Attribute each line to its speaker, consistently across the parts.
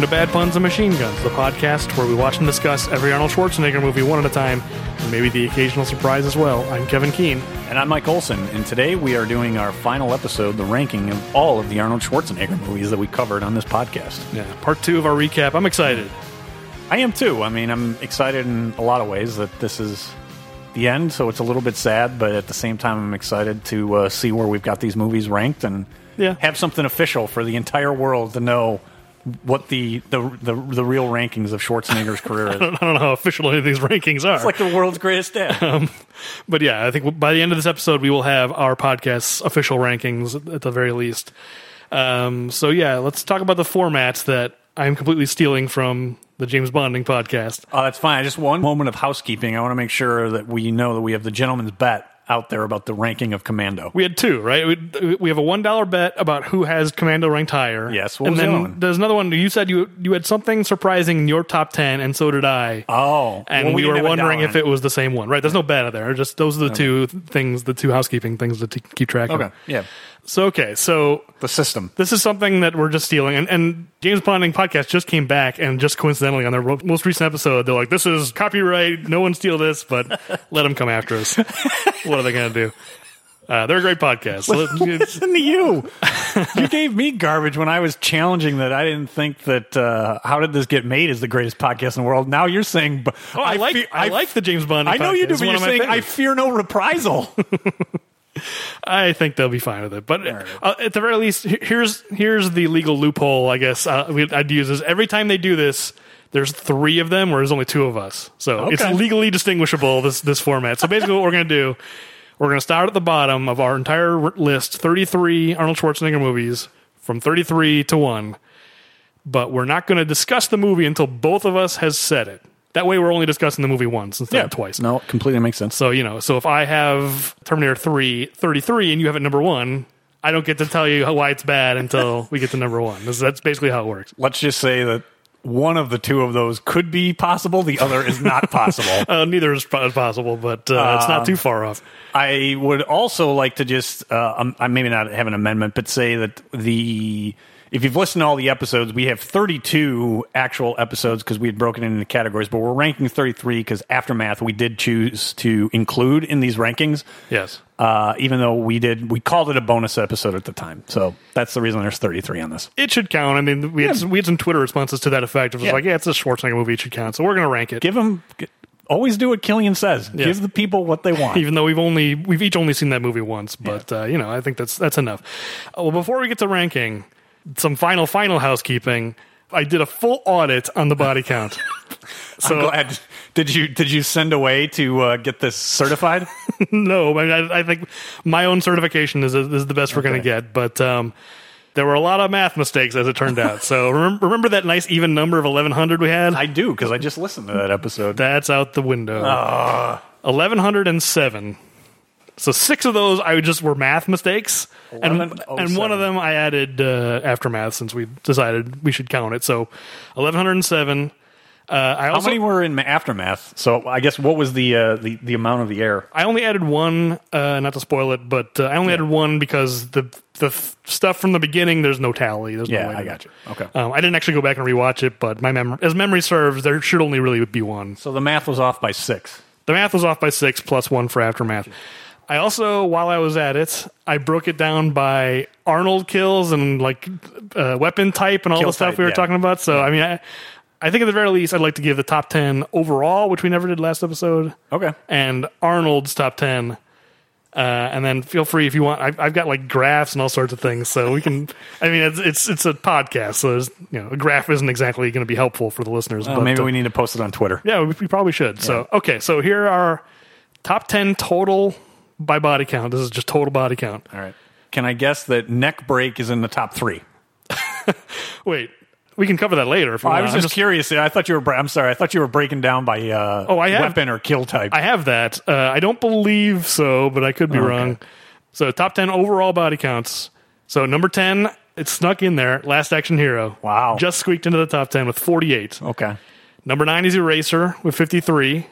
Speaker 1: to Bad Puns and Machine Guns, the podcast where we watch and discuss every Arnold Schwarzenegger movie one at a time, and maybe the occasional surprise as well. I'm Kevin Keene.
Speaker 2: And I'm Mike Olson, and today we are doing our final episode, the ranking of all of the Arnold Schwarzenegger movies that we covered on this podcast.
Speaker 1: Yeah, part two of our recap. I'm excited.
Speaker 2: I am too. I mean, I'm excited in a lot of ways that this is the end, so it's a little bit sad, but at the same time, I'm excited to uh, see where we've got these movies ranked and
Speaker 1: Yeah.
Speaker 2: have something official for the entire world to know what the the the, the real rankings of Schwarzenegger's career is.
Speaker 1: I don't know how official any of these rankings are.
Speaker 2: It's like the world's greatest dad.
Speaker 1: but yeah, I think by the end of this episode, we will have our podcast's official rankings at the very least. Um, so yeah, let's talk about the formats that I'm completely stealing from the James Bonding podcast.
Speaker 2: Oh, that's fine. Just one moment of housekeeping. I want to make sure that we know that we have the gentleman's bet out there about the ranking of Commando.
Speaker 1: We had two, right? We, we have a one dollar bet about who has Commando ranked higher.
Speaker 2: Yes, what
Speaker 1: and
Speaker 2: was the
Speaker 1: then
Speaker 2: other one?
Speaker 1: there's another one. You said you you had something surprising in your top ten, and so did I.
Speaker 2: Oh,
Speaker 1: and
Speaker 2: well,
Speaker 1: we,
Speaker 2: didn't
Speaker 1: were
Speaker 2: have a
Speaker 1: wondering
Speaker 2: dollar
Speaker 1: if it was the same one, right? There's no bet there. Just those are the two things, the two housekeeping things to t- keep track
Speaker 2: in
Speaker 1: of.
Speaker 2: it. okay, yeah,
Speaker 1: So okay, so
Speaker 2: the system.
Speaker 1: this is something that we're just stealing. And, and James Bonding podcast just came back, and just coincidentally on their ro- most recent episode, they're like, "This is copyright. No one steal this, but let them come after us. what are they going to do?" Uh, they're a great podcast. So let's-
Speaker 2: Listen to you. you gave me garbage when I was challenging that I didn't think that uh, how did this get made is the greatest podcast in the world. Now you're saying, but
Speaker 1: Oh, I, like
Speaker 2: fe-
Speaker 1: I, like the James Bond.
Speaker 2: I know you do,
Speaker 1: podcast.
Speaker 2: but
Speaker 1: One
Speaker 2: you're
Speaker 1: of my
Speaker 2: saying I
Speaker 1: favorites.
Speaker 2: fear no reprisal.
Speaker 1: I think they'll be fine with it. But uh, at the very least, he- here's here's the legal loophole. I guess uh, we, I'd use is every time they do this, there's three of them, or there's only two of us, so it's
Speaker 2: Okay.
Speaker 1: legally distinguishable this this format. So basically, what we're gonna do, we're gonna start at the bottom of our entire r- list, 33 Arnold Schwarzenegger movies from 33 to one, but we're not gonna discuss the movie until both of us has said it. That way, we're only discussing the movie once instead of twice.
Speaker 2: No, it completely makes sense.
Speaker 1: So, you know, so if I have Terminator 3 33 and you have it number 1, I don't get to tell you how- why it's bad until we get to number 1. This- that's basically how it works.
Speaker 2: Let's just say that one of the two of those could be possible. The other is not possible.
Speaker 1: Uh, neither is po- possible, but uh, it's not too far off.
Speaker 2: I would also like to just, uh, um, I maybe not have an amendment, but say that the if you've listened to all the episodes, we have 32 actual episodes because we had broken it into categories, but we're ranking 33 because aftermath we did choose to include in these rankings.
Speaker 1: Yes.
Speaker 2: Uh, even though we did, we called it a bonus episode at the time, so that's the reason there's 33 on this.
Speaker 1: It should count. I mean, we had, some, we had some Twitter responses to that effect. It was
Speaker 2: Yeah.
Speaker 1: like, yeah, it's a Schwarzenegger movie. It should count. So we're going to rank it.
Speaker 2: Give them, always do what Killian says. Give the people what they want.
Speaker 1: even though we've only we've each only seen that movie once but uh, you know i think that's that's enough Uh, well before we get to ranking some final final housekeeping i did a full audit on the body count so
Speaker 2: I'm glad. Did you did you send away to uh, get this certified?
Speaker 1: no, I, mean, I, I think my own certification is, is the best we're going to get. But um, there were a lot of math mistakes, as it turned out. So remem- remember that nice even number of 1,100 we had?
Speaker 2: I do because I just listened to that episode.
Speaker 1: That's out the window.
Speaker 2: Ah.
Speaker 1: 1,107. So six of those I just were math mistakes, and, and one
Speaker 2: 1107.
Speaker 1: of them I added uh, aftermath since we decided we should count it. So 1,107. Uh, I
Speaker 2: How
Speaker 1: also
Speaker 2: many were in aftermath? So I guess what was the uh, the the amount of the air?
Speaker 1: I only added one, uh, not to spoil it, but uh, I only added one because the the f- stuff from the beginning, there's no tally. There's no way to know.
Speaker 2: Okay.
Speaker 1: Um, I didn't actually go back and rewatch it, but my mem- as memory serves, there should only really be one.
Speaker 2: So the math was off by six.
Speaker 1: The math was off by six, plus one for aftermath. I also, while I was at it, I broke it down by Arnold kills and like uh, weapon type and all
Speaker 2: Kill
Speaker 1: the stuff
Speaker 2: type,
Speaker 1: we were
Speaker 2: yeah.
Speaker 1: talking about. So I mean, I, I think at the very least, I'd like to give the top ten overall, which we never did last episode
Speaker 2: Okay.
Speaker 1: and Arnold's top 10. Uh, and then feel free if you want. I've, I've got like graphs and all sorts of things, so we can. I mean, it's it's it's a podcast, so there's, you know, a graph isn't exactly going to be helpful for the listeners.
Speaker 2: Well, maybe
Speaker 1: uh,
Speaker 2: we need to post it on Twitter.
Speaker 1: yeah, we, we probably should. So okay, so here are top ten total by body count. This is just total body count.
Speaker 2: All right. Can I guess that neck break is in the top three?
Speaker 1: Wait, we can cover that later if you
Speaker 2: I
Speaker 1: want.
Speaker 2: was
Speaker 1: I'm
Speaker 2: Uh, just, curious. I thought you were. bra- I'm sorry. I thought you were breaking down by uh,
Speaker 1: Oh, I have-
Speaker 2: weapon or kill type.
Speaker 1: I have that. Uh, I don't believe so, but I could
Speaker 2: Oh,
Speaker 1: be wrong. So top ten overall body counts. So number ten, it snuck in there. Last Action Hero.
Speaker 2: Wow.
Speaker 1: Just squeaked into the top ten with forty eight.
Speaker 2: okay.
Speaker 1: Number nine is Eraser with fifty three.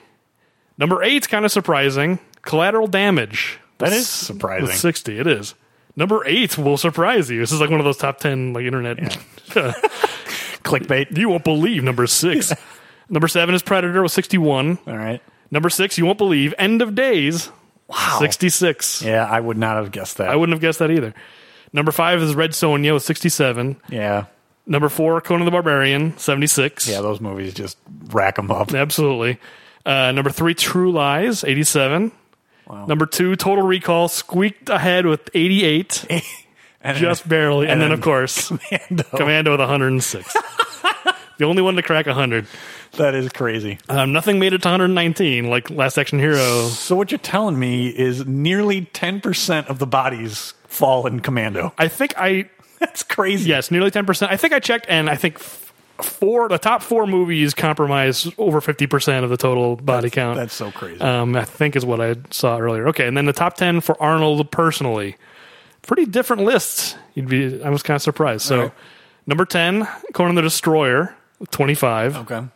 Speaker 1: Number eight's kind of surprising. Collateral Damage.
Speaker 2: That is
Speaker 1: With-
Speaker 2: surprising.
Speaker 1: With sixty, it is. Number eight will surprise you. This is like one of those top ten like internet.
Speaker 2: clickbait.
Speaker 1: You won't believe number six. number seven is Predator with 61.
Speaker 2: All right.
Speaker 1: Number six, you won't believe, End of Days,
Speaker 2: Wow.
Speaker 1: 66.
Speaker 2: Yeah, I would not have guessed that.
Speaker 1: I wouldn't have guessed that either. Number five is Red Sonja with 67.
Speaker 2: yeah.
Speaker 1: Number four, Conan the Barbarian, 76.
Speaker 2: Yeah, those movies just rack them up.
Speaker 1: Absolutely. Uh, number three, True Lies, 87. Number two, Total Recall, squeaked ahead with 88,
Speaker 2: And
Speaker 1: just barely. And,
Speaker 2: and
Speaker 1: then,
Speaker 2: then-
Speaker 1: of course,
Speaker 2: Commando.
Speaker 1: Commando with 106. the only one to crack 100.
Speaker 2: That is crazy.
Speaker 1: Um, nothing made it to 119, like Last Action Hero.
Speaker 2: So what you're telling me is nearly 10% of the bodies fall in Commando.
Speaker 1: I think I,
Speaker 2: That's crazy.
Speaker 1: yes, nearly 10%. I think I checked, and I think f- four, the top four movies comprise over 50% of the total body count.
Speaker 2: That's so crazy.
Speaker 1: um, I think is what I saw earlier. Okay, and then the top ten for Arnold personally, pretty different lists. You'd be, I was kind of surprised. So,
Speaker 2: right.
Speaker 1: number ten, Conan the Destroyer, twenty five.
Speaker 2: okay.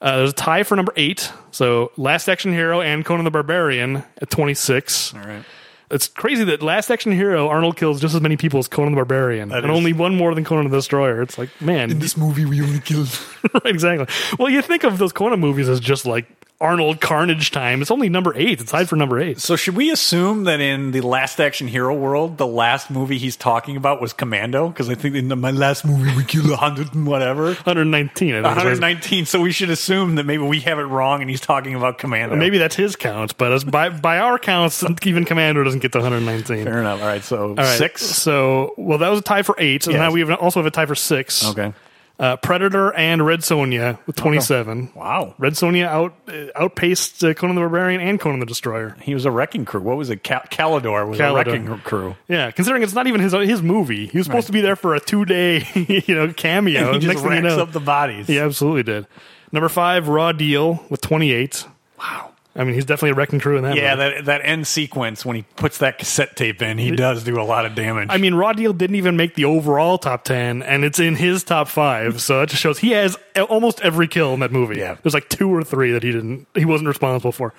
Speaker 1: Uh, there's a tie for number eight. So, Last Action Hero and Conan the Barbarian at twenty six.
Speaker 2: All right.
Speaker 1: It's crazy that Last Action Hero Arnold kills just as many people as Conan the Barbarian, and
Speaker 2: is-
Speaker 1: only one more than Conan the Destroyer. It's like man,
Speaker 2: This movie we only killed.
Speaker 1: right, exactly. Well, you think of those Conan movies as just like. Arnold Carnage time. It's only number eight. It's tied for number eight.
Speaker 2: So should we assume that in the last action hero world, the last movie he's talking about was Commando? Because I think in the, my last movie we killed a hundred and whatever.
Speaker 1: 119. I think it says.
Speaker 2: 119. So we should assume that maybe we have it wrong and he's talking about Commando.
Speaker 1: Maybe that's his count, but as by by our counts, even Commando doesn't get to 119.
Speaker 2: Fair enough. All right. So
Speaker 1: All right,
Speaker 2: six.
Speaker 1: So, well, that was a tie for eight. So
Speaker 2: Yes.
Speaker 1: now we have, also have a tie for six.
Speaker 2: Okay.
Speaker 1: Uh, Predator and Red Sonja with 27.
Speaker 2: Wow.
Speaker 1: Red Sonja out uh, outpaced uh, Conan the Barbarian and Conan the Destroyer.
Speaker 2: He was a wrecking crew. What was it? Cal- Calidor was
Speaker 1: Calidor.
Speaker 2: a wrecking crew.
Speaker 1: Yeah, considering it's not even his his movie. He was supposed to be there for a two day you know cameo.
Speaker 2: He
Speaker 1: Uh, Next
Speaker 2: just
Speaker 1: thing you
Speaker 2: racks
Speaker 1: know-
Speaker 2: up the bodies.
Speaker 1: he absolutely did. Number five, Raw Deal with 28.
Speaker 2: Wow.
Speaker 1: I mean, he's definitely a wrecking crew in that.
Speaker 2: Yeah,
Speaker 1: movie.
Speaker 2: that that end sequence when he puts that cassette tape in, he does do a lot of damage.
Speaker 1: I mean, Raw Deal didn't even make the overall top 10, and it's in his top five. So that just shows he has e, almost every kill in that movie.
Speaker 2: Yeah.
Speaker 1: There's like two or three that he didn't, he wasn't responsible for.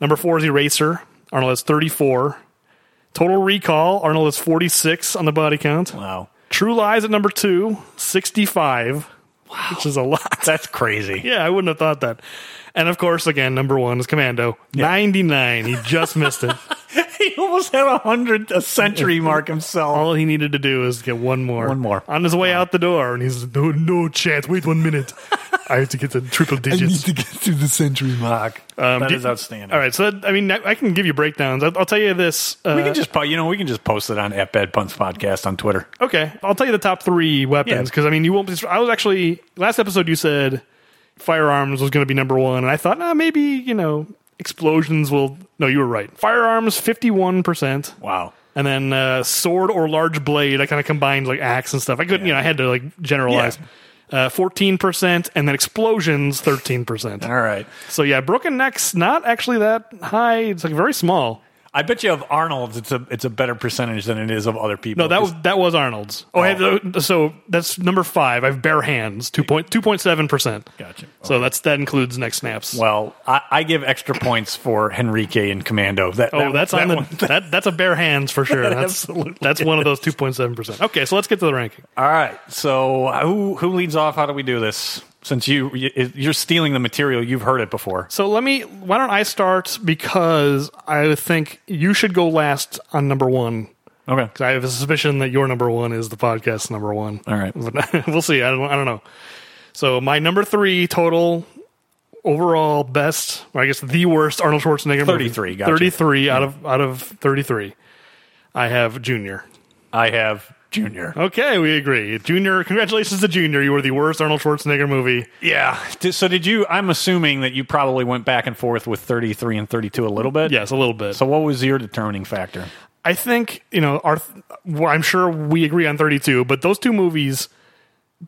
Speaker 1: Number four is Eraser. Arnold has 34. Total Recall. Arnold has 46 on the body count.
Speaker 2: wow,
Speaker 1: True Lies at number two, 65. Wow. Which is a lot.
Speaker 2: that's crazy.
Speaker 1: Yeah, I wouldn't have thought that. And of course, again, number one is Commando. 99. He just missed it.
Speaker 2: he almost had a hundred a century mark himself.
Speaker 1: All he needed to do is get one more.
Speaker 2: One more.
Speaker 1: On his way out the door, and he's no, no chance. Wait one minute. I have to get the triple digits.
Speaker 2: to get to the century mark.
Speaker 1: Um,
Speaker 2: that
Speaker 1: do-
Speaker 2: is outstanding.
Speaker 1: All right, so that, I mean, I, I can give you breakdowns. I'll, I'll tell you this. Uh,
Speaker 2: We can just po- you know we can just post it on F Ed Punts podcast on Twitter.
Speaker 1: okay, I'll tell you the top three weapons
Speaker 2: Yeah.
Speaker 1: because I mean, you won't. be I was actually last episode you said firearms was going to be number one, and I thought, nah, maybe you know, explosions will. No, you were right. Firearms, fifty-one percent.
Speaker 2: Wow.
Speaker 1: and then uh, sword or large blade. I kind of combined like axe and stuff. I couldn't, you know, I had to like generalize. Uh, Fourteen percent, and then explosions thirteen percent.
Speaker 2: All right.
Speaker 1: So yeah, broken necks not actually that high. It's like very small.
Speaker 2: I bet you of Arnold's it's a it's a better percentage than it is of other people.
Speaker 1: No, Oh, that was that was Arnold's. Oh, I had to- so that's number five. I have bare hands, two point two point seven percent.
Speaker 2: Gotcha.
Speaker 1: So that's that includes neck snaps.
Speaker 2: well, I, I give extra points for Henrique and Commando. That,
Speaker 1: Oh,
Speaker 2: that-
Speaker 1: that's
Speaker 2: that
Speaker 1: on the
Speaker 2: one-
Speaker 1: that, that's a bare hands for sure. That's
Speaker 2: absolutely
Speaker 1: that's one of those two point seven percent. Okay, so let's get to the ranking.
Speaker 2: All right. So who who leads off? How do we do this? Since you you- you're stealing the material, you've heard it before.
Speaker 1: So let me. Why don't I start because I think you should go last on number one.
Speaker 2: Okay.
Speaker 1: 'Cause I have a suspicion that your number one is the podcast number one.
Speaker 2: All right.
Speaker 1: But we'll see. I don't. I don't know. So my number three total overall best, or I guess the worst Arnold Schwarzenegger. movie.
Speaker 2: 33, gotcha. Hmm.
Speaker 1: Thirty-three out of out of thirty-three. I have Junior.
Speaker 2: I have Junior.
Speaker 1: Okay, we agree. Junior, congratulations to Junior. You were the worst Arnold Schwarzenegger movie.
Speaker 2: Yeah. D- So did you? I'm assuming that you probably went back and forth with 33 and 32 a little bit.
Speaker 1: Yes, a little bit.
Speaker 2: So what was your determining factor?
Speaker 1: I think you know our. Well, I'm sure we agree on 32, but those two movies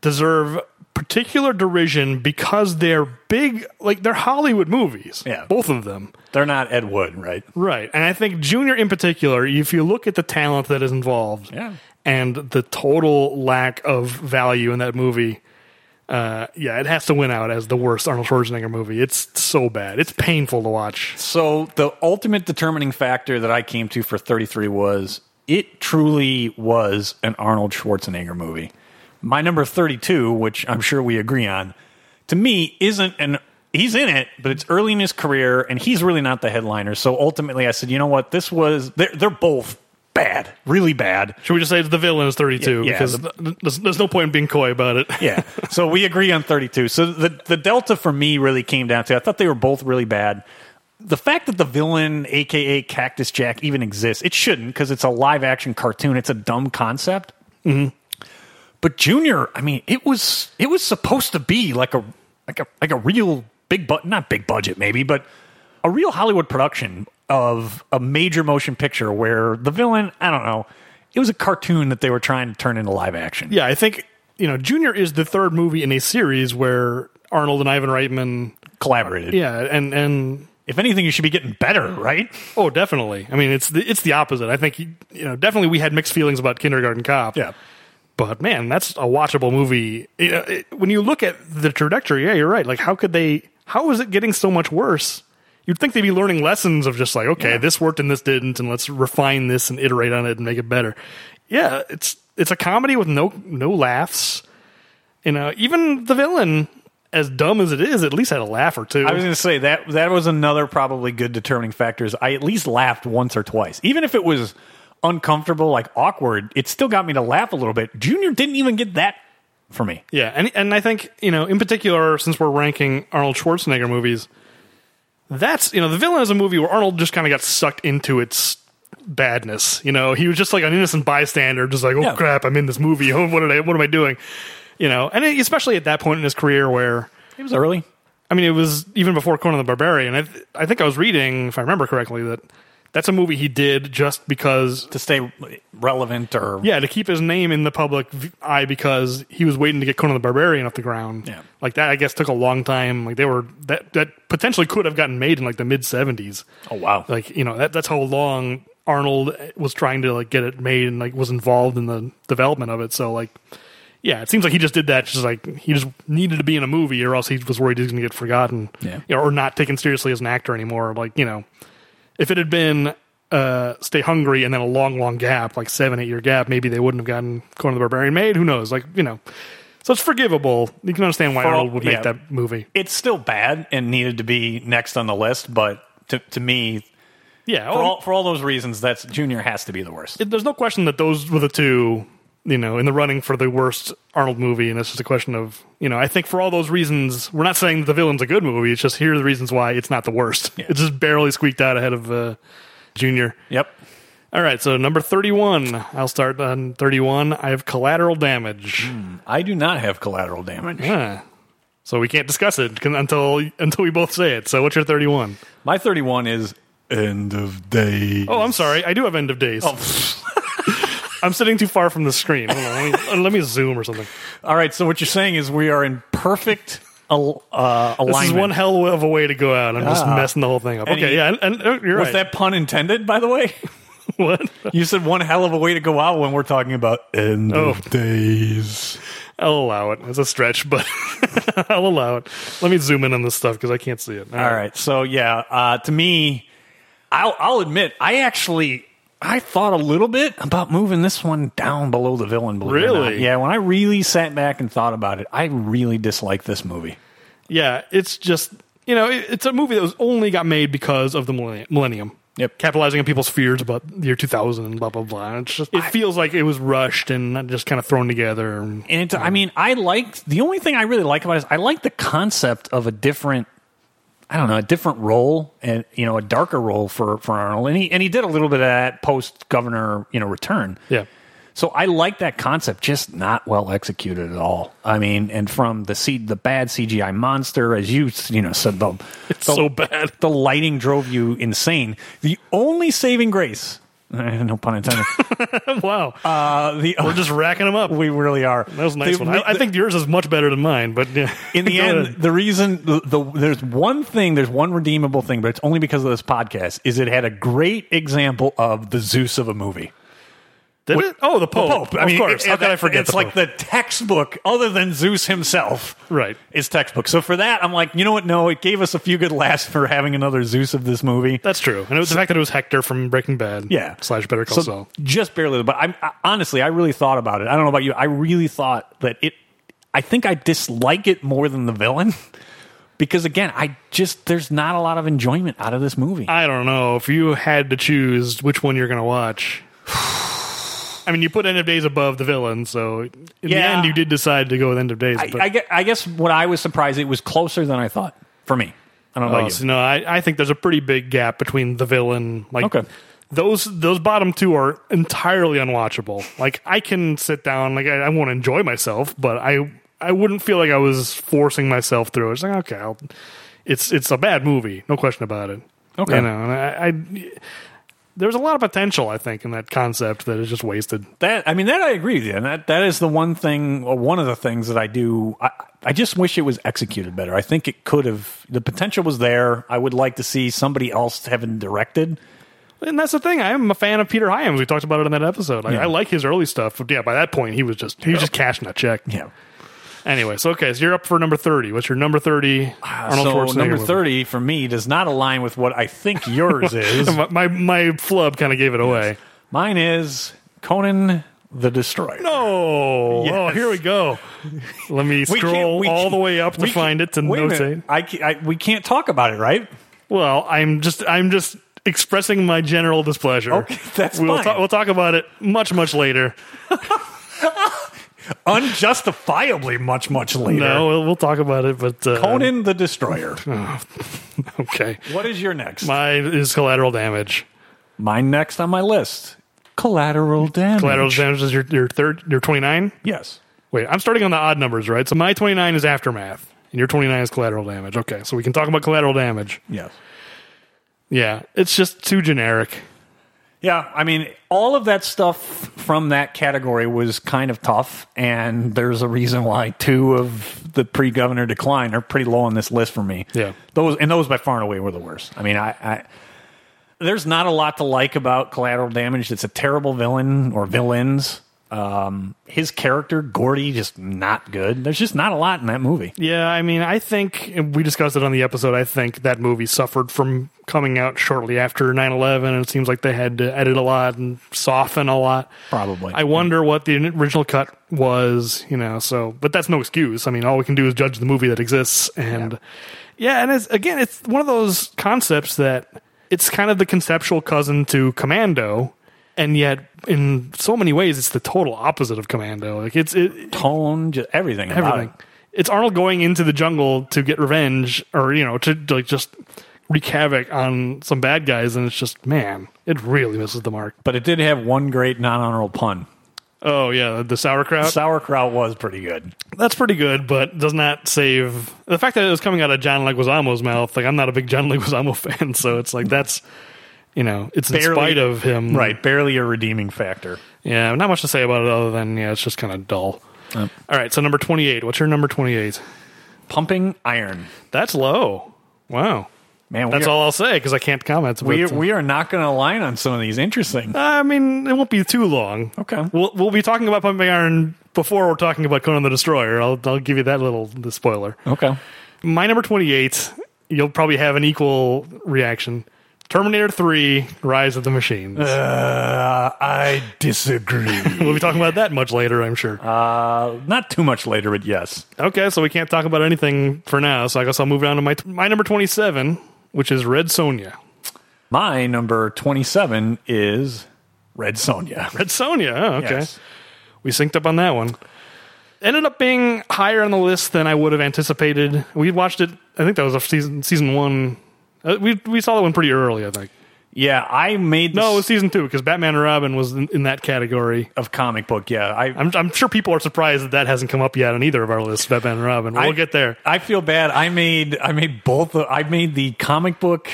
Speaker 1: deserve particular derision because they're big, like they're Hollywood movies.
Speaker 2: Yeah.
Speaker 1: both of them.
Speaker 2: They're not Ed Wood, right?
Speaker 1: Right, and I think Junior in particular, if you look at the talent that is involved,
Speaker 2: Yeah.
Speaker 1: and the total lack of value in that movie. Uh, yeah, it has to win out as the worst Arnold Schwarzenegger movie. It's so bad. It's painful to watch.
Speaker 2: So the ultimate determining factor that I came to for 33 was it truly was an Arnold Schwarzenegger movie. My number 32, which I'm sure we agree on, to me isn't an he's in it, but it's early in his career and he's really not the headliner. So ultimately I said, "You know what? This was they're, they're both bad, really bad."
Speaker 1: Should we just say it's the villain is 32?
Speaker 2: Yeah, yeah,
Speaker 1: because th- there's, there's no point in being coy about it.
Speaker 2: yeah. So we agree on 32. So the the delta for me really came down to I thought they were both really bad. The fact that the villain, aka Cactus Jack, even exists, it shouldn't because it's a live action cartoon. It's a dumb concept. Mm-hmm. But Junior, I mean, it was it was supposed to be like a like a like a real big but not big budget maybe, but a real Hollywood production of a major motion picture where the villain, I don't know, it was a cartoon that they were trying to turn into live action.
Speaker 1: yeah, I think, you know, Junior is the third movie in a series where Arnold and Ivan Reitman,
Speaker 2: Collaborated.
Speaker 1: yeah, and, and
Speaker 2: if anything, you should be getting better, right?
Speaker 1: Oh, definitely. I mean, it's the, it's the opposite. I think you know, definitely we had mixed feelings about Kindergarten Cop. But man, that's a watchable movie. You know, it- when you look at the trajectory, yeah, you're right. Like, how could they? How is it getting so much worse? You'd think they'd be learning lessons of just like, okay, this worked and this didn't, and let's refine this and iterate on it and make it better. Yeah, it's it's a comedy with no no laughs. You know, even the villain, as dumb as it is, at least had a laugh or two.
Speaker 2: I was going to say that that was another probably good determining factor. Is I at least laughed once or twice, even if it was uncomfortable, like awkward. It still got me to laugh a little bit. Junior didn't even get that for me.
Speaker 1: Yeah, and and I think you know, in particular, since we're ranking Arnold Schwarzenegger movies, that's you know, the villain is a movie where Arnold just kind of got sucked into its badness. You know, he was just like an innocent bystander, just like, oh
Speaker 2: Yeah.
Speaker 1: crap, I'm in this movie. Oh, what did I? What am I doing? You know, and it- especially at that point in his career where.
Speaker 2: It was early.
Speaker 1: I mean, it was even before Conan the Barbarian. I, th- I think I was reading, if I remember correctly, that that's a movie he did just because
Speaker 2: To stay relevant or
Speaker 1: yeah, to keep his name in the public v- eye because he was waiting to get Conan the Barbarian off the ground.
Speaker 2: Yeah.
Speaker 1: Like that I guess took a long time. Like they were that that potentially could have gotten made in like the mid 70s.
Speaker 2: oh wow,
Speaker 1: Like, you know, that that's how long Arnold was trying to like get it made and like was involved in the development of it. So like yeah, it seems like he just did that just like he just needed to be in a movie or else he was worried he was going to get forgotten
Speaker 2: Yeah.
Speaker 1: You know, or not taken seriously as an actor anymore. Like, you know, if it had been uh, Stay Hungry and then a long, long gap, like seven, eight year gap, maybe they wouldn't have gotten Conan the Barbarian made. Who knows? Like, you know. So it's forgivable. You can understand why
Speaker 2: For-
Speaker 1: Arnold would make
Speaker 2: yeah.
Speaker 1: that movie.
Speaker 2: it's still bad and needed to be next on the list. But to to me,
Speaker 1: Yeah.
Speaker 2: for
Speaker 1: oh,
Speaker 2: all for all those reasons, that's Junior has to be the worst.
Speaker 1: it- there's no question that those were the two, you know, in the running for the worst Arnold movie. And it's just a question of, you know, I think for all those reasons, we're not saying that the villain's a good movie. It's just here are the reasons why it's not the worst. It just barely squeaked out ahead of uh, Junior.
Speaker 2: Yep.
Speaker 1: All right, so number 31. I'll start on 31. I have collateral damage.
Speaker 2: I do not have collateral damage.
Speaker 1: Huh. So we can't discuss it c- until until we both say it. So what's your 31?
Speaker 2: My 31 is end of day.
Speaker 1: Oh, I'm sorry. I do have end of days. I'm sitting too far from the screen. Hold on, let, me, uh, let me zoom or something.
Speaker 2: All right, so what you're saying is we are in perfect al- uh, alignment.
Speaker 1: This is one hell of a way to go out. I'm just
Speaker 2: Ah.
Speaker 1: messing the whole thing up.
Speaker 2: And
Speaker 1: okay,
Speaker 2: he-
Speaker 1: yeah, and, and oh, you're
Speaker 2: Was
Speaker 1: right.
Speaker 2: that pun intended, by the way?
Speaker 1: what?
Speaker 2: you said one hell of a way to go out when we're talking about end
Speaker 1: Oh.
Speaker 2: of days.
Speaker 1: I'll allow it. It's a stretch, but I'll allow it. Let me zoom in on this stuff because I can't see it.
Speaker 2: All right, so yeah, uh, to me, I'll, I'll admit, I actually I thought a little bit about moving this one down below the villain. believe it or not.
Speaker 1: Really?
Speaker 2: Yeah, when I really sat back and thought about it, I really dislike this movie.
Speaker 1: Yeah, it's just you know it, it's a movie that was only got made because of the millennium. millennium.
Speaker 2: Yep.
Speaker 1: capitalizing on people's fears about the year 2000 and blah blah blah. It's just it feels like it was rushed and not just kind of thrown together. And,
Speaker 2: And it's, I mean, I liked the only thing I really like about it is I like the concept of a different, I don't know, a different role and you know a darker role for for Arnold, and he and he did a little bit of that post governor you know return.
Speaker 1: yeah,
Speaker 2: So I like that concept, just not well executed at all. I mean, and from the C, the bad CGI monster, as you you know said, the
Speaker 1: it's so bad.
Speaker 2: the lighting drove you insane. The only saving grace, no pun intended.
Speaker 1: wow,
Speaker 2: uh, the
Speaker 1: we're just racking them up.
Speaker 2: we really are.
Speaker 1: That was a nice
Speaker 2: The-
Speaker 1: one. I, I
Speaker 2: the-
Speaker 1: think yours is much better than mine, but yeah.
Speaker 2: in the
Speaker 1: Go
Speaker 2: end,
Speaker 1: ahead.
Speaker 2: the reason the, the there's one thing, there's one redeemable thing, but it's only because of this podcast. Is it had a great example of the Zeus of a movie.
Speaker 1: Did it? Oh, the Pope.
Speaker 2: I mean,
Speaker 1: of course.
Speaker 2: it-
Speaker 1: How could I
Speaker 2: it-
Speaker 1: forget?
Speaker 2: It's
Speaker 1: the
Speaker 2: like
Speaker 1: Pope?
Speaker 2: the textbook, other than Zeus himself.
Speaker 1: Right.
Speaker 2: Is textbook. So for that, I'm like, you know what? No, it gave us a few good laughs for having another Zeus of this movie.
Speaker 1: That's true. And it was the fact that it was Hector from Breaking Bad.
Speaker 2: Yeah.
Speaker 1: Slash Better Call Saul.
Speaker 2: just barely. But I'm I, honestly, I really thought about it. I don't know about you. I really thought that it. I think I dislike it more than the villain because again, I just there's not a lot of enjoyment out of this movie.
Speaker 1: I don't know if you had to choose which one you're going to watch. I mean, you put End of Days above the villain, so in the
Speaker 2: Yeah.
Speaker 1: end, you did decide to go with End of Days.
Speaker 2: I, I, gue- I guess what I was surprised it was closer than I thought for me. I don't know
Speaker 1: Oh,
Speaker 2: about
Speaker 1: so
Speaker 2: you.
Speaker 1: no, I, I think there's a pretty big gap between the villain. Like
Speaker 2: Okay.
Speaker 1: those those bottom two are entirely unwatchable. Like I can sit down, like I, I won't enjoy myself, but I I wouldn't feel like I was forcing myself through. it. It's like okay, I'll, it's it's a bad movie, no question about it.
Speaker 2: Okay.
Speaker 1: you know, and I, I there's a lot of potential I think in that concept that is just wasted.
Speaker 2: That I mean, that I agree with you, and that that is the one thing, or one of the things that I do. I, I just wish it was executed better. I think it could have. The potential was there. I would like to see somebody else having directed.
Speaker 1: And that's the thing. I am a fan of Peter Hyams. We talked about it in that episode. I, I like his early stuff. But yeah, by that point he was just he was just cashing a check.
Speaker 2: Yeah.
Speaker 1: Anyway, so okay, so you're up for number thirty. What's your number thirty? Arnold
Speaker 2: Ah, so number
Speaker 1: movie?
Speaker 2: thirty for me does not align with what I think yours is.
Speaker 1: My, my my flub kind of gave it away.
Speaker 2: Mine is Conan the Destroyer.
Speaker 1: Oh,
Speaker 2: Yes.
Speaker 1: oh, here we go. Let me
Speaker 2: We can't-
Speaker 1: scroll
Speaker 2: we
Speaker 1: all
Speaker 2: can't-
Speaker 1: the way up to
Speaker 2: we can't-
Speaker 1: find it to
Speaker 2: wait a minute.
Speaker 1: notate.
Speaker 2: I, ca- I- we can't talk about it, right?
Speaker 1: Well, I'm just I'm just expressing my general displeasure.
Speaker 2: Okay, that's
Speaker 1: we'll
Speaker 2: fine.
Speaker 1: ta- we'll talk about it much much later.
Speaker 2: Unjustifiably much, much later.
Speaker 1: No, we'll, we'll talk about it. But uh,
Speaker 2: Conan the Destroyer.
Speaker 1: okay.
Speaker 2: What is your next?
Speaker 1: Mine is collateral damage.
Speaker 2: Mine next on my list. Collateral damage.
Speaker 1: Collateral damage is your your third your twenty nine.
Speaker 2: Yes.
Speaker 1: Wait, I'm starting on the odd numbers, right? So my 29 is aftermath, and your 29 is collateral damage. Okay, so we can talk about collateral damage.
Speaker 2: Yes.
Speaker 1: Yeah, it's just too generic.
Speaker 2: Yeah, I mean, all of that stuff from that category was kind of tough, and there's a reason why two of the pre-governor decline are pretty low on this list for me.
Speaker 1: Yeah.
Speaker 2: those and those by far and away were the worst. I mean, I, I there's not a lot to like about collateral damage. It's a terrible villain or villains. Um, his character Gordy just not good. There's just not a lot in that movie.
Speaker 1: Yeah, I mean, I think and we discussed it on the episode. I think that movie suffered from coming out shortly after 9 11, and it seems like they had to edit a lot and soften a lot.
Speaker 2: Probably.
Speaker 1: I wonder what the original cut was, you know, so, but that's no excuse. I mean, all we can do is judge the movie that exists. And yeah, and it's, again, it's one of those concepts that it's kind of the conceptual cousin to Commando. And yet, in so many ways, it's the total opposite of Commando. Like, it's, it,
Speaker 2: Tone, just everything. about
Speaker 1: everything. It's Arnold going into the jungle to get revenge, or you know, to, to, like just wreak havoc on some bad guys, and it's just man, it really misses the mark.
Speaker 2: it. But it did have one great non-honorable pun.
Speaker 1: Oh yeah, the sauerkraut.
Speaker 2: Sauerkraut was pretty good.
Speaker 1: That's pretty good, but does not save the fact that it was coming out of John Leguizamo's mouth. Like I'm not a big John Leguizamo fan, so it's like that's you know, it's in
Speaker 2: Barely-
Speaker 1: spite of him,
Speaker 2: Right, barely a redeeming factor.
Speaker 1: Yeah, not much to say about it other than yeah, it's just kind of dull.
Speaker 2: Yep.
Speaker 1: All right, so number twenty eight. What's your number twenty eight?
Speaker 2: Pumping iron.
Speaker 1: That's low. Wow.
Speaker 2: Man, we
Speaker 1: That's
Speaker 2: are,
Speaker 1: all I'll say because I can't comment.
Speaker 2: We,
Speaker 1: but, uh,
Speaker 2: we are not going to align on some of these. Interesting.
Speaker 1: I mean, it won't be too long.
Speaker 2: Okay.
Speaker 1: We'll we'll be talking about Pumping Iron before we're talking about Conan the Destroyer. I'll I'll give you that little the spoiler.
Speaker 2: Okay.
Speaker 1: My number twenty eight. You'll probably have an equal reaction. Terminator Three: Rise of the Machines.
Speaker 2: Uh, I disagree.
Speaker 1: we'll be talking about that much later, I'm sure.
Speaker 2: uh, not too much later, but yes.
Speaker 1: okay, so we can't talk about anything for now. So I guess I'll move on to my my number twenty seven, which is Red Sonja.
Speaker 2: My number 27 is Red Sonja.
Speaker 1: Red Sonja. Oh, okay.
Speaker 2: Yes.
Speaker 1: we synced up on that one. Ended up being higher on the list than I would have anticipated. We watched it. I think that was a season season one. Uh, we we saw that one pretty early. I think.
Speaker 2: Yeah, I made
Speaker 1: No, it was
Speaker 2: this
Speaker 1: season two because Batman and Robin was in, in that category.
Speaker 2: of comic book. Yeah, I,
Speaker 1: I'm I'm sure people are surprised that that hasn't come up yet on either of our lists. Batman and Robin. We'll
Speaker 2: I-
Speaker 1: get there.
Speaker 2: I feel bad. I made I made both. The, I made the comic book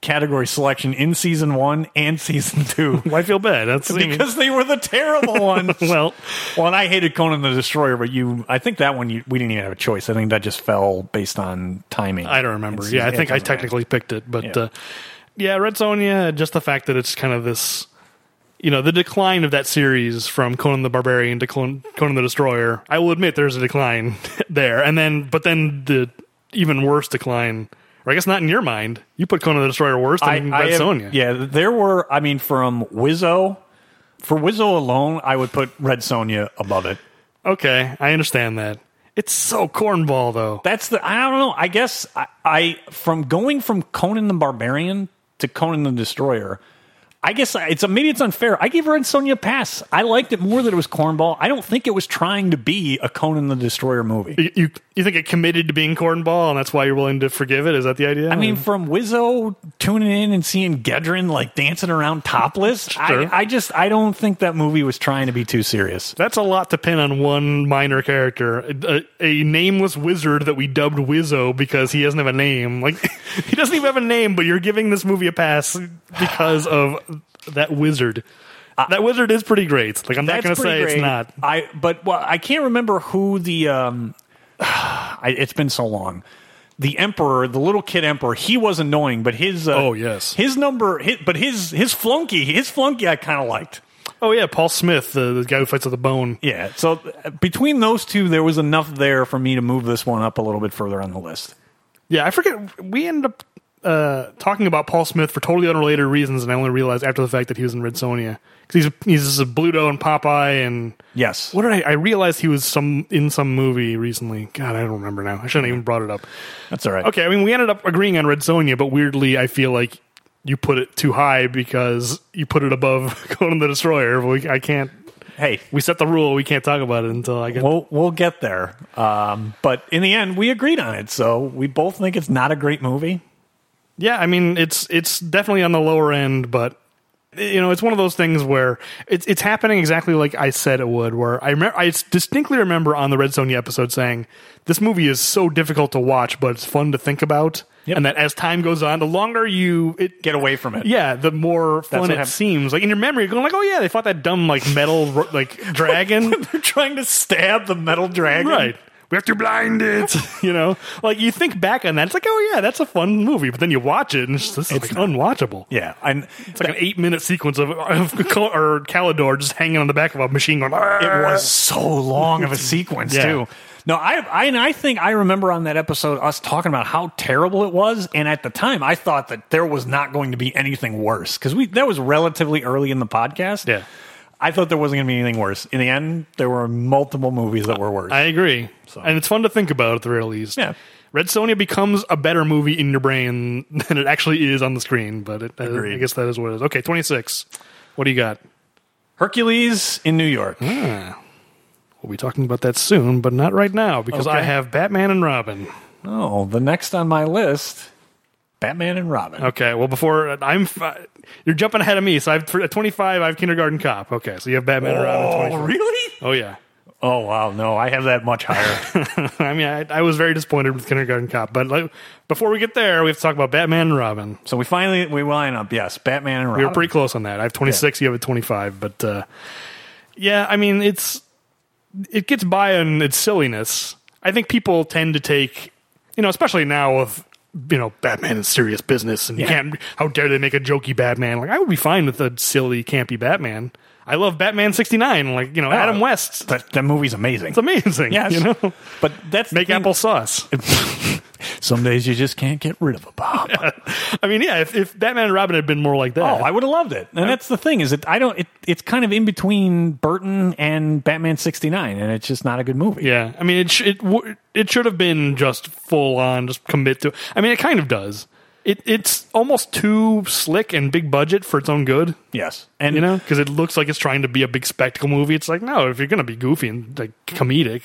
Speaker 2: category selection in season one and season two
Speaker 1: Why feel bad? That's I mean,
Speaker 2: because they were the terrible ones.
Speaker 1: well,
Speaker 2: well, and I hated Conan the Destroyer, but you, I think that one you, we didn't even have a choice. I think that just fell based on timing.
Speaker 1: I don't remember.
Speaker 2: It's-
Speaker 1: yeah, I
Speaker 2: it
Speaker 1: think I
Speaker 2: doesn't matter.
Speaker 1: technically picked it, but
Speaker 2: Yeah.
Speaker 1: yeah. Uh, yeah, Red Sonja. Just the fact that it's kind of this you know the decline of that series from Conan the Barbarian to Conan, Conan the Destroyer. I will admit there's a decline there, and then but then the even worse decline, or I guess not in your mind. You put Conan the Destroyer worse than Red
Speaker 2: have-
Speaker 1: Sonja.
Speaker 2: Yeah, there were. I mean, from Wizzo, for Wizzo alone, I would put Red Sonja above it.
Speaker 1: Okay, I understand that. It's so cornball though.
Speaker 2: That's the. I don't know. I guess I, I from going from Conan the Barbarian to Conan the Destroyer. I guess I- it's maybe it's unfair. I gave Red Sonja a pass. I liked it more that it was cornball. I don't think it was trying to be a Conan the Destroyer movie.
Speaker 1: You, you you think it committed to being cornball, and that's why you're willing to forgive it? Is that the idea?
Speaker 2: I mean, from Wizzo tuning in and seeing Gedrin like dancing around topless,
Speaker 1: Sure.
Speaker 2: I, I just I don't think that movie was trying to be too serious.
Speaker 1: That's a lot to pin on one minor character, a, a nameless wizard that we dubbed Wizzo because he doesn't have a name. Like he doesn't even have a name, but you're giving this movie a pass because of that wizard. that wizard is pretty great. Like I'm not going to
Speaker 2: Uh, pretty
Speaker 1: say it's
Speaker 2: great.
Speaker 1: not.
Speaker 2: I but well, I can't remember who the um, I, it's been so long. The emperor, the little kid emperor, he was annoying, but his uh,
Speaker 1: Oh, yes.
Speaker 2: his number, his, but his his flunky, his flunky, I kind of liked.
Speaker 1: Oh yeah, Paul Smith, the, the guy who fights with the bone.
Speaker 2: Yeah, so uh, between those two, there was enough there for me to move this one up a little bit further on the list.
Speaker 1: Yeah, I forget. We ended up uh, talking about Paul Smith for totally unrelated reasons, and I only realized after the fact that he was in Red Sonja because he's he's a Bluto and Popeye and
Speaker 2: Yes,
Speaker 1: What did I? I realized he was some in some movie recently. God, I don't remember now. I shouldn't have even brought it up.
Speaker 2: that's all right.
Speaker 1: Okay, I mean we ended up agreeing on Red Sonja, but weirdly I feel like you put it too high because you put it above Conan the Destroyer. We, I can't.
Speaker 2: Hey,
Speaker 1: We set the rule. We can't talk about it until I get.
Speaker 2: we'll we'll get there. Um, but in the end, we agreed on it, so we both think it's not a great movie.
Speaker 1: yeah, I mean it's it's definitely on the lower end, but you know it's one of those things where it's it's happening exactly like I said it would. Where I remember, I distinctly remember on the Red Sonja episode saying this movie is so difficult to watch, but it's fun to think about.
Speaker 2: Yep.
Speaker 1: And that as time goes on, the longer you it
Speaker 2: Get away from it.
Speaker 1: Yeah, the more
Speaker 2: what
Speaker 1: fun it
Speaker 2: happened.
Speaker 1: seems. Like in your memory, you're going like, "Oh yeah, they fought that dumb like metal ro- like dragon."
Speaker 2: They're trying to stab the metal dragon.
Speaker 1: right. We have to blind it. you know, like you think back on that, it's like, "Oh yeah, that's a fun movie," but then you watch it and it's just this is, like, unwatchable.
Speaker 2: Yeah. And
Speaker 1: It's like an eight minute sequence of, of Cal- or Calidor just hanging on the back of a machine going.
Speaker 2: it
Speaker 1: "Argh."
Speaker 2: was so long of a sequence
Speaker 1: Uh. Yeah.
Speaker 2: too. No, I, I and I think I remember on that episode us talking about how terrible it was, and at the time I thought that there was not going to be anything worse because we that was relatively early in the podcast.
Speaker 1: Yeah.
Speaker 2: I thought there wasn't going to be anything worse. In the end, there were multiple movies that were worse.
Speaker 1: I agree, and it's fun to think about at the very least.
Speaker 2: Yeah.
Speaker 1: Red Sonja becomes a better movie in your brain than it actually is on the screen, but it, uh, I
Speaker 2: Agreed.
Speaker 1: guess that is what it is. Okay, twenty six. What do you got?
Speaker 2: Hercules in New York.
Speaker 1: We'll be talking about that soon, but not right now because I
Speaker 2: Okay.
Speaker 1: have Batman and Robin.
Speaker 2: Oh, the next on my list, Batman and Robin.
Speaker 1: Okay, well before I'm f- you're jumping ahead of me, so I've for- at 25 I have Kindergarten Cop. Okay, so you have Batman and Robin. at 25.
Speaker 2: really?
Speaker 1: Oh yeah.
Speaker 2: Oh wow, no, I have that much higher.
Speaker 1: I mean, I, I was very disappointed with Kindergarten Cop, but like, before we get there, we have to talk about Batman and Robin.
Speaker 2: so we finally we line up. Yes, Batman and
Speaker 1: We
Speaker 2: Robin.
Speaker 1: were pretty close on that. I have 26, you have a 25, but uh, yeah, I mean, it's it gets by on its silliness. I think people tend to take, you know, especially now with you know Batman is serious business, and you can't. How dare they make a jokey Batman? Like I would be fine with a silly, campy Batman. I love Batman '69. Like you know, Adam West. It's
Speaker 2: that, that movie's amazing.
Speaker 1: amazing.
Speaker 2: Oh. yes,
Speaker 1: you know,
Speaker 2: but that's the
Speaker 1: make
Speaker 2: thing.
Speaker 1: applesauce.
Speaker 2: Some days you just can't get rid of a bomb.
Speaker 1: I mean, yeah, if, if Batman and Robin had been more like that,
Speaker 2: Oh, I would have loved it. And that's the thing is that I don't. It, it's kind of in between Burton and Batman '69, and it's just not a good movie.
Speaker 1: Yeah, I mean it. Sh- it w- it should have been just full on, just commit to. I mean, it kind of does. It it's almost too slick and big budget for its own good.
Speaker 2: Yes, and
Speaker 1: You know, because it looks like it's trying to be a big spectacle movie. It's like no, if you're gonna be goofy and like comedic,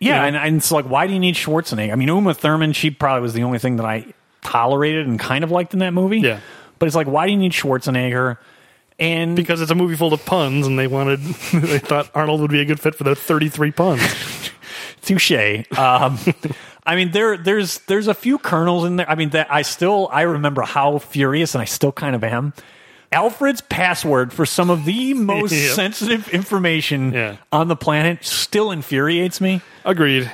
Speaker 2: Yeah,
Speaker 1: know?
Speaker 2: and, and it's like, why do you need Schwarzenegger? I mean, Uma Thurman, she probably was the only thing that I tolerated and kind of liked in that movie.
Speaker 1: Yeah.
Speaker 2: but it's like, why do you need Schwarzenegger? And
Speaker 1: because it's a movie full of puns, and they wanted they thought Arnold would be a good fit for their 33 puns.
Speaker 2: touche. Um, I mean, there, there's, there's a few kernels in there. I mean, that I still, I remember how furious, and I still kind of am. Alfred's password for some of the most
Speaker 1: Yeah.
Speaker 2: sensitive information
Speaker 1: Yeah.
Speaker 2: on the planet still infuriates me.
Speaker 1: Agreed.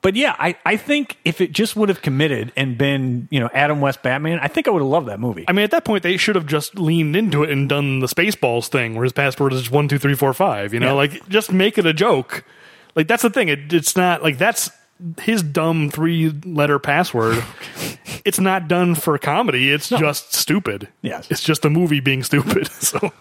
Speaker 2: But yeah, I, I think if it just would have committed and been, you know, Adam West Batman, I think I would have loved that movie.
Speaker 1: I mean, at that point, they should have just leaned into it and done the Spaceballs thing, where his password is one, two, three, four, five. You know,
Speaker 2: Yeah.
Speaker 1: like just make it a joke. Like that's the thing. It, it's not like that's his dumb three-letter password. it's not done for comedy. It's just stupid.
Speaker 2: Yes.
Speaker 1: it's just the movie being stupid. so,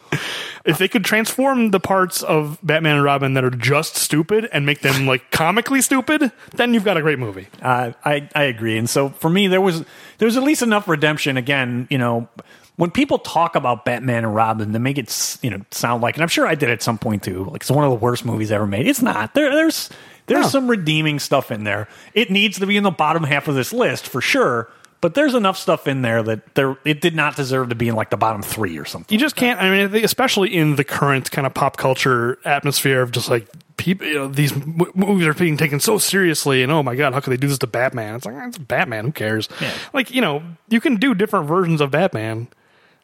Speaker 1: if they could transform the parts of Batman and Robin that are just stupid and make them like comically stupid, then you've got a great movie.
Speaker 2: Uh, I I agree, and so for me, there was there was at least enough redemption. Again, you know, when people talk about Batman and Robin, they make it s- you know sound like, and I'm sure I did at some point too. Like it's one of the worst movies ever made. It's not. There there's there's
Speaker 1: No.
Speaker 2: some redeeming stuff in there. It needs to be in the bottom half of this list for sure. But there's enough stuff in there that there it did not deserve to be in like the bottom three or something.
Speaker 1: you just can't. I mean, I think especially in the current kind of pop culture atmosphere of just like people, you know, these m- movies are being taken so seriously, and oh my god, how could they do this to Batman? It's like "Ah, it's Batman. Who cares? Like you know, you can do different versions of Batman.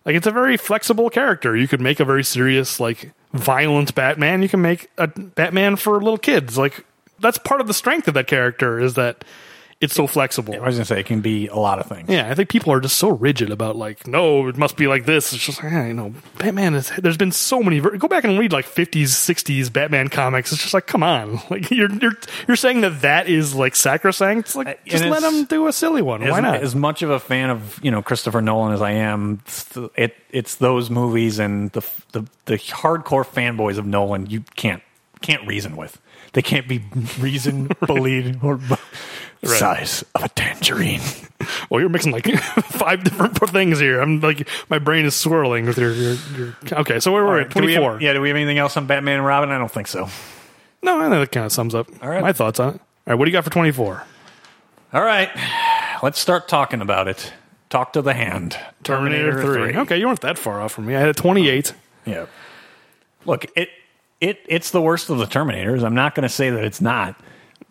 Speaker 1: Like it's a very flexible character. You could make a very serious, like violent Batman. You can make a Batman for little kids. Like that's part of the strength of that character is that it's so flexible.
Speaker 2: I was gonna say it can be a lot of things.
Speaker 1: Yeah, I think people are just so rigid about like, no, it must be like this. It's just like, eh, you know, Batman is. There's been so many. Ver- go back and read like 50s, 60s Batman comics. It's just like, come on, like you're you're you're saying that that is like sacrosanct. It's like just
Speaker 2: Uh, and
Speaker 1: let
Speaker 2: it's-
Speaker 1: them do a silly one. Why
Speaker 2: as,
Speaker 1: not?
Speaker 2: As much of a fan of you know Christopher Nolan as I am, it's- it it's those movies and the the the hardcore fanboys of Nolan you can't can't reason with. They can't be reason believed or bu- size of a tangerine.
Speaker 1: well, you're mixing like five different things here. I'm like, my brain is swirling with your. your, your okay, so where were we at?
Speaker 2: Do we have-
Speaker 1: 24.
Speaker 2: yeah. Do we have anything else on Batman and Robin? I don't think so.
Speaker 1: No, I think that kind of sums up
Speaker 2: All right.
Speaker 1: my thoughts on it. All right, what do you got for 24?
Speaker 2: All right, let's start talking about it. Talk to the hand.
Speaker 1: Okay, you weren't that far off from me. I had a 28.
Speaker 2: Yeah. Look, it it it's the worst of the Terminators. I'm not going to say that it's not,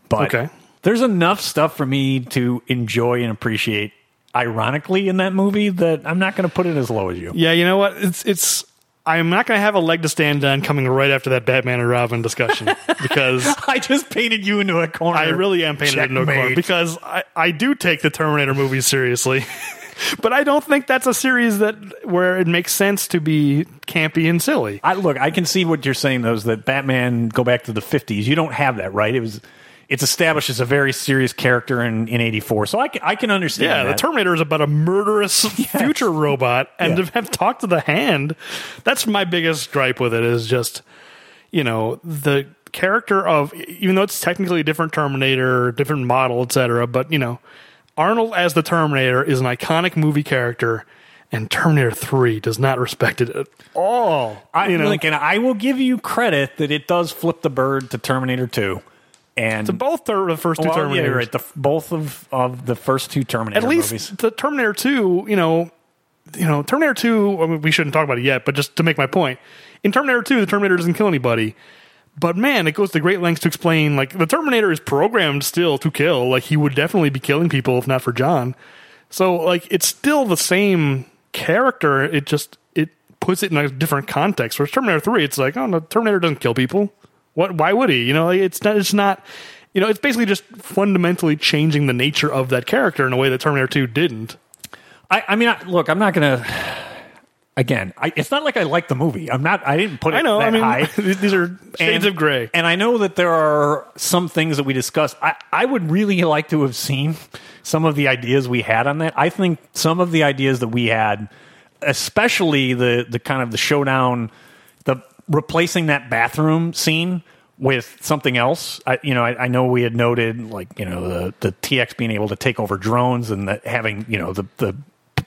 Speaker 2: but
Speaker 1: Okay.
Speaker 2: there's enough stuff for me to enjoy and appreciate. Ironically, in that movie, that I'm not going to put it as low as you.
Speaker 1: Yeah, you know what? It's it's. I'm not going to have a leg to stand on coming right after that Batman and Robin discussion because
Speaker 2: I just painted you into a corner.
Speaker 1: I really am painted into a corner
Speaker 2: Checkmate.
Speaker 1: because I, I do take the Terminator movies seriously, but I don't think that's a series that where it makes sense to be campy and silly.
Speaker 2: I look, I can see what you're saying though, is that Batman go back to the fifties. You don't have that, right? It was it's established as a very serious character in, in eighty four. So I can I can understand
Speaker 1: Yeah, the
Speaker 2: that.
Speaker 1: Terminator is about a murderous future robot, and
Speaker 2: Yeah.
Speaker 1: to have talked to the hand, that's my biggest gripe with it is just, you know, the character of even though it's technically a different Terminator, different model, etc. But you know, Arnold as the Terminator is an iconic movie character, and Terminator Three does not respect it at all.
Speaker 2: I
Speaker 1: you know,
Speaker 2: like, and I will give you credit that it does flip the bird to Terminator Two, and
Speaker 1: both ter- the first two
Speaker 2: well,
Speaker 1: Terminators.
Speaker 2: yeah, you're right. The f- both of of the first two Terminator
Speaker 1: at least
Speaker 2: movies.
Speaker 1: the Terminator 2, you know, you know, Terminator 2, I mean, we shouldn't talk about it yet, but just to make my point, in Terminator 2, the Terminator doesn't kill anybody. But man, it goes to great lengths to explain like the Terminator is programmed still to kill. Like he would definitely be killing people if not for John. So like it's still the same character. It just it puts it in a different context. Whereas Terminator 3, it's like, oh no, Terminator doesn't kill people. What why would he? You know, like, it's not it's not you know, it's basically just fundamentally changing the nature of that character in a way that Terminator 2 didn't.
Speaker 2: I, I mean, I, look, I'm not gonna. Again, I, it's not like I like the movie. I'm not. I didn't put it
Speaker 1: I know.
Speaker 2: that
Speaker 1: I mean,
Speaker 2: high.
Speaker 1: these are shades
Speaker 2: And-
Speaker 1: of gray.
Speaker 2: And I know that there are some things that we discussed. I, I would really like to have seen some of the ideas we had on that. I think some of the ideas that we had, especially the the kind of the showdown, the replacing that bathroom scene with something else. I, you know, I, I know we had noted like you know the the TX being able to take over drones and that having you know the the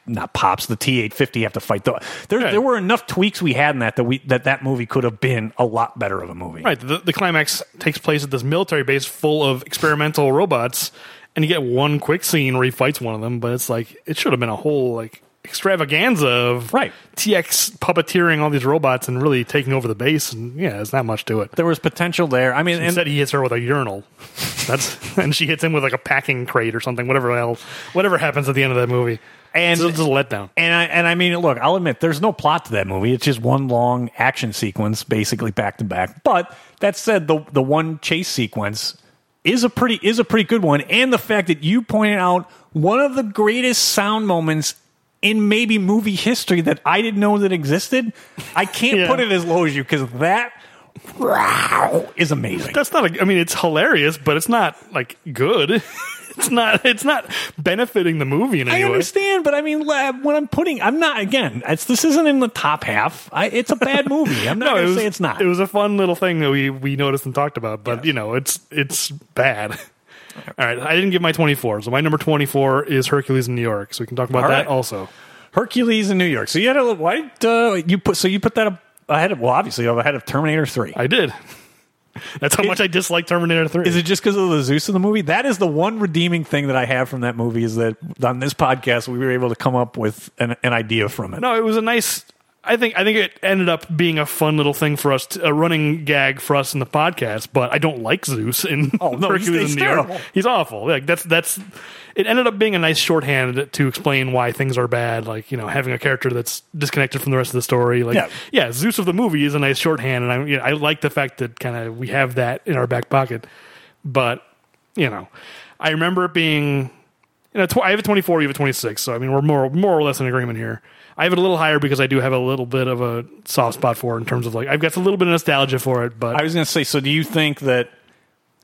Speaker 2: not pops the T850 have to fight the there
Speaker 1: Right.
Speaker 2: there were enough tweaks we had in that that we that that movie could have been a lot better of a movie.
Speaker 1: Right. The, the climax takes place at this military base full of experimental robots, and you get one quick scene where he fights one of them. But it's like it should have been a whole like extravaganza of
Speaker 2: Right.
Speaker 1: TX puppeteering all these robots and really taking over the base. And yeah, there's not much to it.
Speaker 2: There was potential there. I mean, and
Speaker 1: Instead, he hits her with a urinal. That's and she hits him with like a packing crate or something. Whatever else, whatever happens at the end of that movie,
Speaker 2: And-
Speaker 1: it's just a letdown.
Speaker 2: and I and I mean, look, I'll admit there's no plot to that movie. It's just one long action sequence, basically back to back. But that said, the the one chase sequence is a pretty is a pretty good one, and the fact that you pointed out one of the greatest sound moments in maybe movie history that I didn't know that existed. I can't
Speaker 1: Yeah.
Speaker 2: put it as low as you because that wow, is amazing.
Speaker 1: That's not. A, I mean, it's hilarious, but it's not like good. it's not. It's not benefiting the movie in any
Speaker 2: I
Speaker 1: way.
Speaker 2: understand, but I mean, la- when I'm putting, I'm not again. It's this isn't in the top half. I, it's a bad movie. I'm not
Speaker 1: No,
Speaker 2: gonna
Speaker 1: it was,
Speaker 2: say it's not.
Speaker 1: It was a fun little thing that we we noticed and talked about, but you know, it's it's bad. All right, I didn't give my 24, so my number 24 is Hercules in New York. So we can talk about
Speaker 2: All
Speaker 1: that
Speaker 2: right.
Speaker 1: also.
Speaker 2: Hercules in New York. So you had a little- why uh, you put so you put that up ahead of well, obviously ahead of Terminator Three.
Speaker 1: I did. That's how much I dislike Terminator 3.
Speaker 2: Is it just because of the Zeus in the movie? That is the one redeeming thing that I have from that movie is that on this podcast we were able to come up with an, an idea from it.
Speaker 1: No, it was a nice. I think I think it ended up being a fun little thing for us, to, a running gag for us in the podcast. But I don't like Zeus in
Speaker 2: Oh, no, he's-
Speaker 1: Hercules
Speaker 2: he's
Speaker 1: in New York.
Speaker 2: terrible.
Speaker 1: He's awful. Like that's that's. It ended up being a nice shorthand to explain why things are bad. Like you know, having a character that's disconnected from the rest of the story. Like
Speaker 2: Yeah.
Speaker 1: yeah, Zeus of the movie is a nice shorthand, and I you know, I like the fact that kind of we have that in our back pocket. But you know, I remember it being you know, tw- I have a 24, you have a 26. So, I mean, we're more, more or less in agreement here. I have it a little higher because I do have a little bit of a soft spot for it in terms of like, I've got a little bit of nostalgia for it, but
Speaker 2: I was going to say. So do you think that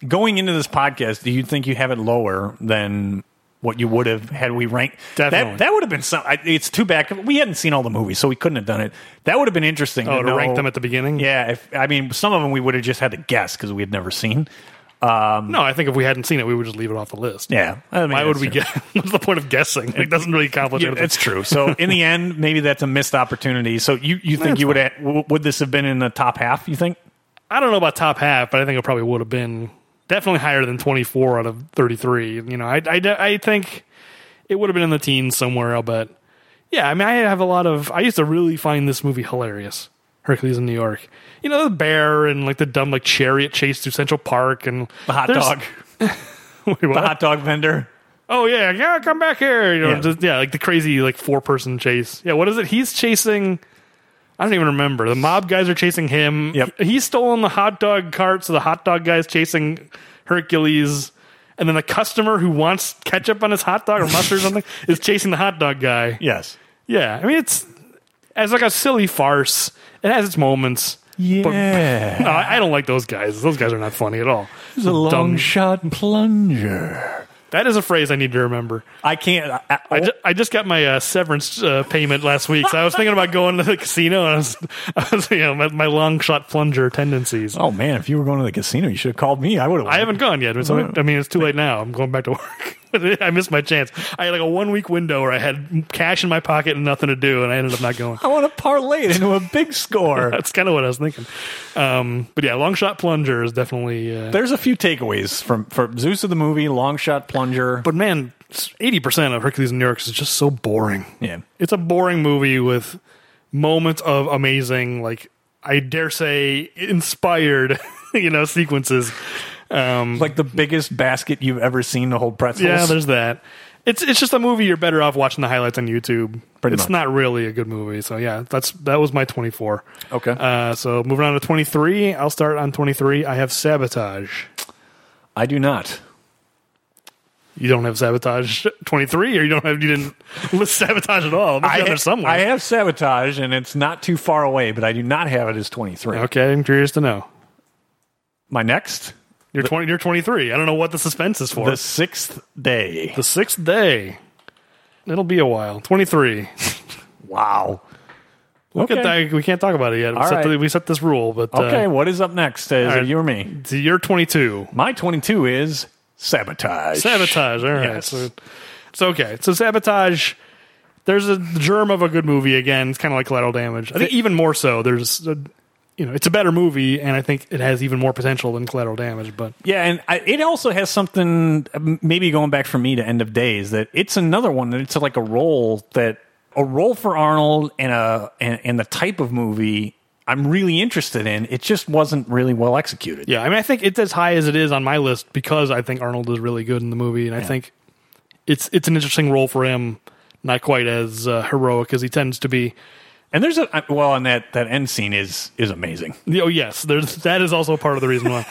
Speaker 2: going into this podcast, do you think you have it lower than? What you would have had we ranked
Speaker 1: Definitely.
Speaker 2: that, that would have been some. I, it's too bad we hadn't seen all the movies, so we couldn't have done it. That would have been interesting.
Speaker 1: oh, to
Speaker 2: know-
Speaker 1: rank them at the beginning.
Speaker 2: Yeah, if, I mean, some of them we would have just had to guess because we had never seen. Um,
Speaker 1: No, I think if we hadn't seen it, we would just leave it off the list.
Speaker 2: yeah, I mean,
Speaker 1: Why would
Speaker 2: that's
Speaker 1: we
Speaker 2: true.
Speaker 1: get, what's the point of guessing? It doesn't really accomplish
Speaker 2: Yeah,
Speaker 1: anything.
Speaker 2: that's true. So in the end, maybe that's a missed opportunity. So you, you think
Speaker 1: That's
Speaker 2: you would have, w- would this have been in the top half? You think?
Speaker 1: I don't know about top half, but I think it probably would have been definitely higher than 24 out of 33. You know, I, I, I think it would have been in the teens somewhere, I'll bet. Yeah, I mean, I have a lot of. I used to really find this movie hilarious. Hercules in New York. You know, the bear and like the dumb like chariot chase through Central Park and
Speaker 2: The hot
Speaker 1: there's-
Speaker 2: dog,
Speaker 1: Wait, what?
Speaker 2: the hot dog vendor.
Speaker 1: oh yeah, yeah, come back here. You know,
Speaker 2: Yeah.
Speaker 1: just- yeah, like the crazy like four person chase. Yeah, what is it? He's chasing. I don't even remember. The mob guys are chasing him.
Speaker 2: Yep.
Speaker 1: He's stolen the hot dog cart, so the hot dog guy's chasing Hercules. And then the customer who wants ketchup on his hot dog or mustard or something is chasing the hot dog guy.
Speaker 2: Yes.
Speaker 1: Yeah, I mean it's as like a silly farce. It has its moments.
Speaker 2: Yeah,
Speaker 1: No, I I don't like those guys. Those guys are not funny at all.
Speaker 2: it's a long
Speaker 1: Dumb.
Speaker 2: shot plunger.
Speaker 1: That is a phrase I need to remember.
Speaker 2: I can't. I, oh. I-
Speaker 1: I, ju- I just got my uh, severance uh, payment last week, so I was thinking about going to the casino. And I was, I was you know, my, my long shot plunger tendencies.
Speaker 2: oh man, if you were going to the casino, you should have called me. I would have.
Speaker 1: I haven't gone yet. So I mean, it's too late now. I'm going back to work. I missed my chance. I had like a one week window where I had cash in my pocket and nothing to do, and I ended up not going.
Speaker 2: I want to parlay it into a big score.
Speaker 1: That's kind of what I was thinking. Um, but yeah, long shot plunger is definitely. Uh,
Speaker 2: There's a few takeaways from from Zeus of the movie, long shot plunger.
Speaker 1: but man, eighty percent of Hercules in New York is just so boring.
Speaker 2: yeah,
Speaker 1: It's a boring movie with moments of amazing, like I dare say, inspired, you know, sequences. Um,
Speaker 2: like the biggest basket you've ever seen to hold pretzels.
Speaker 1: yeah, there's that. It's it's just a movie you're better off watching the highlights on YouTube.
Speaker 2: Pretty
Speaker 1: it's
Speaker 2: much.
Speaker 1: not really a good movie. So yeah, that's that was my 24.
Speaker 2: Okay.
Speaker 1: Uh, so moving on to 23, I'll start on 23. I have Sabotage.
Speaker 2: I do not.
Speaker 1: You don't have Sabotage 23, or you don't have you didn't list Sabotage at all. It must be on there somewhere.
Speaker 2: I have sabotage, and it's not too far away, but I do not have it as 23.
Speaker 1: okay, I'm curious to know.
Speaker 2: My next,
Speaker 1: You're 20. You're 23. I don't know what the suspense is for.
Speaker 2: the sixth day.
Speaker 1: The sixth day. It'll be a while. 23.
Speaker 2: Wow.
Speaker 1: Look at that. We can't talk about it yet. We,
Speaker 2: All
Speaker 1: set,
Speaker 2: right.
Speaker 1: the- we set this rule, but uh,
Speaker 2: Okay, what is up next? Is it
Speaker 1: right.
Speaker 2: you or me?
Speaker 1: so you're 22.
Speaker 2: My 22 is sabotage.
Speaker 1: Sabotage. All right.
Speaker 2: Yes.
Speaker 1: So it's okay. So sabotage. There's a germ of a good movie again. It's kind of like collateral damage. I think even more so. There's, a, you know, it's a better movie, and I think it has even more potential than collateral damage. But
Speaker 2: Yeah, and I, it also has something. m- Maybe going back for me to End of Days, that it's another one that it's like a role that a role for Arnold and a and, and the type of movie I'm really interested in. It just wasn't really well executed.
Speaker 1: Yeah, I mean, I think it's as high as it is on my list because I think Arnold is really good in the movie, and I think it's it's an interesting role for him. Not quite as uh, heroic as he tends to be.
Speaker 2: And there's a well, and that that end scene is is amazing.
Speaker 1: Oh yes, there's that is also part of the reason why.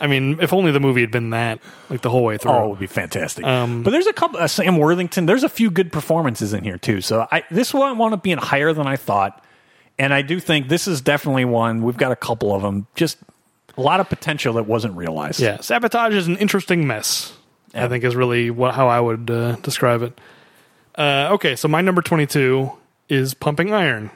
Speaker 1: I mean, if only the movie had been that like the whole way through.
Speaker 2: Oh, it would be fantastic.
Speaker 1: Um,
Speaker 2: but there's a couple. Uh, Sam Worthington. There's a few good performances in here too. So I, this one wound up being higher than I thought, and I do think this is definitely one. We've got a couple of them. Just a lot of potential that wasn't realized.
Speaker 1: Yeah, sabotage is an interesting mess. I think is really what, how I would uh, describe it. Uh, okay, so my number twenty-two is pumping iron.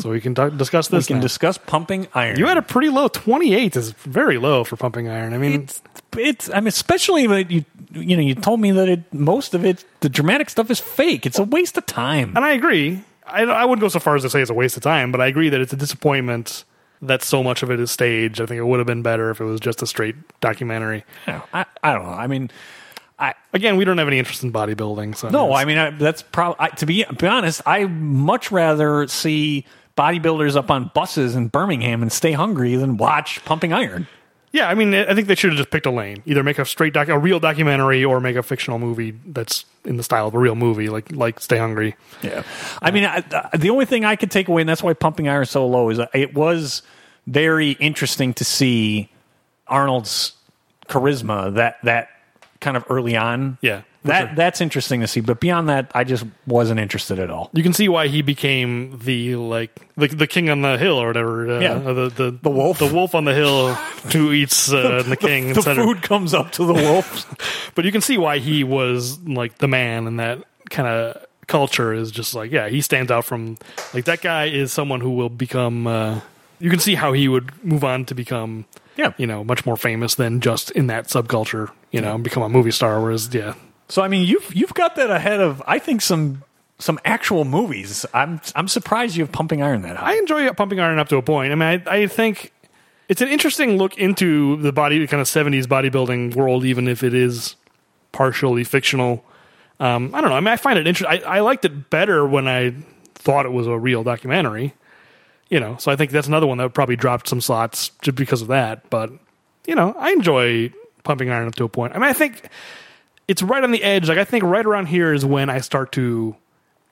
Speaker 1: So we can talk, discuss
Speaker 2: Hmm. we
Speaker 1: this.
Speaker 2: can
Speaker 1: now.
Speaker 2: discuss pumping iron.
Speaker 1: you had a pretty low twenty-eight is very low for pumping iron. I mean,
Speaker 2: It's, it's. I mean, especially when you. You know, you told me that it, most of it, the dramatic stuff is fake. It's a waste of time.
Speaker 1: and I agree. I, I wouldn't go so far as to say it's a waste of time, but I agree that it's a disappointment that so much of it is staged. I think it would have been better if it was just a straight documentary.
Speaker 2: I, I don't know. I mean, I,
Speaker 1: Again, we don't have any interest in bodybuilding, so
Speaker 2: No, I mean I, that's probably to be be honest. I much rather see bodybuilders up on buses in Birmingham and stay hungry than watch Pumping Iron.
Speaker 1: Yeah, I mean, I think they should have just picked a lane. Either make a straight doc, a real documentary, or make a fictional movie that's in the style of a real movie, like like Stay Hungry.
Speaker 2: Yeah, I mean I, the only thing I could take away, and that's why Pumping Iron is so low, is it was very interesting to see Arnold's charisma that that kind of early on.
Speaker 1: Yeah, for
Speaker 2: that
Speaker 1: sure.
Speaker 2: that's interesting to see. But beyond that, I just wasn't interested at all.
Speaker 1: You can see why he became the like the, the king on the hill or whatever. Uh,
Speaker 2: Yeah.
Speaker 1: the, the
Speaker 2: The wolf.
Speaker 1: the wolf on the hill who eats uh, the, king.
Speaker 2: The
Speaker 1: instead of-
Speaker 2: food comes up to the wolf.
Speaker 1: But you can see why he was like the man in that kind of culture is just like yeah he stands out from like that guy is someone who will become uh, you can see how he would move on to become
Speaker 2: yeah,
Speaker 1: you know much more famous than just in that subculture you know and become a movie star whereas yeah
Speaker 2: So I mean, you've you've got that ahead of I think some some actual movies. I'm I'm surprised you have Pumping Iron that
Speaker 1: i
Speaker 2: high.
Speaker 1: enjoy pumping iron up to a point i mean i, I think it's an interesting look into the body kind of 70s bodybuilding world even if it is partially fictional um, i don't know i mean i find it interesting I liked it better when i thought it was a real documentary you know so i think that's another one that probably dropped some slots just because of that but you know i enjoy pumping iron up to a point i mean i think it's right on the edge like i think right around here is when i start to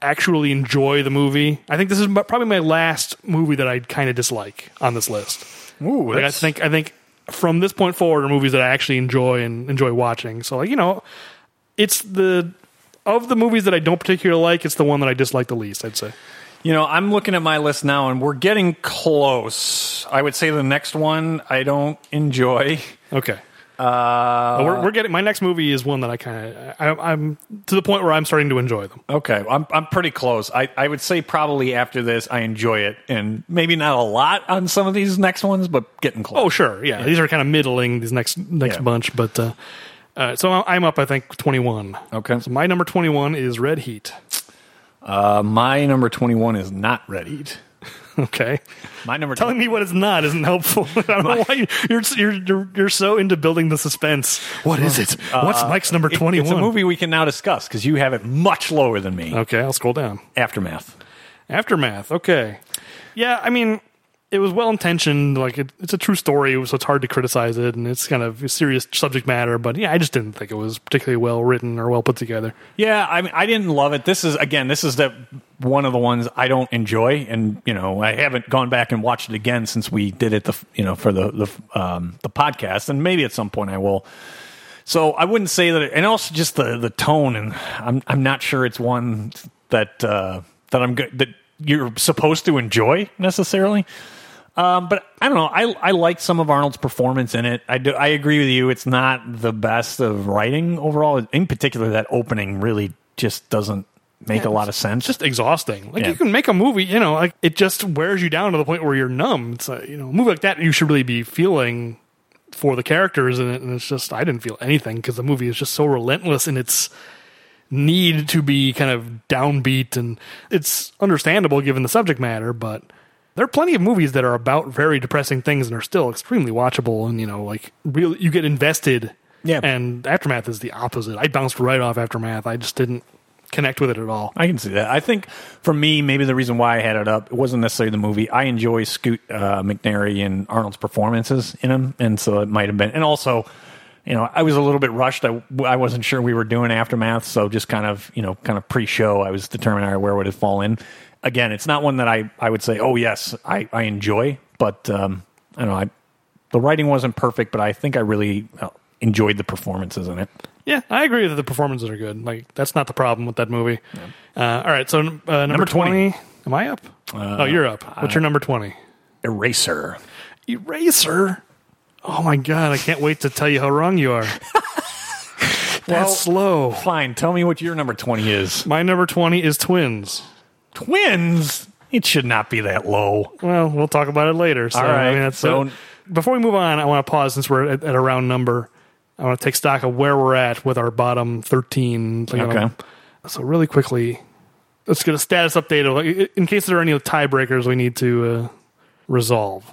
Speaker 1: actually enjoy the movie i think this is my- probably my last movie that i kind of dislike on this list
Speaker 2: Ooh,
Speaker 1: like i
Speaker 2: that's-
Speaker 1: think i think from this point forward are movies that i actually enjoy and enjoy watching so like you know it's the of the movies that i don't particularly like it's the one that i dislike the least i'd say
Speaker 2: you know I'm looking at my list now, and we're getting close. I would say the next one I don't enjoy.
Speaker 1: okay
Speaker 2: Uh,
Speaker 1: we're, we're getting my next movie is one that I kind of I'm to the point where I'm starting to enjoy them.
Speaker 2: okay, I'm I'm pretty close. I I would say probably after this I enjoy it, and maybe not a lot on some of these next ones, but getting close.
Speaker 1: Oh sure, yeah, these are kind of middling these next next
Speaker 2: Yeah.
Speaker 1: bunch, but uh, uh, so I'm up I think 21.
Speaker 2: okay.
Speaker 1: So my number 21 is Red Heat.
Speaker 2: Uh, my number twenty one is not Red Heat.
Speaker 1: Okay,
Speaker 2: My number
Speaker 1: telling me what it's not isn't helpful. I don't know why you're you're, you're you're so into building the suspense. What is it? What's Mike's number
Speaker 2: It-
Speaker 1: 21?
Speaker 2: It's a movie we can now discuss because you have it much lower than me.
Speaker 1: Okay, I'll scroll down.
Speaker 2: Aftermath.
Speaker 1: Aftermath. Okay. Yeah, I mean, it was well intentioned. Like, it, it's a true story, so it's hard to criticize it, and it's kind of a serious subject matter. But yeah, I just didn't think it was particularly well written or well put together.
Speaker 2: Yeah, I mean, I didn't love it. This is again, this is the one of the ones I don't enjoy, and you know, I haven't gone back and watched it again since we did it. The you know for the the um, the podcast, and maybe at some point I will. So I wouldn't say that, it, and also just the the tone, and I'm I'm not sure it's one that uh, that I'm good that you're supposed to enjoy necessarily. Um, but I don't know. I I like some of Arnold's performance in it. I do. I agree with you. It's not the best of writing overall. In particular, that opening really just doesn't make a lot of sense. Just
Speaker 1: Just exhausting. Like,
Speaker 2: Yeah.
Speaker 1: you can make a movie, you know, like it just wears you down to the point where you're numb. It's like, you know, a movie like that, you should really be feeling for the characters in it. And it's just, I didn't feel anything because the movie is just so relentless in its need to be kind of downbeat. And it's understandable given the subject matter, but there are plenty of movies that are about very depressing things and are still extremely watchable. And, you know, like, real, you get invested.
Speaker 2: Yeah.
Speaker 1: And Aftermath is the opposite. I bounced right off Aftermath. I just didn't connect with it at all.
Speaker 2: I can see that. I think for me, maybe the reason why I had it up it wasn't necessarily the movie. I enjoy Scoot uh, McNairy and Arnold's performances in him, and so it might have been. And also, you know, I was a little bit rushed. I I wasn't sure we were doing aftermath, so just kind of you know, kind of pre-show. I was determining all right, where would it fall in. Again, it's not one that I I would say, oh yes, I I enjoy, but um, I don't know. I The writing wasn't perfect, but I think I really uh, enjoyed the performances in it.
Speaker 1: Yeah, I agree that the performances are good. Like that's not the problem with that movie. Uh, all right, so uh, number,
Speaker 2: Number
Speaker 1: 20.
Speaker 2: 20.
Speaker 1: Am I up? oh, you're up. What's your number 20?
Speaker 2: Eraser.
Speaker 1: Eraser. Oh my god, I can't wait to tell you how wrong you are. that's slow.
Speaker 2: Fine. Tell me what your number 20 is.
Speaker 1: My number 20 is Twins.
Speaker 2: Twins? It should not be that low.
Speaker 1: Well, we'll talk about it later. So,
Speaker 2: All right,
Speaker 1: I mean, that's
Speaker 2: so-
Speaker 1: so. Before we move on, I want to pause since we're at, at a round number. I want to take stock of where we're at with our bottom thirteen. you know.
Speaker 2: Okay.
Speaker 1: So really quickly, let's get a status update of like, in case there are any tiebreakers we need to uh, resolve.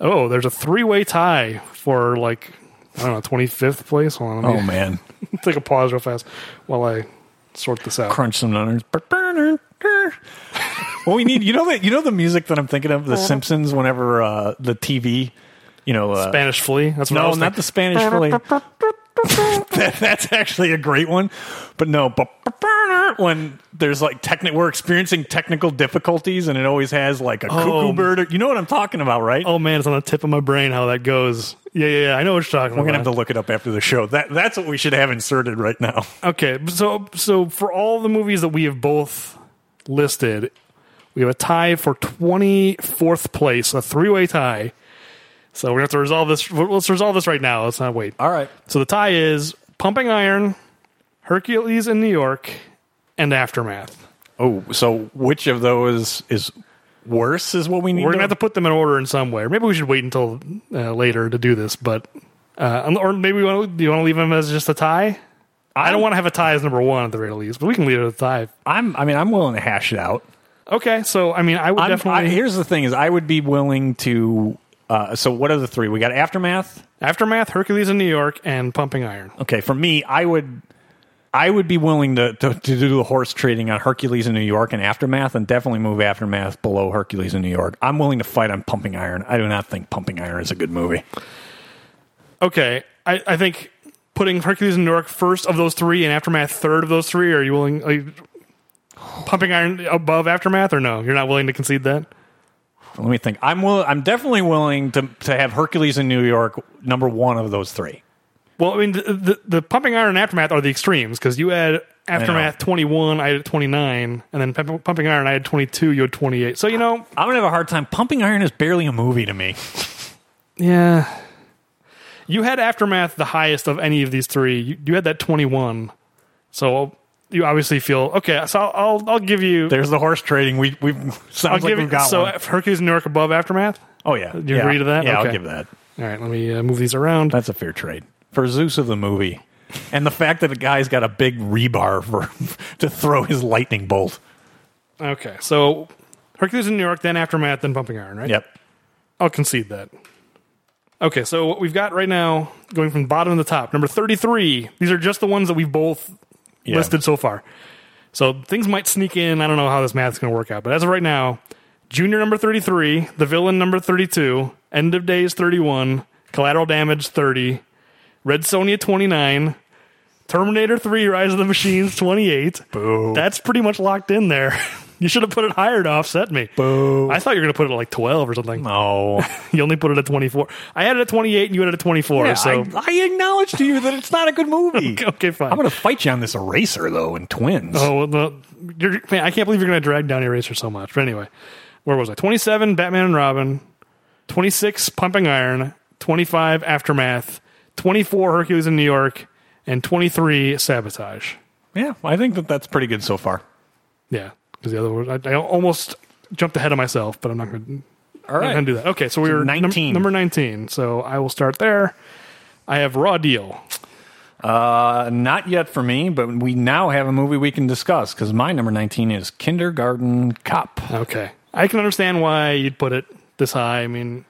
Speaker 1: Oh, there's a three-way tie for like I don't know twenty fifth place. Hold on, let
Speaker 2: Oh,
Speaker 1: me
Speaker 2: man.
Speaker 1: take a pause real fast while I sort this out.
Speaker 2: Crunch some nutters. Well, we need you know that you know the music that I'm thinking of, The Simpsons. Whenever uh, the TV, you know, uh,
Speaker 1: Spanish flea. That's what I
Speaker 2: no,
Speaker 1: was
Speaker 2: not the
Speaker 1: thinking.
Speaker 2: Spanish Philly. That- that's actually a great one, but no, when there's like techni- we're experiencing technical difficulties, and it always has like a
Speaker 1: Oh.
Speaker 2: cuckoo bird. Or, you know what I'm talking about, right?
Speaker 1: Oh man, it's on the tip of my brain how that goes. Yeah, yeah, yeah. I know what you're talking
Speaker 2: We're
Speaker 1: about.
Speaker 2: gonna have to look it up after the show. That that's what we should have inserted right now.
Speaker 1: Okay, so so for all the movies that we have both listed, we have a tie for twenty fourth place, a three way tie. So we're gonna have to resolve this. Let's resolve this right now. Let's not wait.
Speaker 2: All right,
Speaker 1: So the tie is Pumping Iron, Hercules in New York, and Aftermath.
Speaker 2: Oh, so which of those is worse is what we need.
Speaker 1: We're gonna
Speaker 2: to-
Speaker 1: have to put them in order in some way. Maybe we should wait until uh, later to do this, but uh, or maybe we wanna, do you want to leave them as just a tie? I don't want to have a tie as number one at the very least, but we can leave it as a tie.
Speaker 2: I'm. I mean, I'm willing to hash it out.
Speaker 1: Okay, so I mean, I would
Speaker 2: I'm,
Speaker 1: definitely.
Speaker 2: I, here's the thing: is I would be willing to. Uh, so what are the three? We got aftermath.
Speaker 1: Aftermath, Hercules in New York, and Pumping Iron.
Speaker 2: Okay, for me, I would. I would be willing to, to, to do the horse trading on Hercules in New York and Aftermath, and definitely move Aftermath below Hercules in New York. I'm willing to fight on Pumping Iron. I do not think Pumping Iron is a good movie.
Speaker 1: Okay, I, I think putting Hercules in New York first of those three and Aftermath third of those three. Are you willing? Are you, Pumping Iron above Aftermath, or no? You're not willing to concede that?
Speaker 2: Let me think. I'm will, I'm definitely willing to to have Hercules in New York number one of those three.
Speaker 1: Well, I mean, the, the, the Pumping Iron and Aftermath are the extremes because you had Aftermath 21, I had 29, and then Pump- Pumping Iron, I had 22, you had 28. So, you know,
Speaker 2: I'm gonna have a hard time. Pumping Iron is barely a movie to me.
Speaker 1: yeah. You had Aftermath the highest of any of these three. You, you had that 21. So you obviously feel, okay, so I'll, I'll, I'll give you.
Speaker 2: There's the horse trading. We we sounds
Speaker 1: I'll
Speaker 2: like
Speaker 1: give
Speaker 2: we've
Speaker 1: it-
Speaker 2: got
Speaker 1: so
Speaker 2: one.
Speaker 1: if Hercules in New York above Aftermath.
Speaker 2: Oh yeah,
Speaker 1: you
Speaker 2: Yeah.
Speaker 1: agree to that?
Speaker 2: Yeah,
Speaker 1: Okay.
Speaker 2: I'll give that.
Speaker 1: All right, let me uh, move these around.
Speaker 2: That's a fair trade for Zeus of the movie, and the fact that the guy's got a big rebar for to throw his lightning bolt.
Speaker 1: Okay, so Hercules in New York, then Aftermath, then Pumping Iron, right?
Speaker 2: Yep.
Speaker 1: I'll concede that. Okay, so what we've got right now, going from bottom to top, number 33. These are just the ones that we've both
Speaker 2: Yeah.
Speaker 1: listed so far. So things might sneak in. I don't know how this math's going to work out, but as of right now, Junior number 33, The Villain number 32, End of Days 31, Collateral Damage 30, Red Sonia 29, Terminator 3 Rise of the Machines 28.
Speaker 2: Boo.
Speaker 1: That's pretty much locked in there. you should have put it higher to offset me.
Speaker 2: Boo.
Speaker 1: I thought you were going to put it at like 12 or something.
Speaker 2: Oh,
Speaker 1: You only put it at 24. I had it at 28 and you had it at 24.
Speaker 2: yeah,
Speaker 1: so,
Speaker 2: I, I acknowledge to you that it's not a good movie.
Speaker 1: okay, fine.
Speaker 2: I'm gonna fight you on this eraser though, in twins.
Speaker 1: oh, well, the, you're, man, I can't believe you're going to drag down Eraser so much. But anyway, where was I? 27, Batman and Robin. 26, Pumping Iron. 25, Aftermath. 24, Hercules in New York. And 23, Sabotage.
Speaker 2: Yeah, I think that that's pretty good so far.
Speaker 1: Yeah. Because the other one, I, I almost jumped ahead of myself, but I'm not going to.
Speaker 2: All
Speaker 1: I'm not gonna do that. Okay, so we were num-
Speaker 2: 19.
Speaker 1: number 19. So I will start there. I have Raw Deal.
Speaker 2: Uh, not yet for me, but we now have a movie we can discuss because my number 19 is Kindergarten Cop.
Speaker 1: Okay. I can understand why you'd put it this high. I mean,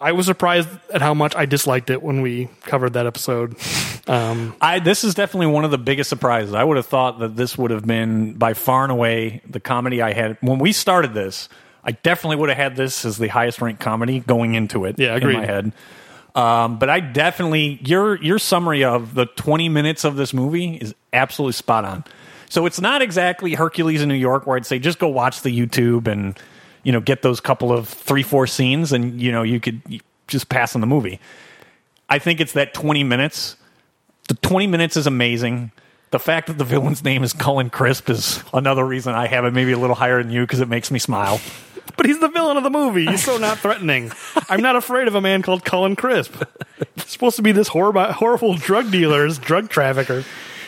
Speaker 1: I was surprised at how much I disliked it when we covered that episode. Um,
Speaker 2: I, this is definitely one of the biggest surprises. I would have thought that this would have been by far and away the comedy I had when we started this. I definitely would have had this as the highest ranked comedy going into it.
Speaker 1: Yeah,
Speaker 2: in
Speaker 1: agreed.
Speaker 2: my head. Um, but I definitely your your summary of the 20 minutes of this movie is absolutely spot on. So it's not exactly Hercules in New York where I'd say just go watch the YouTube and you know get those couple of three four scenes and you know you could just passing the movie. I think it's that 20 minutes. The 20 minutes is amazing. The fact that the villain's name is Cullen Crisp is another reason I have it maybe a little higher than you because it makes me smile.
Speaker 1: But he's the villain of the movie. He's so not threatening. I'm not afraid of a man called Cullen Crisp. He's supposed to be this horrible, horrible drug dealer's drug trafficker.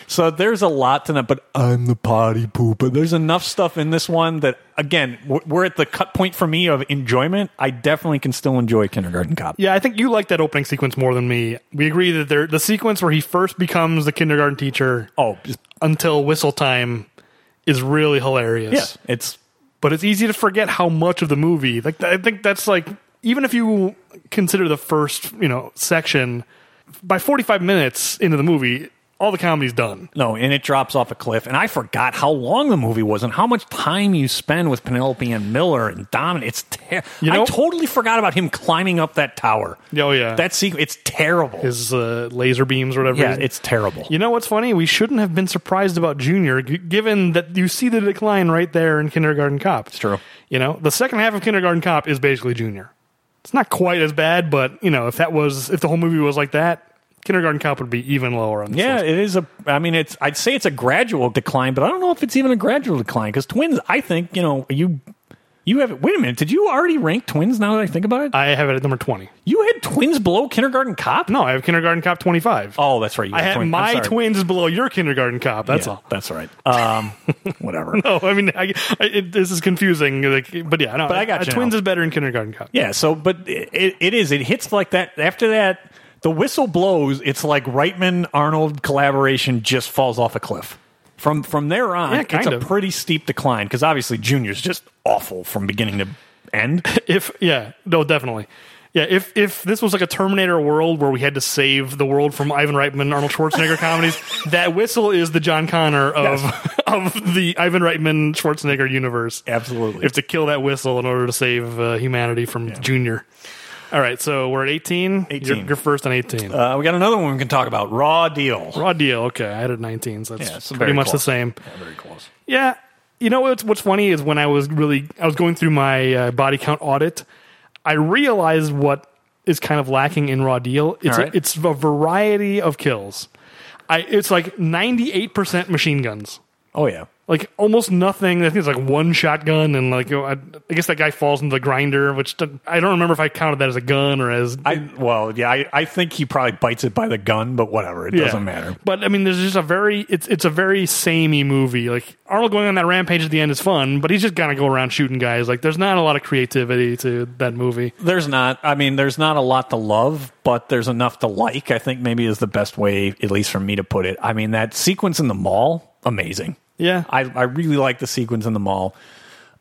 Speaker 2: So there's a lot to that, but I'm the potty pooper. There's enough stuff in this one that, again, we're- we're at the cut point for me of enjoyment. I definitely can still enjoy Kindergarten Cop.
Speaker 1: Yeah, I think you like that opening sequence more than me. We agree that there, the sequence where he first becomes the kindergarten teacher
Speaker 2: Oh, just,
Speaker 1: until whistle time is really hilarious.
Speaker 2: yeah, it's
Speaker 1: But it's easy to forget how much of the movie. Like I think that's like even if you consider the first, you know, section by 45 minutes into the movie, all the comedy's done.
Speaker 2: no, and it drops off a cliff. And I forgot how long the movie was and how much time you spend with Penelope and Miller and Dominic. It's ter-
Speaker 1: You know-
Speaker 2: I totally forgot about him climbing up that tower.
Speaker 1: Oh yeah.
Speaker 2: That sequence, it's terrible.
Speaker 1: his uh, laser beams or whatever.
Speaker 2: yeah,
Speaker 1: his-
Speaker 2: it's terrible.
Speaker 1: You know what's funny? We shouldn't have been surprised about Junior, g- given that you see the decline right there in Kindergarten Cop. It's
Speaker 2: true.
Speaker 1: You know, the second half of Kindergarten Cop is basically Junior. It's not quite as bad, but you know, if that was if the whole movie was like that, Kindergarten Cop would be even lower on. This
Speaker 2: Yeah,
Speaker 1: list.
Speaker 2: it is a. I mean, it's. I'd say it's a gradual decline, but I don't know if it's even a gradual decline because twins. I think you know you. You have wait a minute. Did you already rank twins? Now that I think about it,
Speaker 1: I have it at number twenty.
Speaker 2: you had twins below Kindergarten Cop.
Speaker 1: No, I have Kindergarten Cop twenty five.
Speaker 2: Oh, that's right. You
Speaker 1: I had
Speaker 2: twin- I'm
Speaker 1: my
Speaker 2: sorry.
Speaker 1: twins is below your Kindergarten Cop. That's
Speaker 2: Yeah,
Speaker 1: all.
Speaker 2: That's right. Um, whatever.
Speaker 1: No, I mean, I, I, it, this is confusing. Like, but yeah, no, but
Speaker 2: I got you
Speaker 1: twins
Speaker 2: now.
Speaker 1: is better in Kindergarten Cop.
Speaker 2: Yeah. So, but it, it is. It hits like that. After that, the whistle blows. It's like Reitman Arnold collaboration just falls off a cliff. From from there on,
Speaker 1: Yeah,
Speaker 2: it's
Speaker 1: kind
Speaker 2: a
Speaker 1: of.
Speaker 2: pretty steep decline because obviously Junior's just awful from beginning to end.
Speaker 1: if yeah no definitely yeah if if this was like a terminator world where we had to save the world from ivan reitman arnold schwarzenegger comedies that whistle is the john connor of of the ivan reitman schwarzenegger universe
Speaker 2: Absolutely.
Speaker 1: you have to kill that whistle in order to save uh, humanity from junior all right so we're at 18
Speaker 2: 18.
Speaker 1: You're, you're first on 18
Speaker 2: Uh, we got another one we can talk about. Raw deal.
Speaker 1: raw deal okay i had a 19 so that's
Speaker 2: Yeah, so
Speaker 1: pretty
Speaker 2: very
Speaker 1: much the
Speaker 2: close.
Speaker 1: same
Speaker 2: very close.
Speaker 1: Yeah, you know what's what's funny is when I was really I was going through my uh, body count audit, I realized what is kind of lacking in Raw Deal. It's
Speaker 2: All right.
Speaker 1: a, it's a variety of kills. I it's like ninety eight percent machine guns.
Speaker 2: Oh yeah.
Speaker 1: Like almost nothing. I think it's like one shotgun, and like you know, I, I guess that guy falls into the grinder, which d- I don't remember if I counted that as a gun or as
Speaker 2: I well yeah. I, I think he probably bites it by the gun, but whatever. It
Speaker 1: Yeah.
Speaker 2: doesn't matter.
Speaker 1: But I mean, there's just a very it's it's a very samey movie. Like Arnold going on that rampage at the end is fun, but he's just gonna go around shooting guys. Like there's not a lot of creativity to that movie.
Speaker 2: There's not. I mean, there's not a lot to love, but there's enough to like. I think maybe is the best way, at least for me, to put it. I mean, that sequence in the mall, amazing.
Speaker 1: Yeah,
Speaker 2: I I really like the sequence in the mall,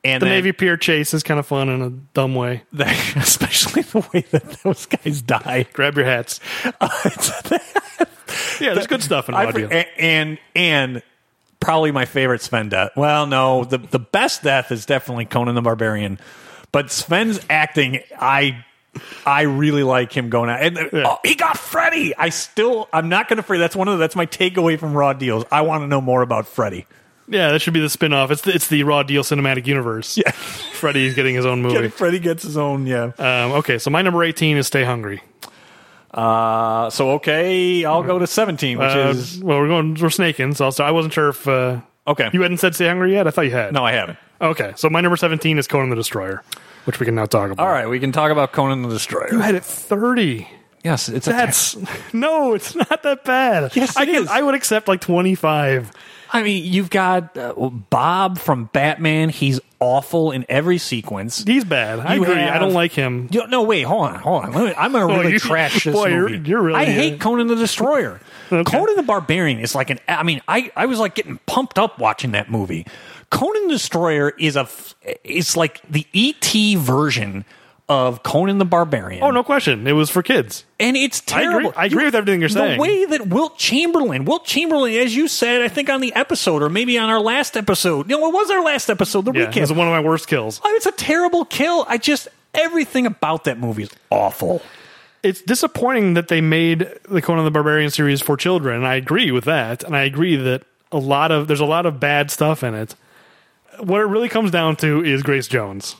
Speaker 2: and
Speaker 1: the
Speaker 2: then-
Speaker 1: Navy Pier chase is kind of fun in a dumb way.
Speaker 2: especially the way that those guys die.
Speaker 1: Grab your hats. Yeah, there's good stuff in
Speaker 2: I
Speaker 1: Raw
Speaker 2: for-
Speaker 1: Deal.
Speaker 2: a- and and probably my favorite Sven death. Well, no, the the best death is definitely Conan the Barbarian, but Sven's acting, I I really like him going out. And uh, oh, he got Freddy. I still I'm not going to forget. That's one of the, that's my takeaway from Raw Deals. I want to know more about Freddy.
Speaker 1: Yeah, that should be the spin off. It's the, it's the Raw Deal cinematic universe.
Speaker 2: Yeah,
Speaker 1: Freddy's getting his own movie.
Speaker 2: Freddy gets his own. Yeah.
Speaker 1: Um, okay, so my number 18 is Stay Hungry.
Speaker 2: Uh, so okay, I'll go to 17, which
Speaker 1: Uh,
Speaker 2: is
Speaker 1: well, we're going we're snaking. So I'll start- I wasn't sure if uh,
Speaker 2: okay.
Speaker 1: you hadn't said Stay Hungry yet. I thought you had.
Speaker 2: no, I haven't.
Speaker 1: Okay, so my number 17 is Conan the Destroyer, which we can now talk about.
Speaker 2: All right, we can talk about Conan the Destroyer.
Speaker 1: You had it 30.
Speaker 2: Yes, it's a
Speaker 1: That's no, it's not that bad.
Speaker 2: Yes,
Speaker 1: I
Speaker 2: it is.
Speaker 1: I would accept like 25.
Speaker 2: I mean, you've got uh, Bob from Batman. He's awful in every sequence.
Speaker 1: He's bad. I
Speaker 2: You
Speaker 1: agree. I
Speaker 2: have-
Speaker 1: don't like him.
Speaker 2: You- no, wait, hold on, hold on. Let me- I'm going to really
Speaker 1: you-
Speaker 2: trash this
Speaker 1: boy, you're-
Speaker 2: movie.
Speaker 1: you're really-
Speaker 2: I hate Conan the Destroyer. Conan the Barbarian is like an. I mean, I, I was like getting pumped up watching that movie. Conan the Destroyer is a. f- It's like the ET version of Conan the Barbarian.
Speaker 1: Oh, no question. It was for kids.
Speaker 2: And it's
Speaker 1: I agree-
Speaker 2: terrible.
Speaker 1: I agree with everything you're
Speaker 2: the
Speaker 1: saying.
Speaker 2: The way that Wilt Chamberlain, Wilt Chamberlain, as you said, I think on the episode or maybe on our last episode. No, it was our last episode, the
Speaker 1: Yeah, it was
Speaker 2: recap.
Speaker 1: one of my worst kills.
Speaker 2: Oh, it's a terrible kill. I just, everything about that movie is awful.
Speaker 1: It's disappointing that they made the Conan the Barbarian series for children. And I agree with that. And I agree that a lot of there's a lot of bad stuff in it. What it really comes down to is Grace Jones.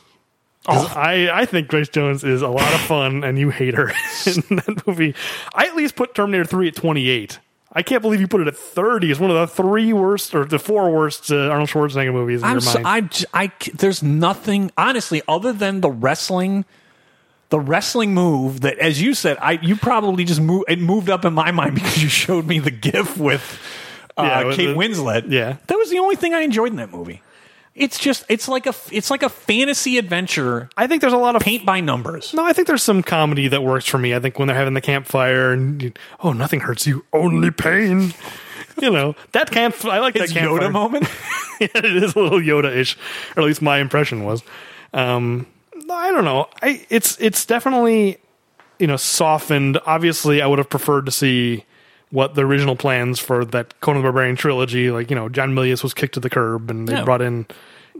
Speaker 2: Oh.
Speaker 1: 'Cause I, I think Grace Jones is a lot of fun, and you hate her in that movie. I at least put Terminator 3 at 28. I can't believe you put it at 30. It's one of the three worst, or the four worst uh, Arnold Schwarzenegger movies in
Speaker 2: I'm
Speaker 1: your
Speaker 2: so,
Speaker 1: mind.
Speaker 2: I, j- I c- there's nothing honestly other than the wrestling the wrestling move that as you said I you probably just moved it moved up in my mind because you showed me the gif with uh,
Speaker 1: Yeah, with
Speaker 2: Kate
Speaker 1: the-
Speaker 2: Winslet.
Speaker 1: yeah.
Speaker 2: That was the only thing I enjoyed in that movie. It's just it's like a it's like a fantasy adventure
Speaker 1: I think there's a lot of
Speaker 2: paint by numbers.
Speaker 1: No, I think there's some comedy that works for me. I think when they're having the campfire and you- oh, nothing hurts you, only pain. You know that camp. I like
Speaker 2: It's
Speaker 1: that campfire.
Speaker 2: Yoda moment.
Speaker 1: Yeah, it is a little Yoda-ish, or at least my impression was. Um, I don't know. I it's it's definitely you know softened. Obviously, I would have preferred to see what the original plans for that Conan the Barbarian trilogy, like you know John Milius was kicked to the curb, and they
Speaker 2: Yeah.
Speaker 1: brought in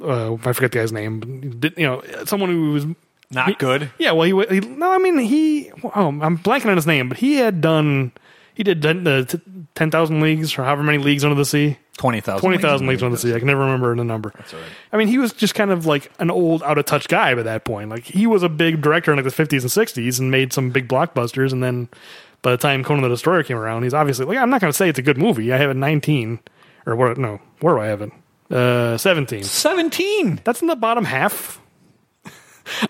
Speaker 1: uh, I forget the guy's name, but did, you know someone who was
Speaker 2: Not good.
Speaker 1: yeah, well, he, wa- he no, I mean he. Oh, I'm blanking on his name, but he had done. He did den- the t- ten thousand leagues or however many leagues under the sea.
Speaker 2: Twenty thousand.
Speaker 1: Twenty thousand leagues under the sea. I can never remember the number. That's all right. I mean, he was just kind of like an old, out of touch guy by that point. Like he was a big director in like the fifties and sixties and made some big blockbusters. And then by the time Conan the Destroyer came around, he's obviously like I'm not going to say it's a good movie. I have a nineteen or what? No, where do I have it? Uh, seventeen.
Speaker 2: Seventeen.
Speaker 1: That's in the bottom half.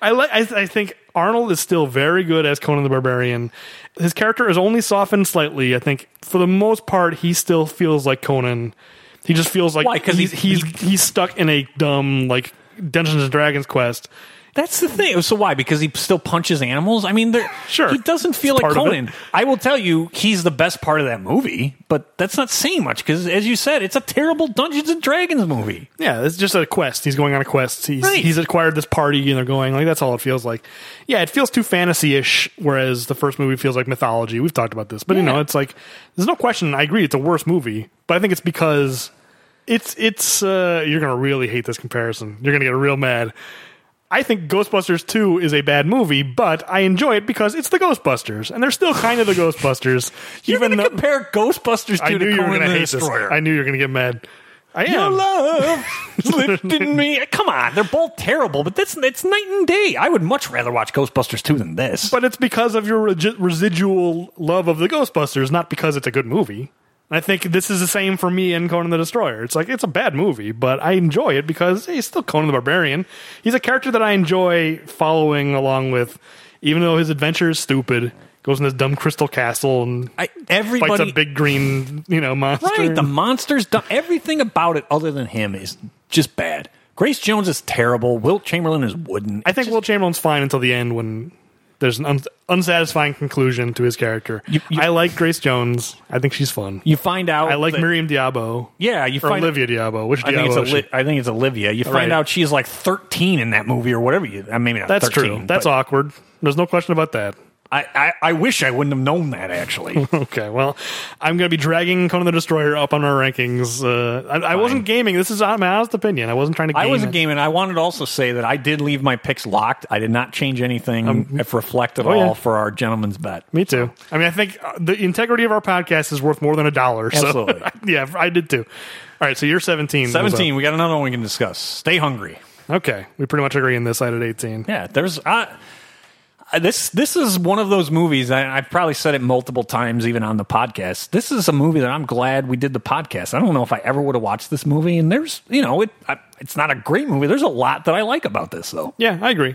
Speaker 1: I like. I, I think Arnold is still very good as Conan the Barbarian. His character is only softened slightly. I think for the most part, he still feels like Conan. He just feels like
Speaker 2: Why? 'Cause
Speaker 1: he's
Speaker 2: he-
Speaker 1: he's he's stuck in a dumb like Dungeons and Dragons quest.
Speaker 2: That's the thing. So why? Because he still punches animals. I mean, they're-
Speaker 1: Sure.
Speaker 2: he doesn't feel
Speaker 1: It's
Speaker 2: like
Speaker 1: part of
Speaker 2: Conan. I will tell you, he's the best part of that movie, but that's not saying much because, as you said, it's a terrible Dungeons and Dragons movie.
Speaker 1: Yeah, it's just a quest. He's going on a quest. He's
Speaker 2: Right.
Speaker 1: he's acquired this party, and they're going like that's all it feels like. Yeah, it feels too fantasy ish. Whereas the first movie feels like mythology. We've talked about this, but you
Speaker 2: Yeah.
Speaker 1: know, it's like there's no question. I agree, it's a worse movie, but I think it's because it's it's uh, you're gonna really hate this comparison. You're gonna get real mad. I think Ghostbusters 2 is a bad movie, but I enjoy it because it's the Ghostbusters, and they're still kind of the Ghostbusters.
Speaker 2: You're going to
Speaker 1: though-
Speaker 2: compare Ghostbusters
Speaker 1: I
Speaker 2: to
Speaker 1: knew
Speaker 2: the
Speaker 1: you were
Speaker 2: Conan
Speaker 1: gonna
Speaker 2: the
Speaker 1: hate this.
Speaker 2: Destroyer.
Speaker 1: I knew you were gonna get mad. I am.
Speaker 2: Your love is lifting me. Come on, they're both terrible, but that's it's night and day. I would much rather watch Ghostbusters two than this.
Speaker 1: But it's because of your regi- residual love of the Ghostbusters, not because it's a good movie. And I think this is the same for me and Conan the Destroyer. It's like it's a bad movie, but I enjoy it because hey, he's still Conan the Barbarian. He's a character that I enjoy following along with, even though his adventure is stupid. Goes in this dumb crystal castle and
Speaker 2: I,
Speaker 1: fights
Speaker 2: everybody
Speaker 1: a big green, you know, monster.
Speaker 2: Right, the monster's done. Everything about it, other than him, is just bad. Grace Jones is terrible. Wilt Chamberlain is wooden.
Speaker 1: I think Will Chamberlain's fine until the end when there's an un- unsatisfying conclusion to his character.
Speaker 2: You- you-
Speaker 1: I like Grace Jones. I think she's fun.
Speaker 2: you find out.
Speaker 1: I like
Speaker 2: that-
Speaker 1: Miriam Diabo.
Speaker 2: Yeah, you
Speaker 1: or
Speaker 2: find
Speaker 1: Olivia Diabo. Which
Speaker 2: I think
Speaker 1: Diabo?
Speaker 2: it's
Speaker 1: is
Speaker 2: Oli-
Speaker 1: she?
Speaker 2: I think it's Olivia. You find
Speaker 1: Right.
Speaker 2: out she's like thirteen in that movie or whatever. You, I mean, maybe not
Speaker 1: That's
Speaker 2: 13,
Speaker 1: true. That's
Speaker 2: but
Speaker 1: awkward. There's no question about that.
Speaker 2: I, I I wish I wouldn't have known that actually.
Speaker 1: Okay, well, I'm going to be dragging Conan the Destroyer up on our rankings. Uh, I, I wasn't gaming. This is my honest opinion. I wasn't trying to. Game
Speaker 2: I was a
Speaker 1: it.
Speaker 2: game, and I wanted to also say that I did leave my picks locked. I did not change anything, if reflect at all,
Speaker 1: Um, oh, yeah.
Speaker 2: for our gentleman's bet.
Speaker 1: Me too. I mean, I think uh, the integrity of our podcast is worth more than a dollar. so-
Speaker 2: Absolutely.
Speaker 1: yeah, I did too. All right, so you're 17. was
Speaker 2: Seventeen. We got another one we can discuss. Stay hungry.
Speaker 1: up. Okay, we pretty much agree on this side at 18.
Speaker 2: Yeah, there's I I- this. This is one of those movies. I, I've probably said it multiple times, even on the podcast. This is a movie that I'm glad we did the podcast. I don't know if I ever would have watched this movie. And there's, you know, it. I, it's not a great movie. There's a lot that I like about this, though.
Speaker 1: Yeah, I agree.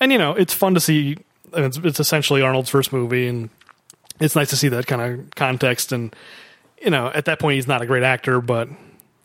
Speaker 1: And you know, it's fun to see. And it's, it's essentially Arnold's first movie, and it's nice to see that kind of context. And you know, at that point, he's not a great actor, but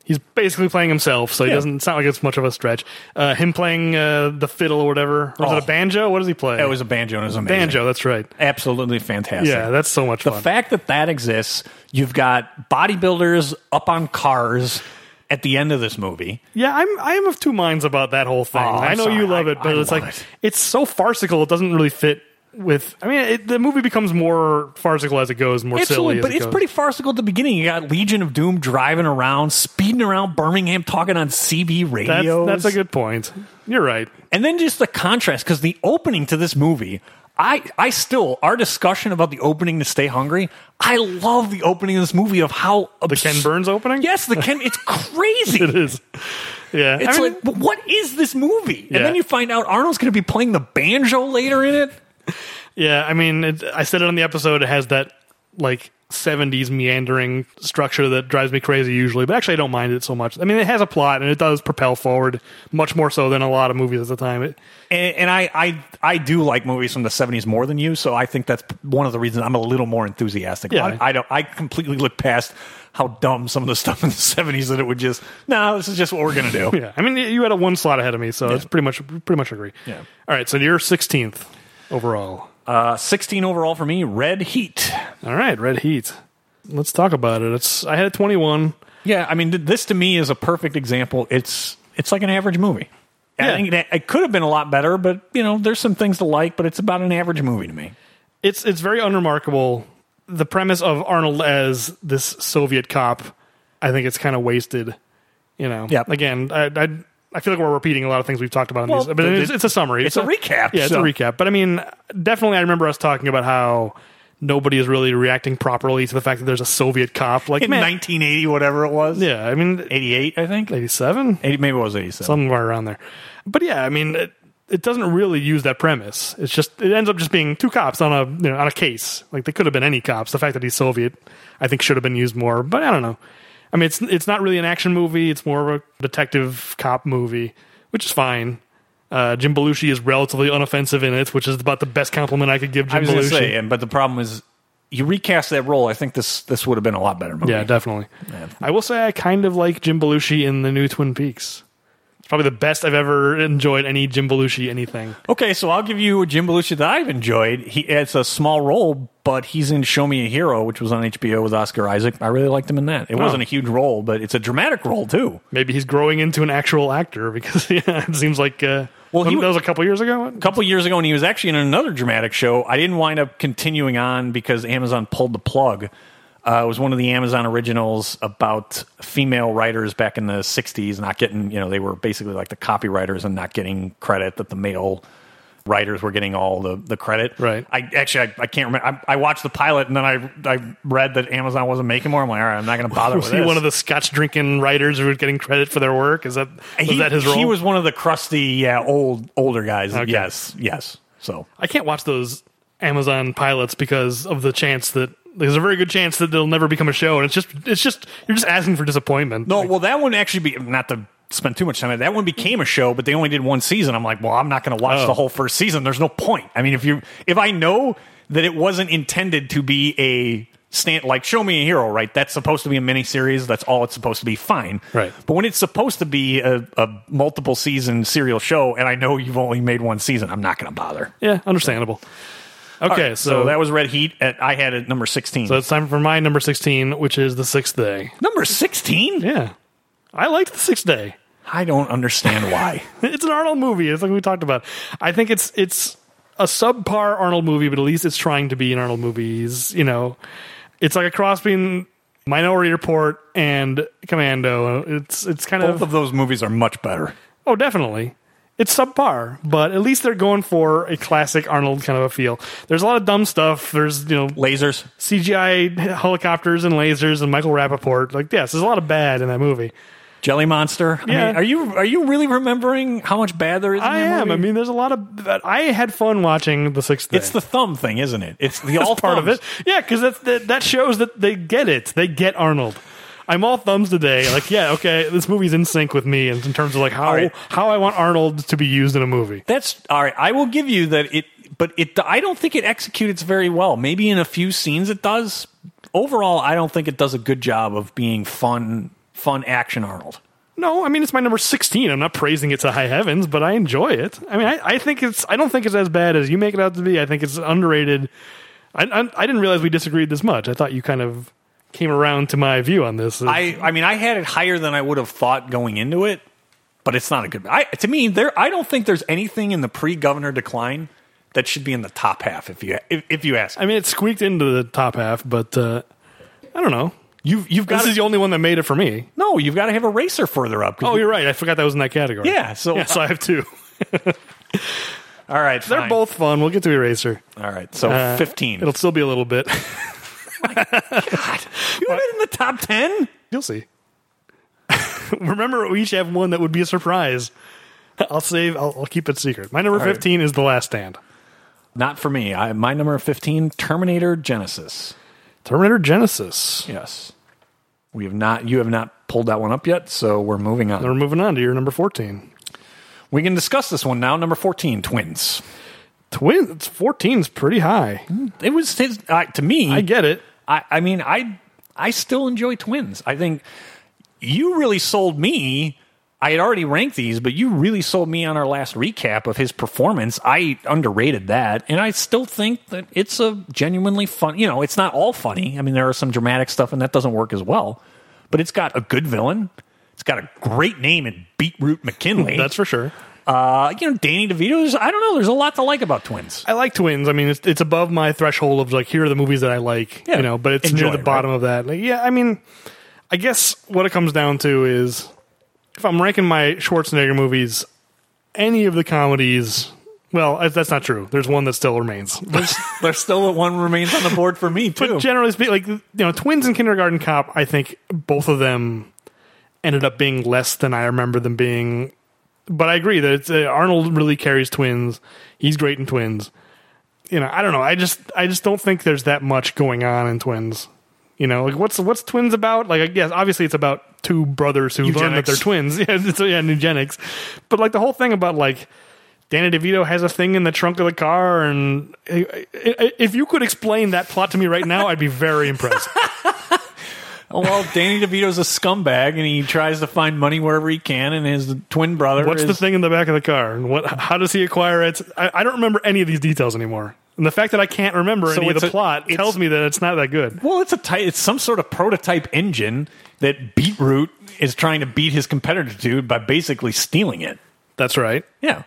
Speaker 1: he's basically playing himself, so he
Speaker 2: Yeah.
Speaker 1: doesn't. It's not like it's much of a stretch. Uh, him playing uh, the fiddle or whatever, or was
Speaker 2: Oh.
Speaker 1: it a banjo? What does he play?
Speaker 2: It was a banjo. And it was amazing.
Speaker 1: banjo. That's right.
Speaker 2: Absolutely fantastic.
Speaker 1: Yeah, that's so much
Speaker 2: the
Speaker 1: fun.
Speaker 2: fact that that exists. You've got bodybuilders up on cars at the end of this movie.
Speaker 1: yeah, I'm I am of two minds about that whole thing.
Speaker 2: Oh, I'm
Speaker 1: I know
Speaker 2: sorry.
Speaker 1: you love
Speaker 2: I-
Speaker 1: it, but
Speaker 2: I
Speaker 1: it's
Speaker 2: love
Speaker 1: like
Speaker 2: it.
Speaker 1: it's so farcical. It doesn't really fit with. I mean, it, the movie becomes more farcical as it goes, more silly.
Speaker 2: Absolutely,
Speaker 1: as
Speaker 2: but
Speaker 1: it
Speaker 2: it's
Speaker 1: goes.
Speaker 2: pretty farcical at the beginning. You got Legion of Doom driving around, speeding around Birmingham, talking on CB
Speaker 1: That's,
Speaker 2: radios.
Speaker 1: that's a good point. You're right.
Speaker 2: and then just the contrast because the opening to this movie, I I still our discussion about the opening to Stay Hungry. I love the opening of this movie of how
Speaker 1: The Ken Burns opening?
Speaker 2: Yes, the Ken. It's crazy.
Speaker 1: It is. Yeah.
Speaker 3: It's
Speaker 1: I mean-
Speaker 3: like, but what is this movie?
Speaker 1: Yeah.
Speaker 3: And then you find out Arnold's going to be playing the banjo later in it.
Speaker 1: Yeah, I mean, it, I said it on the episode. It has that like '70s meandering structure that drives me crazy usually, but actually, I don't mind it so much. I mean, it has a plot and it does propel forward much more so than a lot of movies at the time. It,
Speaker 2: and, and I, I I do like movies from the seventies more than you, so I think that's one of the reasons I'm a little more enthusiastic.
Speaker 1: Yeah.
Speaker 2: I, I don't. I completely look past how dumb some of the stuff in the seventies that it would just. No, this is just what we're gonna do.
Speaker 1: yeah, I mean, you had a one slot ahead of me, so it's pretty much pretty much agree. Yeah. All right, so you're 16th overall.
Speaker 2: Uh, Sixteen overall for me. Red Heat.
Speaker 1: All right, Red Heat. Let's talk about it. It's I had a 21.
Speaker 2: Yeah, I mean, th- this to me is a perfect example. It's it's like an average movie.
Speaker 1: Yeah.
Speaker 2: I think it, it could have been a lot better, but you know, there's some things to like, but it's about an average movie to me.
Speaker 1: it's it's very unremarkable. The premise of Arnold as this Soviet cop, I think it's kind of wasted. You know,
Speaker 2: Yep.
Speaker 1: Again, I, I I feel like we're repeating a lot of things we've talked about. In
Speaker 2: Well,
Speaker 1: these, but
Speaker 2: it-
Speaker 1: it's, it's a summary.
Speaker 2: it's a recap,
Speaker 1: Yeah, it's
Speaker 2: so-
Speaker 1: a recap. But I mean, definitely, I remember us talking about how nobody is really reacting properly to the fact that there's a Soviet cop. Like,
Speaker 2: In
Speaker 1: man,
Speaker 2: 1980, whatever it was,
Speaker 1: yeah, I mean,
Speaker 2: 88, I think,
Speaker 1: 87,
Speaker 2: 80, maybe it was 87.
Speaker 1: somewhere around there. But yeah, I mean, it, it doesn't really use that premise. It's just it ends up just being two cops on a you know, on a case. Like they could have been any cops. The fact that he's Soviet, I think, should have been used more. But I don't know. I mean, it's it's not really an action movie. It's more of a detective cop movie, which is fine. Uh, Jim Belushi is relatively unoffensive in it, which is about the best compliment I could give Jim
Speaker 2: I was going
Speaker 1: Belushi.
Speaker 2: to say, and but the problem is, you recast that role. I think this this would have been a lot better movie.
Speaker 1: Yeah, definitely. I will say I kind of like Jim Belushi in the new Twin Peaks. It's probably the best I've ever enjoyed any Jim Belushi anything.
Speaker 2: Okay, so I'll give you a Jim Belushi that I've enjoyed. He it's a small role, but he's in Show Me a Hero, which was on HBO with Oscar Isaac. I really liked him in that. It wasn't a huge role, but it's a dramatic role too.
Speaker 1: Maybe he's growing into an actual actor because yeah, it seems like uh,
Speaker 2: Well, he
Speaker 1: when-
Speaker 2: w-
Speaker 1: that was a couple years ago.
Speaker 2: A couple years ago, and he was actually in another dramatic show. I didn't wind up continuing on because Amazon pulled the plug. Uh, it was one of the Amazon originals about female writers back in the '60s not getting, you know, they were basically like the copywriters and not getting credit that the male writers were getting all the, the credit.
Speaker 1: Right.
Speaker 2: I actually I, I can't remember. I, I watched the pilot and then I I read that Amazon wasn't making more. I'm like, all right, I'm not going to bother
Speaker 1: Was
Speaker 2: with
Speaker 1: he
Speaker 2: this.
Speaker 1: one of the Scotch drinking writers who was getting credit for their work? Is that was
Speaker 2: he,
Speaker 1: that his role?
Speaker 2: He was one of the crusty, yeah, old older guys.
Speaker 1: Okay.
Speaker 2: Yes, yes. So
Speaker 1: I can't watch those Amazon pilots because of the chance that there's a very good chance that they'll never become a show, and it's just it's just you're just asking for disappointment.
Speaker 2: No,
Speaker 1: Like,
Speaker 2: well, that one actually be not to spend too much time. on it, That one became a show, but they only did one season. I'm like, well, I'm not going to watch
Speaker 1: Oh.
Speaker 2: the whole first season. There's no point. I mean, if you if I know that it wasn't intended to be a stand like show me a hero, right? That's supposed to be a mini series. That's all it's supposed to be. Fine,
Speaker 1: Right.
Speaker 2: But when it's supposed to be a, a multiple season serial show, and I know you've only made one season, I'm not going to bother.
Speaker 1: yeah, understandable. Okay,
Speaker 2: So,
Speaker 1: so,
Speaker 2: that was Red Heat. At, I had it number sixteen.
Speaker 1: so it's time for my number sixteen, which is the sixth day.
Speaker 2: number sixteen?
Speaker 1: Yeah, I liked the sixth day.
Speaker 2: I don't understand why.
Speaker 1: it's an Arnold movie. It's like we talked about. I think it's it's a subpar Arnold movie, but at least it's trying to be an Arnold movie. He's, you know, it's like a cross between Minority Report and Commando. It's it's kind
Speaker 2: Both
Speaker 1: of,
Speaker 2: of those movies are much better.
Speaker 1: oh, definitely. It's subpar, but at least they're going for a classic Arnold kind of a feel. There's a lot of dumb stuff. There's you know
Speaker 2: Lasers.
Speaker 1: CGI helicopters and lasers and Michael Rappaport. Like yes, there's a lot of bad in that movie.
Speaker 2: Jelly Monster. I
Speaker 1: Yeah.
Speaker 2: mean, are you are you really remembering how much bad there is? In
Speaker 1: I
Speaker 2: that
Speaker 1: am.
Speaker 2: movie?
Speaker 1: I mean, there's a lot of. I had fun watching the sixth. Day.
Speaker 2: it's the thumb thing, isn't it? It's the all
Speaker 1: part of
Speaker 2: thumbs.
Speaker 1: it. Yeah, because that, that that shows that they get it. They get Arnold. I'm all thumbs today. Like, yeah, okay, this movie's in sync with me in, in terms of like how
Speaker 2: right.
Speaker 1: how I want Arnold to be used in a movie.
Speaker 2: That's all right. I will give you that. It, but it. I don't think it executes very well. Maybe in a few scenes it does. Overall, I don't think it does a good job of being fun, fun action Arnold.
Speaker 1: No, I mean it's my number 16. I'm not praising it to high heavens, but I enjoy it. I mean, I, I think it's I don't think it's as bad as you make it out to be. I think it's underrated. I I, I didn't realize we disagreed this much. I thought you kind of came around to my view on this.
Speaker 2: I, I mean, I had it higher than I would have thought going into it, but it's not a good. I, to me, there, I don't think there's anything in the pre-governor decline that should be in the top half. If you, if, if you ask, me.
Speaker 1: I mean, it squeaked into the top half, but uh, I don't know.
Speaker 2: you've you've got
Speaker 1: This
Speaker 2: to-
Speaker 1: is the only one that made it for me.
Speaker 2: No, you've got to have a racer further up.
Speaker 1: Oh, you're right. I forgot that was in that category.
Speaker 2: Yeah, so-
Speaker 1: so I have two.
Speaker 2: all right.
Speaker 1: They're
Speaker 2: fine.
Speaker 1: both fun. We'll get to Eraser.
Speaker 2: all right. So
Speaker 1: Uh,
Speaker 2: fifteen.
Speaker 1: It'll still be a little bit.
Speaker 2: God, you have it in the top ten.
Speaker 1: You'll see. Remember, we each have one that would be a surprise. I'll save. I'll, I'll keep it secret. My number
Speaker 4: right.
Speaker 1: fifteen is The Last Stand.
Speaker 2: Not for me. I, my number 15, Terminator Genesis.
Speaker 1: Terminator Genesis.
Speaker 2: Yes. We have not, you have not pulled that one up yet, so we're moving on.
Speaker 1: We're moving on to your number fourteen.
Speaker 2: We can discuss this one now. Number 14, Twins.
Speaker 1: Twins. Fourteen is pretty high.
Speaker 2: It was, his, I to me,
Speaker 1: I get it.
Speaker 2: I, I mean, I I still enjoy twins. I think you really sold me. I had already ranked these, but you really sold me on our last recap of his performance. I underrated that, and I still think that it's a genuinely fun. You know, it's not all funny. I mean, there are some dramatic stuff, and that doesn't work as well. But it's got a good villain. It's got a great name in Beetroot McKinley.
Speaker 1: That's for sure.
Speaker 2: uh, you know, Danny DeVito. There's, I don't know. There's a lot to like about Twins.
Speaker 1: I like Twins. I mean, it's, it's above my threshold of like here are the movies that I like,
Speaker 2: Yeah.
Speaker 1: you know, but it's near
Speaker 2: Enjoy
Speaker 1: the
Speaker 2: it,
Speaker 1: bottom of that. Like, yeah, I mean, I guess what it comes down to is if I'm ranking my Schwarzenegger movies, any of the comedies. Well, I- that's not true. There's one that still remains.
Speaker 2: There's, there's still one remains on the board for me too.
Speaker 1: But generally speaking, like you know, Twins and Kindergarten Cop, I think both of them ended up being less than I remember them being. But I agree that it's, uh, Arnold really carries Twins. He's great in Twins. You know, I don't know. I just I just don't think there's that much going on in Twins. You know, like what's what's Twins about? Like I guess obviously it's about two brothers who learn that
Speaker 2: Eugenics.
Speaker 1: they're twins. Yeah, it's, yeah, eugenics. But like the whole thing about like Danny DeVito has a thing in the trunk of the car, and I- I- I- if you could explain that plot to me right now, I'd be very impressed.
Speaker 2: Oh, Well, Danny DeVito's a scumbag, and he tries to find money wherever he can. And his twin brother
Speaker 1: What's the
Speaker 2: is
Speaker 1: thing in the back of the car? And what? How does he acquire it? I, I don't remember any of these details anymore. And the fact that I can't remember any of
Speaker 2: it's
Speaker 1: the
Speaker 2: a-
Speaker 1: plot
Speaker 2: it's-
Speaker 1: tells me that it's not that good.
Speaker 2: well, it's a ty- it's some sort of prototype engine that Beetroot is trying to beat his competitor to by basically stealing it.
Speaker 1: That's right.
Speaker 2: Yeah,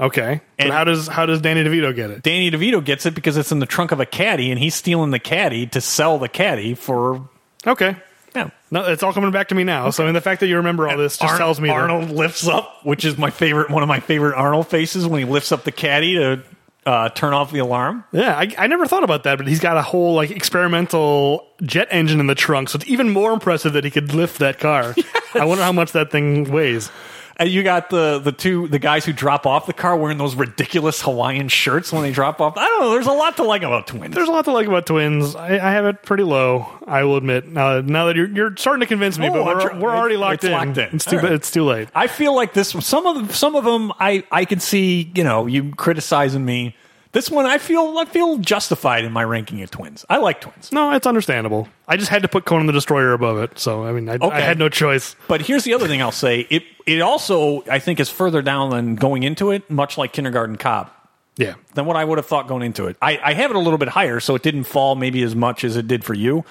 Speaker 1: Okay. And
Speaker 2: And-
Speaker 1: how does how does Danny DeVito get it?
Speaker 2: Danny DeVito gets it because it's in the trunk of a caddy, and he's stealing the caddy to sell the caddy for
Speaker 1: Okay.
Speaker 2: yeah.
Speaker 1: No, it's all coming back to me now. So, I mean, the fact that you remember all this just
Speaker 2: Arn-
Speaker 1: tells me that-
Speaker 2: Arnold lifts up, which is my favorite, one of my favorite Arnold faces when he lifts up the caddy to uh, turn off the alarm.
Speaker 1: Yeah, I, I never thought about that, but he's got a whole like experimental jet engine in the trunk, so it's even more impressive that he could lift that car. I wonder how much that thing weighs.
Speaker 2: And you got the the two the guys who drop off the car wearing those ridiculous Hawaiian shirts when they drop off. I don't know. There's a lot to like about twins.
Speaker 1: There's a lot to like about twins. I, I have it pretty low. I will admit. Now, now that you're you're starting to convince me,
Speaker 2: Oh,
Speaker 1: but
Speaker 2: I'm
Speaker 1: we're,
Speaker 2: tr-
Speaker 1: we're already
Speaker 2: it's-
Speaker 1: locked
Speaker 2: it's
Speaker 1: in.
Speaker 2: locked in.
Speaker 1: It's too
Speaker 2: All right.
Speaker 1: it's too late.
Speaker 2: I feel like this some of some of them I I can see you know you criticizing me. This one I feel I feel justified in my ranking of twins. I like twins.
Speaker 1: No, it's understandable. I just had to put Conan the Destroyer above it, so I mean, I, I
Speaker 2: Okay.
Speaker 1: had no choice.
Speaker 2: But here's the other thing I'll say. It it also I think is further down than going into it, much like Kindergarten Cop.
Speaker 1: Yeah,
Speaker 2: than what I would have thought going into it. I, I have it a little bit higher, so it didn't fall maybe as much as it did for you.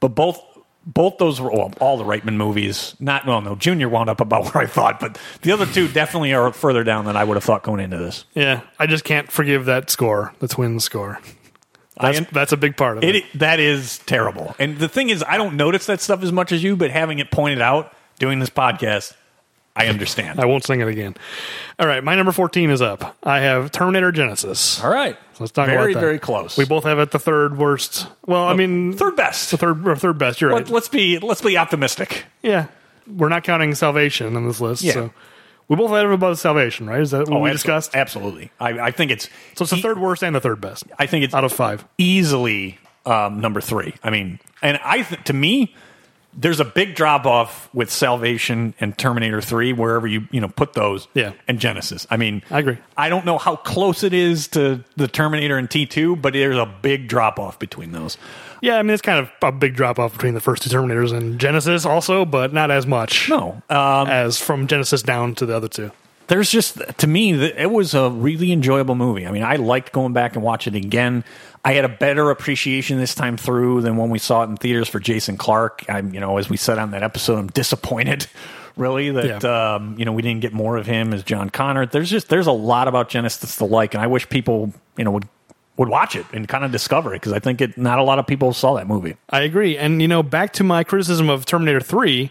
Speaker 2: But both both those were well, all the Reitman movies. Not well, no, Junior wound up about where I thought, but the other two definitely are further down than I would have thought going into this.
Speaker 1: yeah. I just can't forgive that score, the twins score.
Speaker 2: I
Speaker 1: That's, that's a big part of it.
Speaker 2: it, that is terrible. And the thing is, I don't notice that stuff as much as you, but having it pointed out doing this podcast, I understand.
Speaker 1: I won't sing it again. All right, my number 14 is up. I have Terminator Genesis.
Speaker 2: All right,
Speaker 1: Let's talk
Speaker 2: very
Speaker 1: about that.
Speaker 2: very close.
Speaker 1: We both have it the third worst. Well,
Speaker 2: Uh,
Speaker 1: I mean,
Speaker 2: third best.
Speaker 1: the third or third best. You're right.
Speaker 2: Let, us be let's be optimistic.
Speaker 1: yeah, we're not counting Salvation on this list.
Speaker 2: Yeah.
Speaker 1: So we both have it above Salvation, right? Is that what
Speaker 2: Oh,
Speaker 1: we
Speaker 2: abso-
Speaker 1: discussed?
Speaker 2: absolutely. I, I think it's
Speaker 1: So it's the third worst and the third best
Speaker 2: I think it's
Speaker 1: out of five.
Speaker 2: easily um, number three. I mean, and I th- to me, there's a big drop off with Salvation and Terminator Three, wherever you you know put those.
Speaker 1: Yeah.
Speaker 2: and Genesis. I mean,
Speaker 1: I agree.
Speaker 2: I don't know how close it is to the Terminator and T two, but there's a big drop off between those.
Speaker 1: Yeah, I mean it's kind of a big drop off between the first two Terminators and Genesis, also, but not as much
Speaker 2: No, um,
Speaker 1: as from Genesis down to the other two.
Speaker 2: there's just to me th- it was a really enjoyable movie i mean i liked going back and watching it again i had a better appreciation this time through than when we saw it in theaters for jason clark i'm you know as we said on that episode i'm disappointed really that um, you know we didn't get more of him as john connor there's just there's a lot about genesis to like and i wish people you know would would watch it and kind of discover it because i think it not a lot of people saw that movie
Speaker 1: I agree. And, you know, back to my criticism of Terminator 3,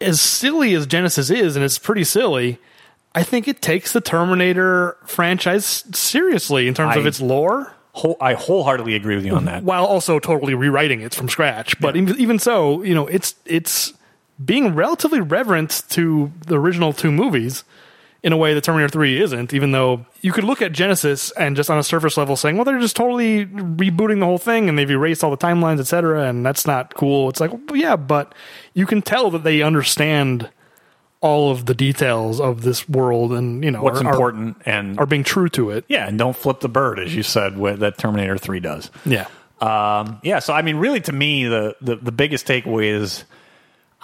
Speaker 1: as silly as Genesis is, and it's pretty silly, I think it takes the Terminator franchise seriously in terms of
Speaker 2: I-
Speaker 1: its lore,
Speaker 2: Whole, i wholeheartedly agree with you on that
Speaker 1: while also totally rewriting it from scratch. But even, even so, you know, it's it's being relatively reverent to the original two movies in a way that Terminator 3 isn't, even though you could look at Genesis and just on a surface level saying, well, they're just totally rebooting the whole thing and they've erased all the timelines, et cetera, and that's not cool. It's like, well, yeah, but you can tell that they understand all of the details of this world and, you know,
Speaker 2: What's
Speaker 1: are, are-
Speaker 2: important and
Speaker 1: Are, being true to it.
Speaker 2: yeah, and don't flip the bird as you said wh- that Terminator Three does.
Speaker 1: Yeah.
Speaker 2: Um, yeah, so I mean, really, to me, the the, the biggest takeaway is.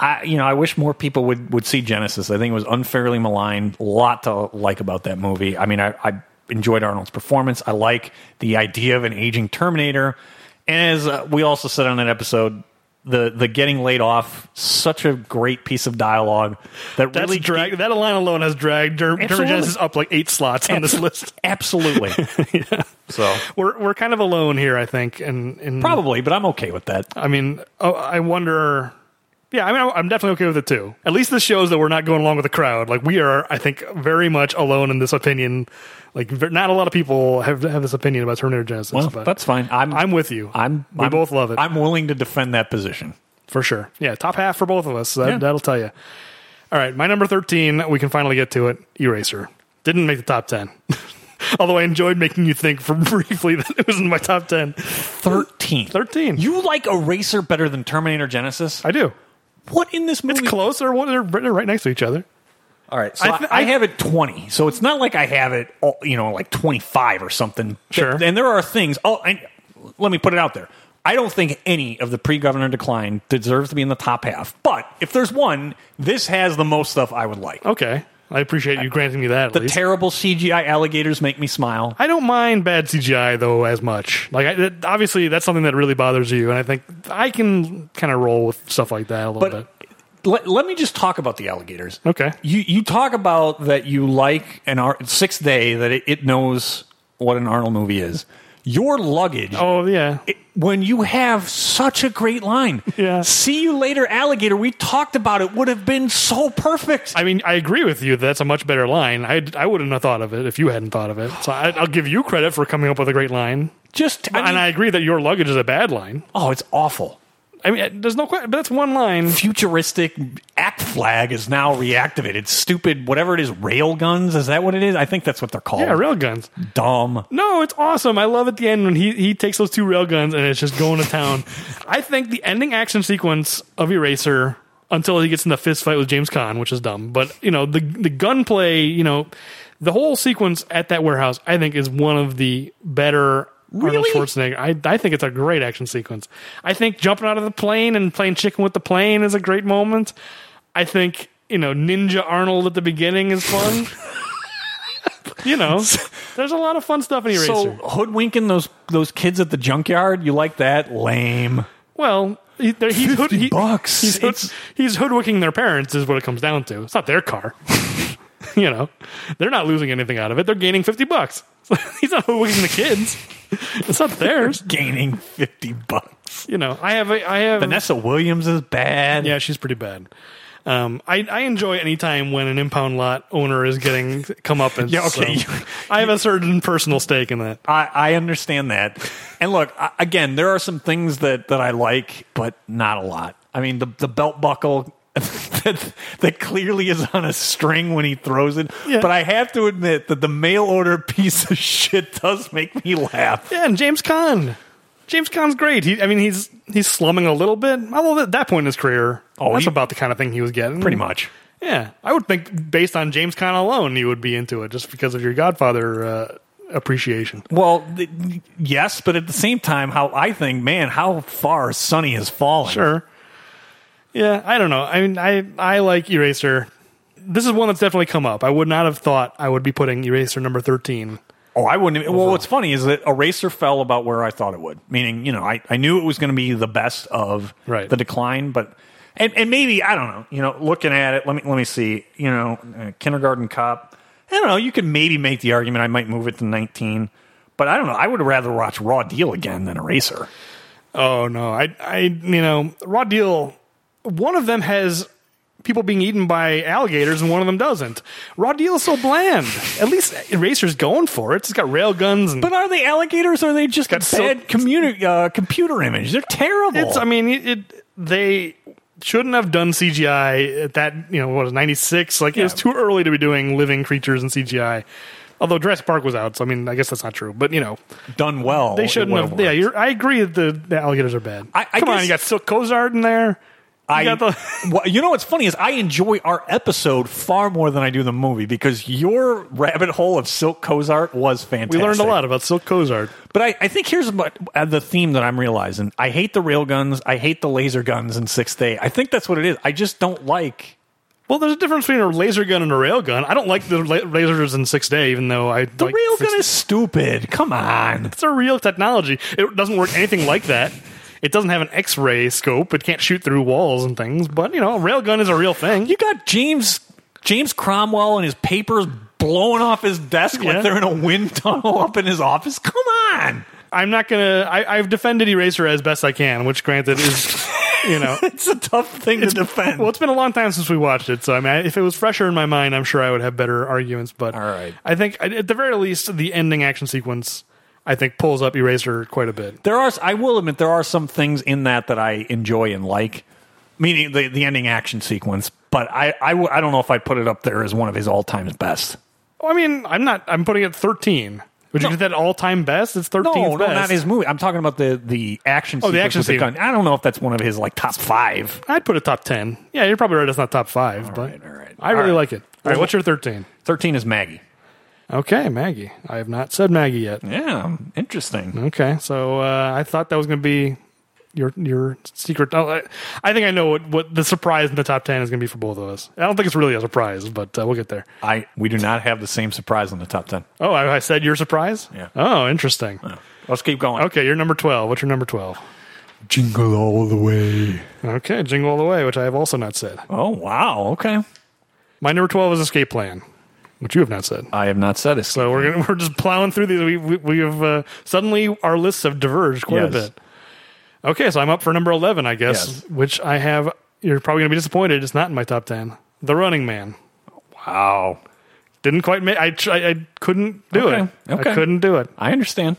Speaker 2: I, you know, I wish more people would, would see Genesis. I think it was unfairly maligned. A lot to like about that movie. I mean, I, I enjoyed Arnold's performance. I like the idea of an aging Terminator. And as uh, we also said on that episode, the the getting laid off, such a great piece of dialogue that
Speaker 1: That's
Speaker 2: really
Speaker 1: drag, that line alone has dragged Dur-
Speaker 2: Absolutely.
Speaker 1: Genesis up like eight slots on this list.
Speaker 2: absolutely. So
Speaker 1: We're, we're kind of alone here, I think. And, and
Speaker 2: probably, but I'm okay with that.
Speaker 1: I mean, oh, I wonder. Yeah, I mean, I- I'm definitely okay with it too. At least this shows that we're not going along with the crowd. Like we are, I think, very much alone in this opinion. Like, ver- not a lot of people have have this opinion about Terminator Genesis.
Speaker 2: Well,
Speaker 1: but
Speaker 2: that's fine. I'm
Speaker 1: I'm with you.
Speaker 2: I'm
Speaker 1: we
Speaker 2: I'm-
Speaker 1: both love it
Speaker 2: I'm willing to defend that position.
Speaker 1: for sure. Yeah, top half for both of us. That,
Speaker 2: Yeah.
Speaker 1: That'll tell you. All right, my number thirteen. We can finally get to it. Eraser didn't make the top ten. Although I enjoyed making you think for briefly that it was in my top ten.
Speaker 2: 13.
Speaker 1: 13.
Speaker 2: You like Eraser better than Terminator Genesis?
Speaker 1: I do.
Speaker 2: What in this movie?
Speaker 1: It's close. They're, they're right next to each other.
Speaker 2: All right. So
Speaker 1: I
Speaker 2: I,
Speaker 1: th-
Speaker 2: I
Speaker 1: I-
Speaker 2: have it 20. So it's not like I have it, all, you know, like 25 or something.
Speaker 1: Sure.
Speaker 2: And there are things. Oh, I, let me put it out there. I don't think any of the pre Governor Decline deserves to be in the top half. But if there's one, this has the most stuff I would like.
Speaker 1: Okay. I appreciate you granting me that at
Speaker 2: The
Speaker 1: least.
Speaker 2: terrible CGI alligators make me smile.
Speaker 1: I don't mind bad CGI though as much. Like I, that, obviously that's something that really bothers you and I think I can kind of roll with stuff like that a little
Speaker 2: But let, let me just talk about the alligators.
Speaker 1: bit. Okay.
Speaker 2: You you talk about that you like an Ar- sixth day that it, it knows what an Arnold movie is. Your luggage
Speaker 1: Oh yeah.
Speaker 2: it- when you have such a great line.
Speaker 1: Yeah.
Speaker 2: See you later, alligator. We talked about it. Would have been so perfect.
Speaker 1: I mean, I agree with you. That's a much better line. I, I wouldn't have thought of it if you hadn't thought of it. So I, I'll give you credit for coming up with a great line.
Speaker 2: just I mean,
Speaker 1: and I agree that your luggage is a bad line.
Speaker 2: oh, it's awful.
Speaker 1: I mean, there's no question. But that's one line.
Speaker 2: Futuristic act flag is now reactivated. Stupid, whatever it is, rail guns. Is that what it is? I think that's what they're called.
Speaker 1: Yeah, railguns.
Speaker 2: Dumb.
Speaker 1: No, it's awesome. I love at the end when he, he takes those two railguns and it's just going to town. I think the ending action sequence of Eraser until he gets in the fist fight with James Caan, which is dumb, but you know, the the gunplay, you know, the whole sequence at that warehouse, I think is one of the better Arnold
Speaker 2: Really?
Speaker 1: Schwarzenegger. I, I think it's a great action sequence. I think jumping out of the plane and playing chicken with the plane is a great moment. I think, you know, Ninja Arnold at the beginning is fun. you know, there's a lot of fun stuff in Eraser.
Speaker 2: So hoodwinking those those kids at the junkyard. You like that? Lame.
Speaker 1: Well, he, there, he's, hood,
Speaker 2: 50
Speaker 1: he,
Speaker 2: bucks.
Speaker 1: He's, hood,
Speaker 2: It's-
Speaker 1: he's hoodwinking their parents, is what it comes down to. It's not their car. you know, they're not losing anything out of it. They're gaining fifty bucks. he's not hoodwinking the kids. It's not theirs.
Speaker 2: Gaining fifty bucks.
Speaker 1: You know, I have, a, I have.
Speaker 2: Vanessa Williams is bad.
Speaker 1: yeah, she's pretty bad. Um, I, I enjoy any time when an impound lot owner is getting come up and
Speaker 2: Yeah, okay.
Speaker 1: I have a certain personal stake in that.
Speaker 2: I, I understand that. And look, I, again, there are some things that, that I like, but not a lot. I mean, the, the belt buckle that, that clearly is on a string when he throws it.
Speaker 1: Yeah.
Speaker 2: But I have to admit that the mail order piece of shit does make me laugh.
Speaker 1: Yeah, and James Caan. James Caan's great. He, I mean, he's he's slumming a little bit. Although at that point in his career,
Speaker 2: Oh,
Speaker 1: that's
Speaker 2: he-
Speaker 1: about the kind of thing he was getting.
Speaker 2: Pretty much.
Speaker 1: Yeah, I would think based on James Caan alone, you would be into it just because of your Godfather uh, appreciation.
Speaker 2: Well, th- yes, but at the same time, how I think, man, how far Sonny has fallen.
Speaker 1: Sure. Yeah, I don't know. I mean, I I like Eraser. This is one that's definitely come up. I would not have thought I would be putting Eraser number thirteen.
Speaker 2: Oh, I wouldn't. Well, what's funny is that Eraser fell about where I thought it would. Meaning, you know, I, I knew it was going to be the best of
Speaker 1: Right.
Speaker 2: the decline, but and, and maybe I don't know. You know, looking at it, let me let me see. You know, uh, Kindergarten Cop. I don't know. You could maybe make the argument I might move it to nineteen, but I don't know. I would rather watch Raw Deal again than Eraser.
Speaker 1: Oh no, I I you know Raw Deal. One of them has people being eaten by alligators, and one of them doesn't. Raw Deal is so bland. At least Eraser's going for it. It's got rail guns and.
Speaker 2: But are they alligators? or Are they just a
Speaker 1: Got so-
Speaker 2: bad communi- uh, computer image? They're terrible.
Speaker 1: It's. I mean, it, it. They shouldn't have done CGI at that, you know, what was 96? Like, it was too early to be doing living creatures and CGI. Although Jurassic Park was out, so I mean, I guess that's not true. But, you know,
Speaker 2: Done well.
Speaker 1: they shouldn't
Speaker 2: Well
Speaker 1: have. Yeah, you're, I agree that the, the alligators are bad.
Speaker 2: I- I
Speaker 1: Come on,
Speaker 2: guess-
Speaker 1: you got Silk Cozart in there. You
Speaker 2: I,
Speaker 1: got the-
Speaker 2: Well, you know what's funny is I enjoy our episode far more than I do the movie because your rabbit hole of Silk Cozart was fantastic.
Speaker 1: we learned a lot about Silk Cozart.
Speaker 2: But I, I think here's what, uh, the theme that I'm realizing. I hate the rail guns. I hate the laser guns in Sixth Day. I think that's what it is. I just don't like.
Speaker 1: Well, there's a difference between a laser gun and a rail gun. I don't like the la- lasers in six day, even though I
Speaker 2: The
Speaker 1: like
Speaker 2: rail
Speaker 1: six-
Speaker 2: gun is stupid. Come on.
Speaker 1: It's a real technology. It doesn't work anything like that. It doesn't have an X-ray scope. It can't shoot through walls and things. But you know, a rail gun is a real thing.
Speaker 2: You got James James Cromwell and his papers blowing off his desk
Speaker 1: Yeah.
Speaker 2: like they're in a wind tunnel up in his office. Come on.
Speaker 1: I'm not gonna. I, I've defended Eraser as best I can, which granted is, you know,
Speaker 2: It's a tough thing to defend.
Speaker 1: well, it's been a long time since we watched it. So I mean, I- if it was fresher in my mind, I'm sure I would have better arguments. But
Speaker 2: All right.
Speaker 1: I think I- at the very least, the ending action sequence, I think, pulls up Eraser quite a bit.
Speaker 2: there are I will admit there are some things in that that I enjoy and like, meaning the, the ending action sequence. But I I w- I don't know if I put it up there as one of his all time best.
Speaker 1: I mean, I'm not. I'm putting it 13. Would you
Speaker 2: No.
Speaker 1: get that all time best? It's 13th
Speaker 2: No, no,
Speaker 1: best.
Speaker 2: not his movie. I'm talking about the the action.
Speaker 1: Oh, the
Speaker 2: sequence
Speaker 1: action
Speaker 2: with the
Speaker 1: scene.
Speaker 2: gun. I don't know if that's one of his like top five.
Speaker 1: I'd put it top 10. Yeah, you're probably right. It's not top five, but
Speaker 2: right, all right.
Speaker 1: I really
Speaker 2: All right.
Speaker 1: like it. All right, what's your 13?
Speaker 2: Thirteen is Maggie.
Speaker 1: Okay, Maggie. I have not said Maggie yet.
Speaker 2: Yeah, interesting.
Speaker 1: Okay, so uh, I thought that was going to be your your secret. Oh, I, I think I know what, what the surprise in the top 10 is going to be for both of us. I don't think it's really a surprise, but uh, we'll get there.
Speaker 2: I we do not have the same surprise in the top ten.
Speaker 1: Oh, I, I said your surprise?
Speaker 2: Yeah.
Speaker 1: Oh, interesting.
Speaker 2: Let's keep going.
Speaker 1: Okay, you're number 12. What's your number 12?
Speaker 2: Jingle all the way.
Speaker 1: Okay, Jingle All the Way, which I have also not said.
Speaker 2: Oh wow. Okay.
Speaker 1: My number 12 is Escape Plan, which you have not said.
Speaker 2: I have not said it.
Speaker 1: So we're gonna, we're just plowing through these. We we, we have uh, suddenly our lists have diverged quite a
Speaker 2: Yes.
Speaker 1: bit. Okay, so I'm up for number eleven, I guess,
Speaker 2: Yes.
Speaker 1: which I have. You're probably gonna be disappointed. It's not in my top ten. The Running Man
Speaker 2: wow.
Speaker 1: didn't quite make. I tr- I, I couldn't do
Speaker 2: Okay,
Speaker 1: it. I
Speaker 2: okay.
Speaker 1: couldn't do it.
Speaker 2: I understand.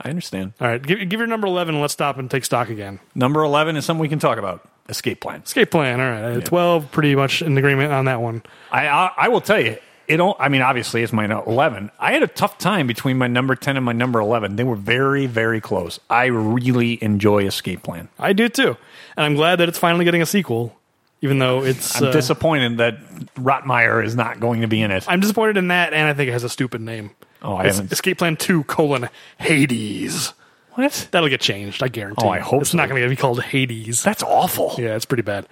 Speaker 2: I understand.
Speaker 1: All right, give, give your number eleven. and Let's stop and take stock again.
Speaker 2: Number 11 is something we can talk about escape plans.
Speaker 1: Escape Plan. All right, Uh, twelve. Pretty much in agreement on that one.
Speaker 2: I, I, I will tell you, it don't, I mean, obviously it's my no- 11. I had a tough time between my number 10 and my number 11. They were very, very close. I really enjoy escape plan.
Speaker 1: I do too, and I'm glad that it's finally getting a sequel, even though it's.
Speaker 2: I'm
Speaker 1: uh,
Speaker 2: disappointed that Rotmeyer is not going to be in it.
Speaker 1: I'm disappointed in that, and I think it has a stupid name.
Speaker 2: Oh, I
Speaker 1: It's
Speaker 2: haven't-
Speaker 1: Escape Plan Two: colon Hades.
Speaker 2: what?
Speaker 1: That'll get changed, I guarantee.
Speaker 2: Oh, I hope
Speaker 1: it's
Speaker 2: so.
Speaker 1: not going to be called Hades.
Speaker 2: That's awful.
Speaker 1: yeah, it's pretty bad.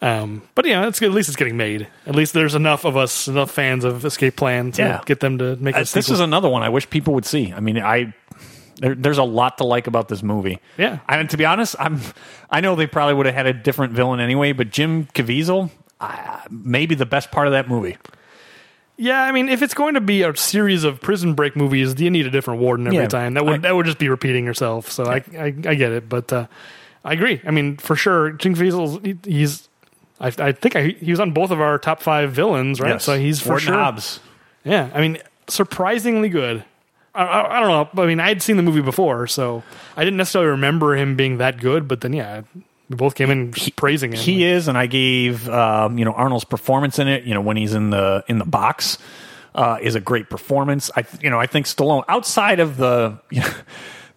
Speaker 1: Um, but yeah, it's good. At least it's getting made. At least there's enough of us, enough fans of Escape Plan to
Speaker 2: Yeah.
Speaker 1: get them to make a
Speaker 2: Uh, This
Speaker 1: sequel.
Speaker 2: is another one I wish people would see. I mean, I there, there's a lot to like about this movie.
Speaker 1: Yeah.
Speaker 2: I mean, to be honest, I'm I know they probably would have had a different villain anyway, but Jim Caviezel, uh, maybe the best part of that movie.
Speaker 1: yeah, I mean, if it's going to be a series of prison break movies, you need a different warden every
Speaker 2: Yeah,
Speaker 1: time. That would
Speaker 2: I-
Speaker 1: that would just be repeating yourself. So I, I I get it, but uh, I agree. I mean, for sure, Jing Fiesel's he, he's. I, I think I, he was on both of our top five villains, right? So he's for
Speaker 2: Warden
Speaker 1: sure.
Speaker 2: Hobbs.
Speaker 1: Yeah, I mean, surprisingly good. I, I, I don't know. I mean, I had seen the movie before, so I didn't necessarily remember him being that good. But then, yeah, we both came in praising him.
Speaker 2: He is, and I gave um, you know Arnold's performance in it. You know when he's in the in the box uh, is a great performance. I th- you know I think Stallone outside of the, you know,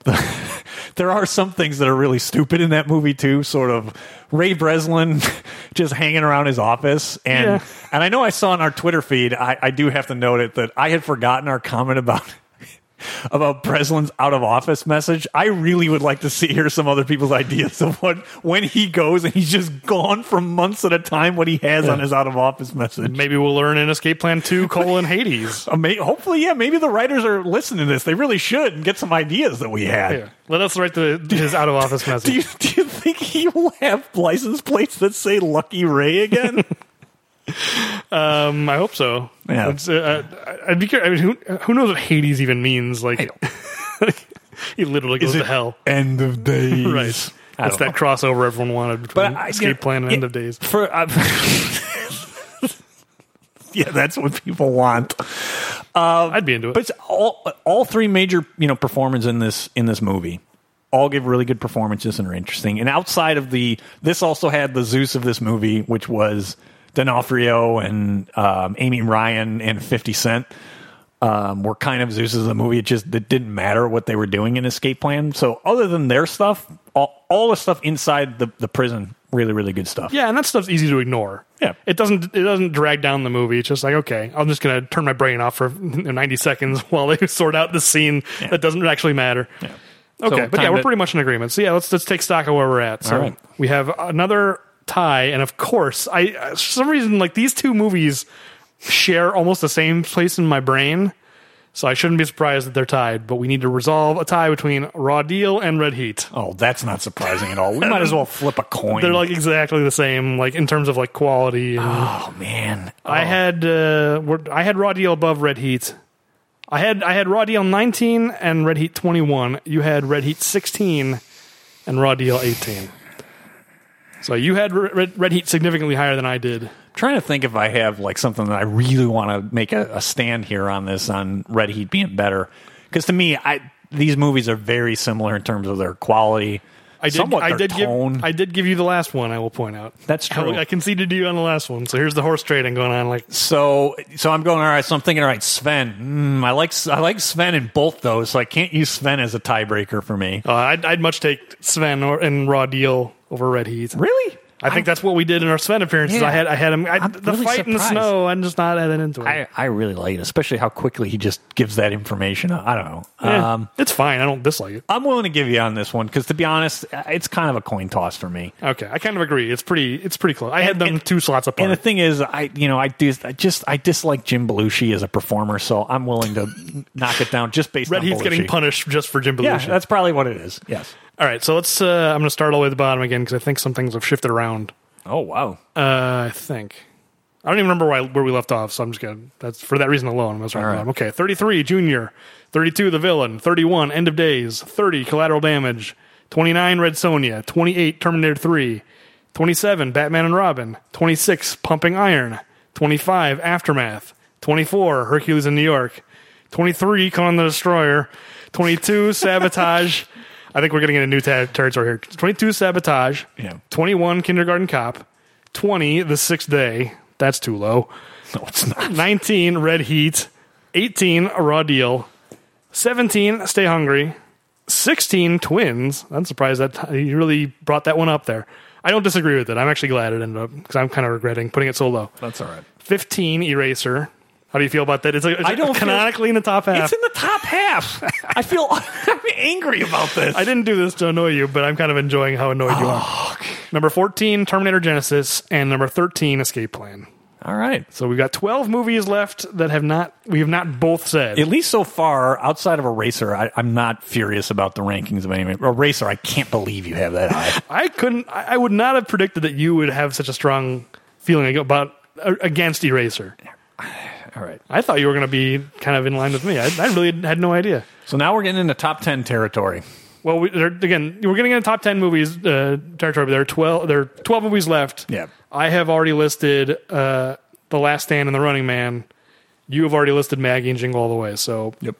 Speaker 2: the there are some things that are really stupid in that movie too. Sort of Ray Breslin just hanging around his office, and
Speaker 1: Yeah.
Speaker 2: and I know I saw in our Twitter feed. I, I do have to note it that I had forgotten our comment about. About Breslin's out of office message, I really would like to see hear some other people's ideas of what when he goes and he's just gone for months at a time. What he has on his out of office message.
Speaker 1: Maybe we'll learn in Escape Plan Two: colon Hades.
Speaker 2: Ama- Hopefully, yeah, maybe the writers are listening to this. They really should and get some ideas that we had.
Speaker 1: Here, let us write the, his out of office
Speaker 2: Do
Speaker 1: message.
Speaker 2: you, do you think he will have license plates that say Lucky Ray again?
Speaker 1: um, I hope so.
Speaker 2: Yeah.
Speaker 1: It's, uh, I- I'd be curious. I mean, who who knows what Hades even means? Like, he literally goes to hell.
Speaker 2: End of days.
Speaker 1: Right.
Speaker 2: I
Speaker 1: That's
Speaker 2: don't
Speaker 1: that crossover everyone wanted between
Speaker 2: But I-
Speaker 1: Escape Plan and
Speaker 2: yeah,
Speaker 1: End of Days.
Speaker 2: For uh, yeah, that's what people want.
Speaker 1: I'd be into it.
Speaker 2: uh, But it's all all three major you know performers in this in this movie all give really good performances and are interesting. And outside of the, this also had the Zeus of this movie, which was D'Onofrio and um, Amy Ryan and Fifty Cent. Um, were kind of Zeus of the movie. It just it didn't matter what they were doing in Escape Plan. So other than their stuff, all, all the stuff inside the, the prison, really really good stuff.
Speaker 1: Yeah, and that stuff's easy to ignore.
Speaker 2: Yeah.
Speaker 1: It doesn't it doesn't drag down the movie. It's just like, okay, I'm just gonna turn my brain off for 90 seconds while they sort out the scene that doesn't actually matter. Okay,
Speaker 2: So,
Speaker 1: but yeah,
Speaker 2: time
Speaker 1: we're
Speaker 2: to-
Speaker 1: pretty much in agreement. So yeah, let's let's take stock of where we're at. So
Speaker 2: All right.
Speaker 1: we have another tie, and of course, I uh, for some reason like these two movies share almost the same place in my brain, so I shouldn't be surprised that they're tied. But we need to resolve a tie between Raw Deal and Red Heat.
Speaker 2: Oh, that's not surprising at all. We might as well flip a coin.
Speaker 1: They're like exactly the same, like in terms of like quality. And
Speaker 2: oh man,
Speaker 1: I had uh, we're- I had Raw Deal above Red Heat. I had I had Raw Deal 19 and Red Heat 21. You had Red Heat 16 and Raw Deal 18. So you had Red, Red, Red Heat significantly higher than I did.
Speaker 2: trying to think if I have like something that I really want to make a, a stand here on this on Red Heat being better because to me, I these movies are very similar in terms of their quality.
Speaker 1: I did
Speaker 2: somewhat
Speaker 1: I
Speaker 2: their
Speaker 1: did
Speaker 2: tone.
Speaker 1: give I did give you the last one. I will point out
Speaker 2: That's
Speaker 1: I-
Speaker 2: true.
Speaker 1: I, conceded to you on the last one. So here's the horse trading going on. Like
Speaker 2: so so I'm going all right. So I'm thinking all right, Sven. Mm, I like I like Sven in both those, so I can't use Sven as a tiebreaker for me.
Speaker 1: uh, I'd, I'd much take Sven or, and Raw Deal over Red Heat.
Speaker 2: Really?
Speaker 1: I think that's what we did in our Sven appearances.
Speaker 2: Yeah.
Speaker 1: I had I had him I,
Speaker 2: I'm
Speaker 1: the
Speaker 2: really
Speaker 1: fight in the
Speaker 2: surprised.
Speaker 1: snow. I'm just not adding into it.
Speaker 2: I, I really like it, especially how quickly he just gives that information. I don't know.
Speaker 1: Yeah,
Speaker 2: Um,
Speaker 1: it's fine. I don't dislike it.
Speaker 2: I'm willing to give you on this one because, to be honest, it's kind of a coin toss for me.
Speaker 1: Okay, I kind of agree. It's pretty. It's pretty close. I had them two slots apart.
Speaker 2: And the thing is, I you know I do I just I dislike Jim Belushi as a performer, so I'm willing to knock it down just based
Speaker 1: Red
Speaker 2: on
Speaker 1: Heat's
Speaker 2: Belushi.
Speaker 1: getting punished just for Jim
Speaker 2: Yeah,
Speaker 1: Belushi.
Speaker 2: that's probably what it is. Yes.
Speaker 1: all right. So let's. Uh, I'm going to start all the way at the bottom again because I think some things have shifted around.
Speaker 2: Oh wow.
Speaker 1: Uh, I think. I don't even remember why, where we left off, so I'm just gonna. That's for that reason alone. That's right.
Speaker 2: right.
Speaker 1: Okay, 33 Junior, 32 The Villain, 31 End of Days, 30 Collateral Damage, 29 Red Sonia, 28 Terminator 3, 27 Batman and Robin, 26 Pumping Iron, 25 Aftermath, 24 Hercules in New York, 23 Conan the Destroyer, 22 Sabotage. I think we're getting into new ter- territory here. 22 Sabotage,
Speaker 2: Yeah.
Speaker 1: 21 Kindergarten Cop, 20 The Sixth Day. That's too low.
Speaker 2: No, it's not.
Speaker 1: 19 Red Heat, 18 A Raw Deal, 17 Stay Hungry, 16 Twins. I'm surprised that you really brought that one up there. I don't disagree with it. I'm actually glad it ended up because I'm kind of regretting putting it so low.
Speaker 2: That's all right.
Speaker 1: 15 Eraser. How do you feel about that? It's, like, it's
Speaker 2: I don't feel-
Speaker 1: canonically in the top half.
Speaker 2: It's in the top half. I feel I'm angry about this.
Speaker 1: I didn't do this to annoy you, but I'm kind of enjoying how annoyed you
Speaker 2: Ah.
Speaker 1: are. Number 14, Terminator Genesis, and number 13, Escape Plan.
Speaker 2: all right.
Speaker 1: So we've got 12 movies left that have not we have not both said.
Speaker 2: At least so far, outside of Eraser, I, I'm not furious about the rankings of any Eraser. I can't believe you have that high.
Speaker 1: I couldn't. I I would not have predicted that you would have such a strong feeling about uh, against Eraser.
Speaker 2: all right.
Speaker 1: I thought you were going to be kind of in line with me. I, I really had no idea.
Speaker 2: So now we're getting into top ten territory.
Speaker 1: Well, we, there, again, we're getting into top ten movies uh, territory. But there are twelve. There are twelve movies left.
Speaker 2: Yeah.
Speaker 1: I have already listed uh, The Last Stand and The Running Man. You have already listed Maggie and Jingle All the Way. So
Speaker 2: Yep.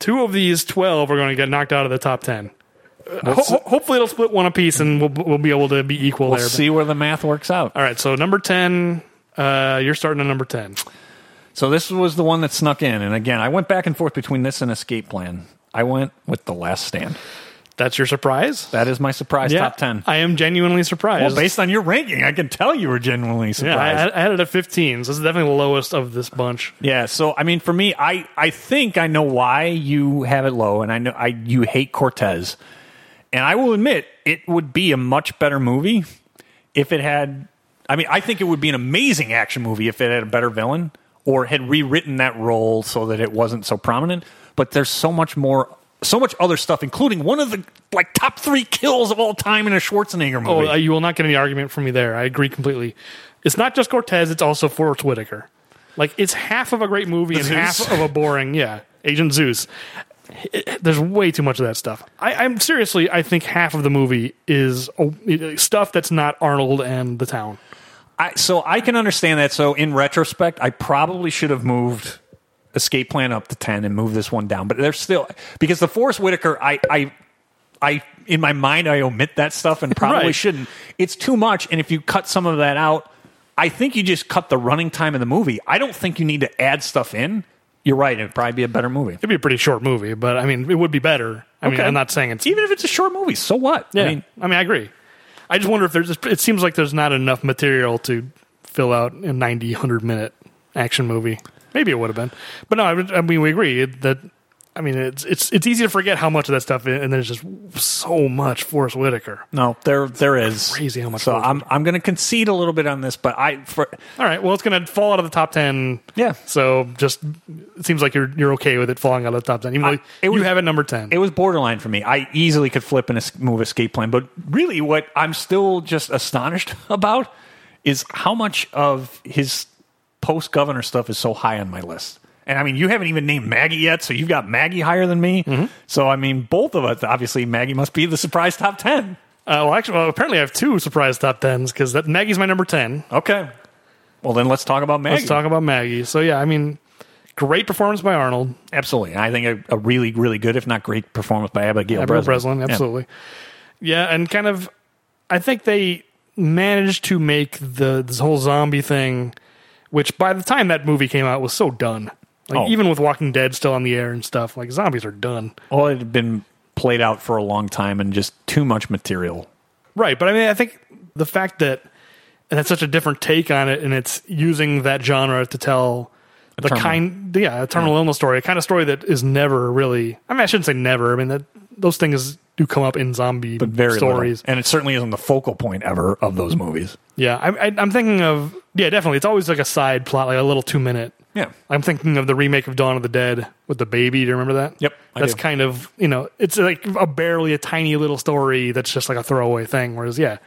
Speaker 1: two of these twelve are going to get knocked out of the top ten. Uh, ho- ho- hopefully, it'll split one apiece, and we'll we'll be able to be equal there.
Speaker 2: Let's
Speaker 1: but-
Speaker 2: see where the math works out.
Speaker 1: All right, so number ten, uh, you're starting at number ten.
Speaker 2: So this was the one that snuck in, and again, I went back and forth between this and Escape Plan. I went with The Last Stand.
Speaker 1: That's your surprise.
Speaker 2: That is my surprise top ten.
Speaker 1: I am genuinely surprised.
Speaker 2: Well, based on your ranking, I can tell you were genuinely
Speaker 1: yeah, I,
Speaker 2: surprised. Yeah,
Speaker 1: I had it at fifteen. So this is definitely the lowest of this bunch.
Speaker 2: so I mean, for me, I I think I know why you have it low, and I know I you hate Cortez, and I will admit it would be a much better movie if it had. I mean, I think it would be an amazing action movie if it had a better villain or had rewritten that role so that it wasn't so prominent. But there's so much more, so much other stuff, including one of the like top three kills of all time in a Schwarzenegger movie.
Speaker 1: Oh, uh, you will not get any argument from me there. I agree completely. It's not just Cortez; it's also Forrest Whitaker. Like it's half of a great movie and
Speaker 2: Zeus.
Speaker 1: half of a boring. Yeah, Agent Zeus. It- there's way too much of that stuff. I, I'm seriously. I think half of the movie is uh, stuff that's not Arnold and the town.
Speaker 2: I, so I can understand that. So in retrospect, I probably should have moved Escape Plan up to ten and moved this one down. But there's still because the Forrest Whitaker, I I I in my mind I omit that stuff and probably
Speaker 1: Right.
Speaker 2: shouldn't. It's too much, and if you cut some of that out, I think you just cut the running time of the movie. I don't think you need to add stuff in. You're right; it'd probably be a better movie.
Speaker 1: It'd be a pretty short movie, but I mean, it would be better. I mean,
Speaker 2: Okay.
Speaker 1: I'm not saying it's.
Speaker 2: Even if it's a short movie, so what?
Speaker 1: yeah,
Speaker 2: I mean,
Speaker 1: I agree. I just wonder if there's. It seems like there's not enough material to fill out a 90, 100 minute action movie. Maybe it would have been, but no. I, would- I mean, we agree that. I mean, it's it's it's easy to forget how much of that stuff, is, and there's just so much Forrest Whitaker.
Speaker 2: no, there there is
Speaker 1: Crazy how much
Speaker 2: So
Speaker 1: work
Speaker 2: I'm I'm going to concede a little bit on this, but I for
Speaker 1: All right, well, it's going to fall out of the top ten.
Speaker 2: Yeah.
Speaker 1: So just it seems like you're you're okay with it falling out of the top ten, even though
Speaker 2: I- it
Speaker 1: you
Speaker 2: was-
Speaker 1: have it number ten.
Speaker 2: it was borderline for me. I easily could flip and es- move Escape Plan, but really, what I'm still just astonished about is how much of his post governor stuff is so high on my list. And I mean, you haven't even named Maggie yet, so you've got Maggie higher than me.
Speaker 1: Mm-hmm.
Speaker 2: So I mean, both of us obviously Maggie must be the surprise top ten.
Speaker 1: Uh, well, actually, well, apparently I have two surprise top tens because that Maggie's my number ten.
Speaker 2: Okay, well then let's talk about Maggie.
Speaker 1: Let's talk about Maggie. So yeah, I mean, great performance by Arnold,
Speaker 2: Absolutely, And I think a, a really, really good, if not great, performance by Abigail
Speaker 1: Abigail
Speaker 2: Breslin.
Speaker 1: Breslin,
Speaker 2: Yeah.
Speaker 1: absolutely. Yeah. and kind of, I think they managed to make the this whole zombie thing, which by the time that movie came out was so done. Like
Speaker 2: Oh.
Speaker 1: even with Walking Dead still on the air and stuff, like zombies are done.
Speaker 2: Well, it had been played out for a long time and just too much material.
Speaker 1: Right, but I mean, I think the fact that and that's such a different take on it, and it's using that genre to tell the
Speaker 2: terminal.
Speaker 1: kind, yeah, a terminal illness story, a kind of story that is never really. I mean, I shouldn't say never. I mean, that those things do come up in zombie
Speaker 2: but very little.
Speaker 1: stories.
Speaker 2: and it certainly isn't the focal point ever of those movies.
Speaker 1: Yeah, I, I, I'm thinking of yeah, definitely. It's always like a side plot, like a little two minute.
Speaker 2: Yeah,
Speaker 1: I'm thinking of the remake of Dawn of the Dead with the baby. Do you remember that?
Speaker 2: Yep, I
Speaker 1: that's
Speaker 2: do.
Speaker 1: kind of you know, it's like a barely a tiny little story that's just like a throwaway thing. Whereas, yeah,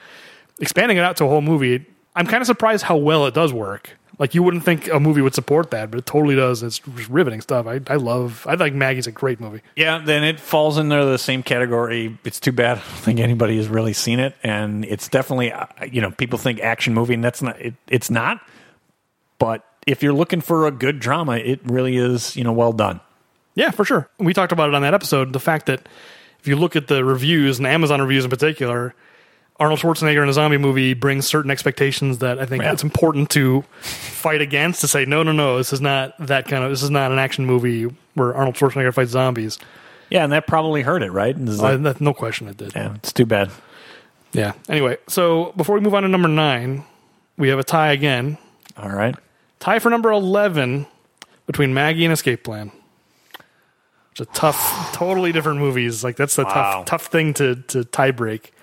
Speaker 1: expanding it out to a whole movie, I'm kind of surprised how well it does work. Like you wouldn't think a movie would support that, but it totally does. It's just riveting stuff. I, I love. I think Maggie's a great movie.
Speaker 2: yeah. Then it falls into the same category. It's too bad. I don't think anybody has really seen it, and it's definitely uh, you know people think action movie, and that's not. It, it's not. But if you're looking for a good drama, it really is you know well done.
Speaker 1: Yeah, for sure. We talked about it on that episode. The fact that if you look at the reviews and Amazon reviews in particular, Arnold Schwarzenegger in a zombie movie brings certain expectations that I think
Speaker 2: Yeah.
Speaker 1: it's important to fight against to say, no, no, no, this is not that kind of, this is not an action movie where Arnold Schwarzenegger fights zombies.
Speaker 2: Yeah, and that probably hurt it, right? And it's
Speaker 1: Uh,
Speaker 2: like,
Speaker 1: that- no question it did.
Speaker 2: yeah, it's too bad.
Speaker 1: Yeah. Anyway, so before we move on to number nine, we have a tie again.
Speaker 2: All right.
Speaker 1: Tie for number 11 between Maggie and Escape Plan. It's a tough, totally different movies. Like, that's the
Speaker 2: Wow.
Speaker 1: tough, tough thing to, to tie break.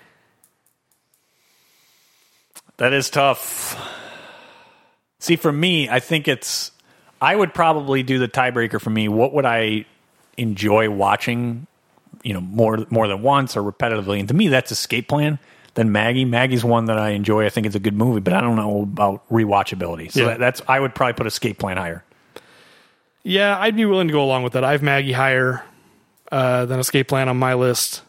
Speaker 2: That is tough. See, for me, I think it's. I would probably do the tiebreaker for me. What would I enjoy watching? You know, more more than once or repetitively. And to me, that's Escape Plan. Then Maggie. Maggie's one that I enjoy. I think it's a good movie, but I don't know about rewatchability. So
Speaker 1: Yeah.
Speaker 2: that, that's. I would probably put Escape Plan higher.
Speaker 1: Yeah, I'd be willing to go along with that. I have Maggie higher uh, than Escape Plan on my list,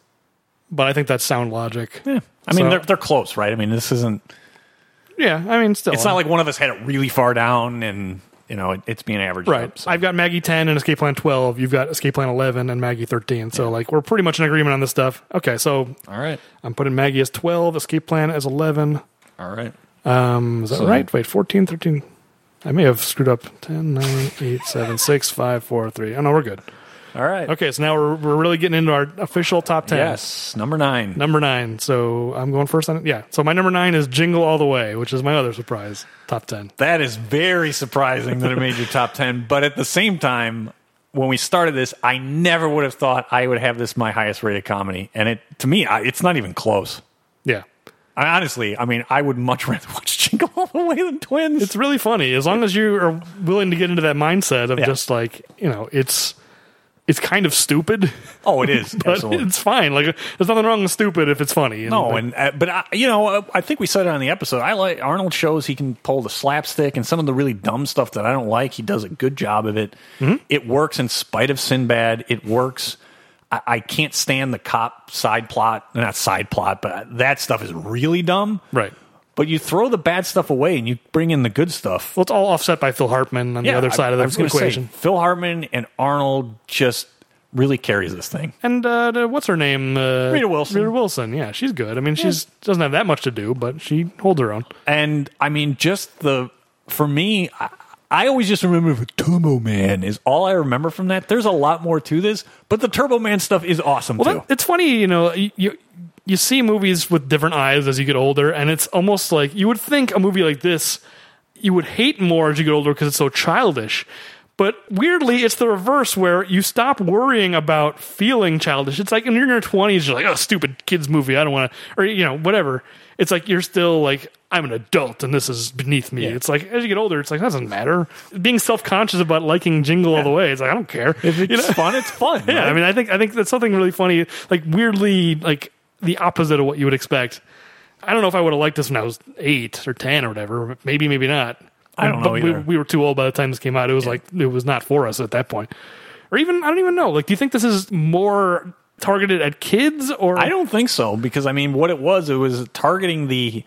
Speaker 1: but I think that's sound logic. Yeah,
Speaker 2: I mean,
Speaker 1: So-
Speaker 2: they're they're close, right? I mean, this isn't.
Speaker 1: I mean, still.
Speaker 2: It's not like one of us had it really far down, and you know, it, it's being averaged.
Speaker 1: Right.
Speaker 2: up, so.
Speaker 1: I've got Maggie 10 and Escape Plan 12. You've got Escape Plan 11 and Maggie 13. So, like, we're pretty much in agreement on this stuff. Okay, so
Speaker 2: all right.
Speaker 1: I'm putting Maggie as 12, Escape Plan as 11.
Speaker 2: All right.
Speaker 1: Um, is that right? Wait, 14, 13. I may have screwed up. 10, 9, 8, 7, 6, 5, 4, 3. Oh, no, we're good.
Speaker 2: All right.
Speaker 1: Okay, so now we're, we're really getting into our official top 10.
Speaker 2: Yes, number nine.
Speaker 1: Number nine. So I'm going first on it. Yeah. So my number nine is Jingle All the Way, which is my other surprise top 10.
Speaker 2: That is very surprising that it made your top 10. But at the same time, when we started this, I never would have thought I would have this my highest rated comedy. And it to me, I, it's not even close.
Speaker 1: Yeah.
Speaker 2: I, honestly, I mean, I would much rather watch Jingle All the Way than Twins.
Speaker 1: It's really funny as long as you are willing to get into that mindset of
Speaker 2: Yeah.
Speaker 1: just like, you know, it's. It's kind of stupid,
Speaker 2: oh, it is.
Speaker 1: but
Speaker 2: absolutely.
Speaker 1: it's fine. Like there's nothing wrong with stupid if it's funny. And,
Speaker 2: No, and uh, but I, you know, uh, I think we said it on the episode. I like Arnold shows he can pull the slapstick and some of the really dumb stuff that I don't like. He does a good job of it.
Speaker 1: Mm-hmm.
Speaker 2: It works in spite of Sinbad. It works. I, I can't stand the cop side plot, not side plot, but that stuff is really dumb.
Speaker 1: right.
Speaker 2: But you throw the bad stuff away and you bring in the good stuff.
Speaker 1: Well, it's all offset by Phil Hartman on the other
Speaker 2: I-
Speaker 1: side of
Speaker 2: I
Speaker 1: the
Speaker 2: was gonna say,
Speaker 1: equation.
Speaker 2: Phil Hartman and Arnold just really carries this thing.
Speaker 1: And uh, the- what's her name? Uh,
Speaker 2: Rita Wilson.
Speaker 1: Rita Wilson. Yeah, she's good. I mean, she's doesn't have that much to do, but she holds her own.
Speaker 2: And I mean, just the for me, I, I always just remember Turbo Man is all I remember from that. There's a lot more to this, but the Turbo Man stuff is awesome
Speaker 1: Well,
Speaker 2: too.
Speaker 1: that, it's funny, you know, you, you you see movies with different eyes as you get older, and it's almost like you would think a movie like this you would hate more as you get older because it's so childish. But weirdly, it's the reverse where you stop worrying about feeling childish. It's like when you're in your 20s, you're like, oh, stupid kids movie. I don't want to, or, you know, whatever. It's like you're still like, I'm an adult and this is beneath me. It's like as you get older, it's like, that doesn't matter. Being self conscious about liking Jingle All the Way, it's like, I don't care.
Speaker 2: if it's
Speaker 1: You know?
Speaker 2: fun, it's fun.
Speaker 1: Yeah,
Speaker 2: right?
Speaker 1: I mean, I think I think that's something really funny, like weirdly, like the opposite of what you would expect. I don't know if I would have liked this when I was eight or ten or whatever. Maybe, maybe not.
Speaker 2: I don't know
Speaker 1: But
Speaker 2: either.
Speaker 1: We, we were too old by the time this came out. It was like it was not for us at that point. Or even I don't even know. Like, do you think this is more targeted at kids or
Speaker 2: I don't think so because I mean, what it was, it was targeting the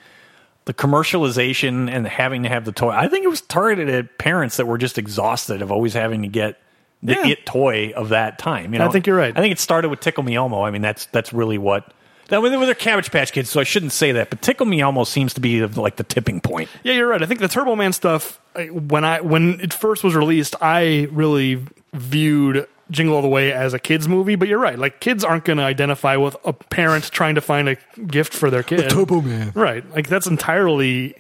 Speaker 2: the commercialization and having to have the toy. I think it was targeted at parents that were just exhausted of always having to get the
Speaker 1: Yeah.
Speaker 2: it toy of that time. You know,
Speaker 1: I think you're right.
Speaker 2: I think it started with Tickle Me Elmo. I mean, that's that's really what. That was they're Cabbage Patch Kids, so I shouldn't say that. But Tickle Me Elmo seems to be like the tipping point.
Speaker 1: Yeah, you're right. I think the Turbo Man stuff I- when I when it first was released, I really viewed Jingle All the Way as a kids movie. But you're right. Like kids aren't going to identify with a parent trying to find a gift for their kid. Turbo Man. Right. Like that's entirely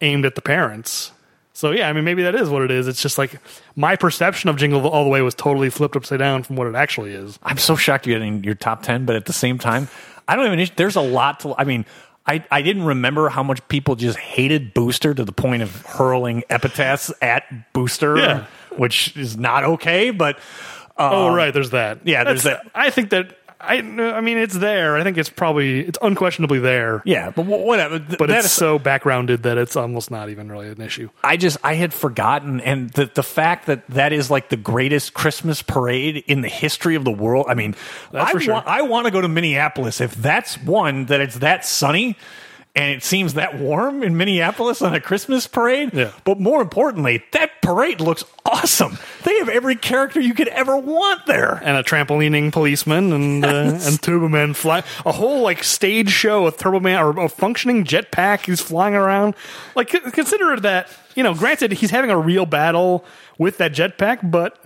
Speaker 1: aimed at the parents. So yeah, I mean maybe that is what it is. It's just like my perception of Jingle All the Way was totally flipped upside down from what it actually is.
Speaker 2: I'm so shocked you're getting your top 10, but at the same time, I don't even, there's a lot to, I mean, I, I didn't remember how much people just hated Booster to the point of hurling epithets at Booster,
Speaker 1: Yeah.
Speaker 2: which is not okay, but
Speaker 1: oh right, there's that.
Speaker 2: Um, yeah, there's
Speaker 1: That's-
Speaker 2: that.
Speaker 1: I think that I I mean it's there. I think it's probably it's unquestionably there.
Speaker 2: yeah, but wh- whatever. Th-
Speaker 1: but
Speaker 2: that
Speaker 1: it's
Speaker 2: is-
Speaker 1: so backgrounded that it's almost not even really an issue.
Speaker 2: I just, I had forgotten. And the, the fact that that is like the greatest Christmas parade in the history of the world. I mean,
Speaker 1: That's
Speaker 2: I,
Speaker 1: for sure.
Speaker 2: wa- I want to go to Minneapolis. If that's one, that it's that sunny and it seems that warm in Minneapolis on a Christmas parade.
Speaker 1: Yeah.
Speaker 2: But more importantly, that parade looks awesome. They have every character you could ever want there.
Speaker 1: And a trampolining policeman and uh, and Turbo Man fly a whole like stage show with Turbo Man or a functioning jetpack. He's flying around. Like c- consider that you know, granted he's having a real battle with that jetpack, but.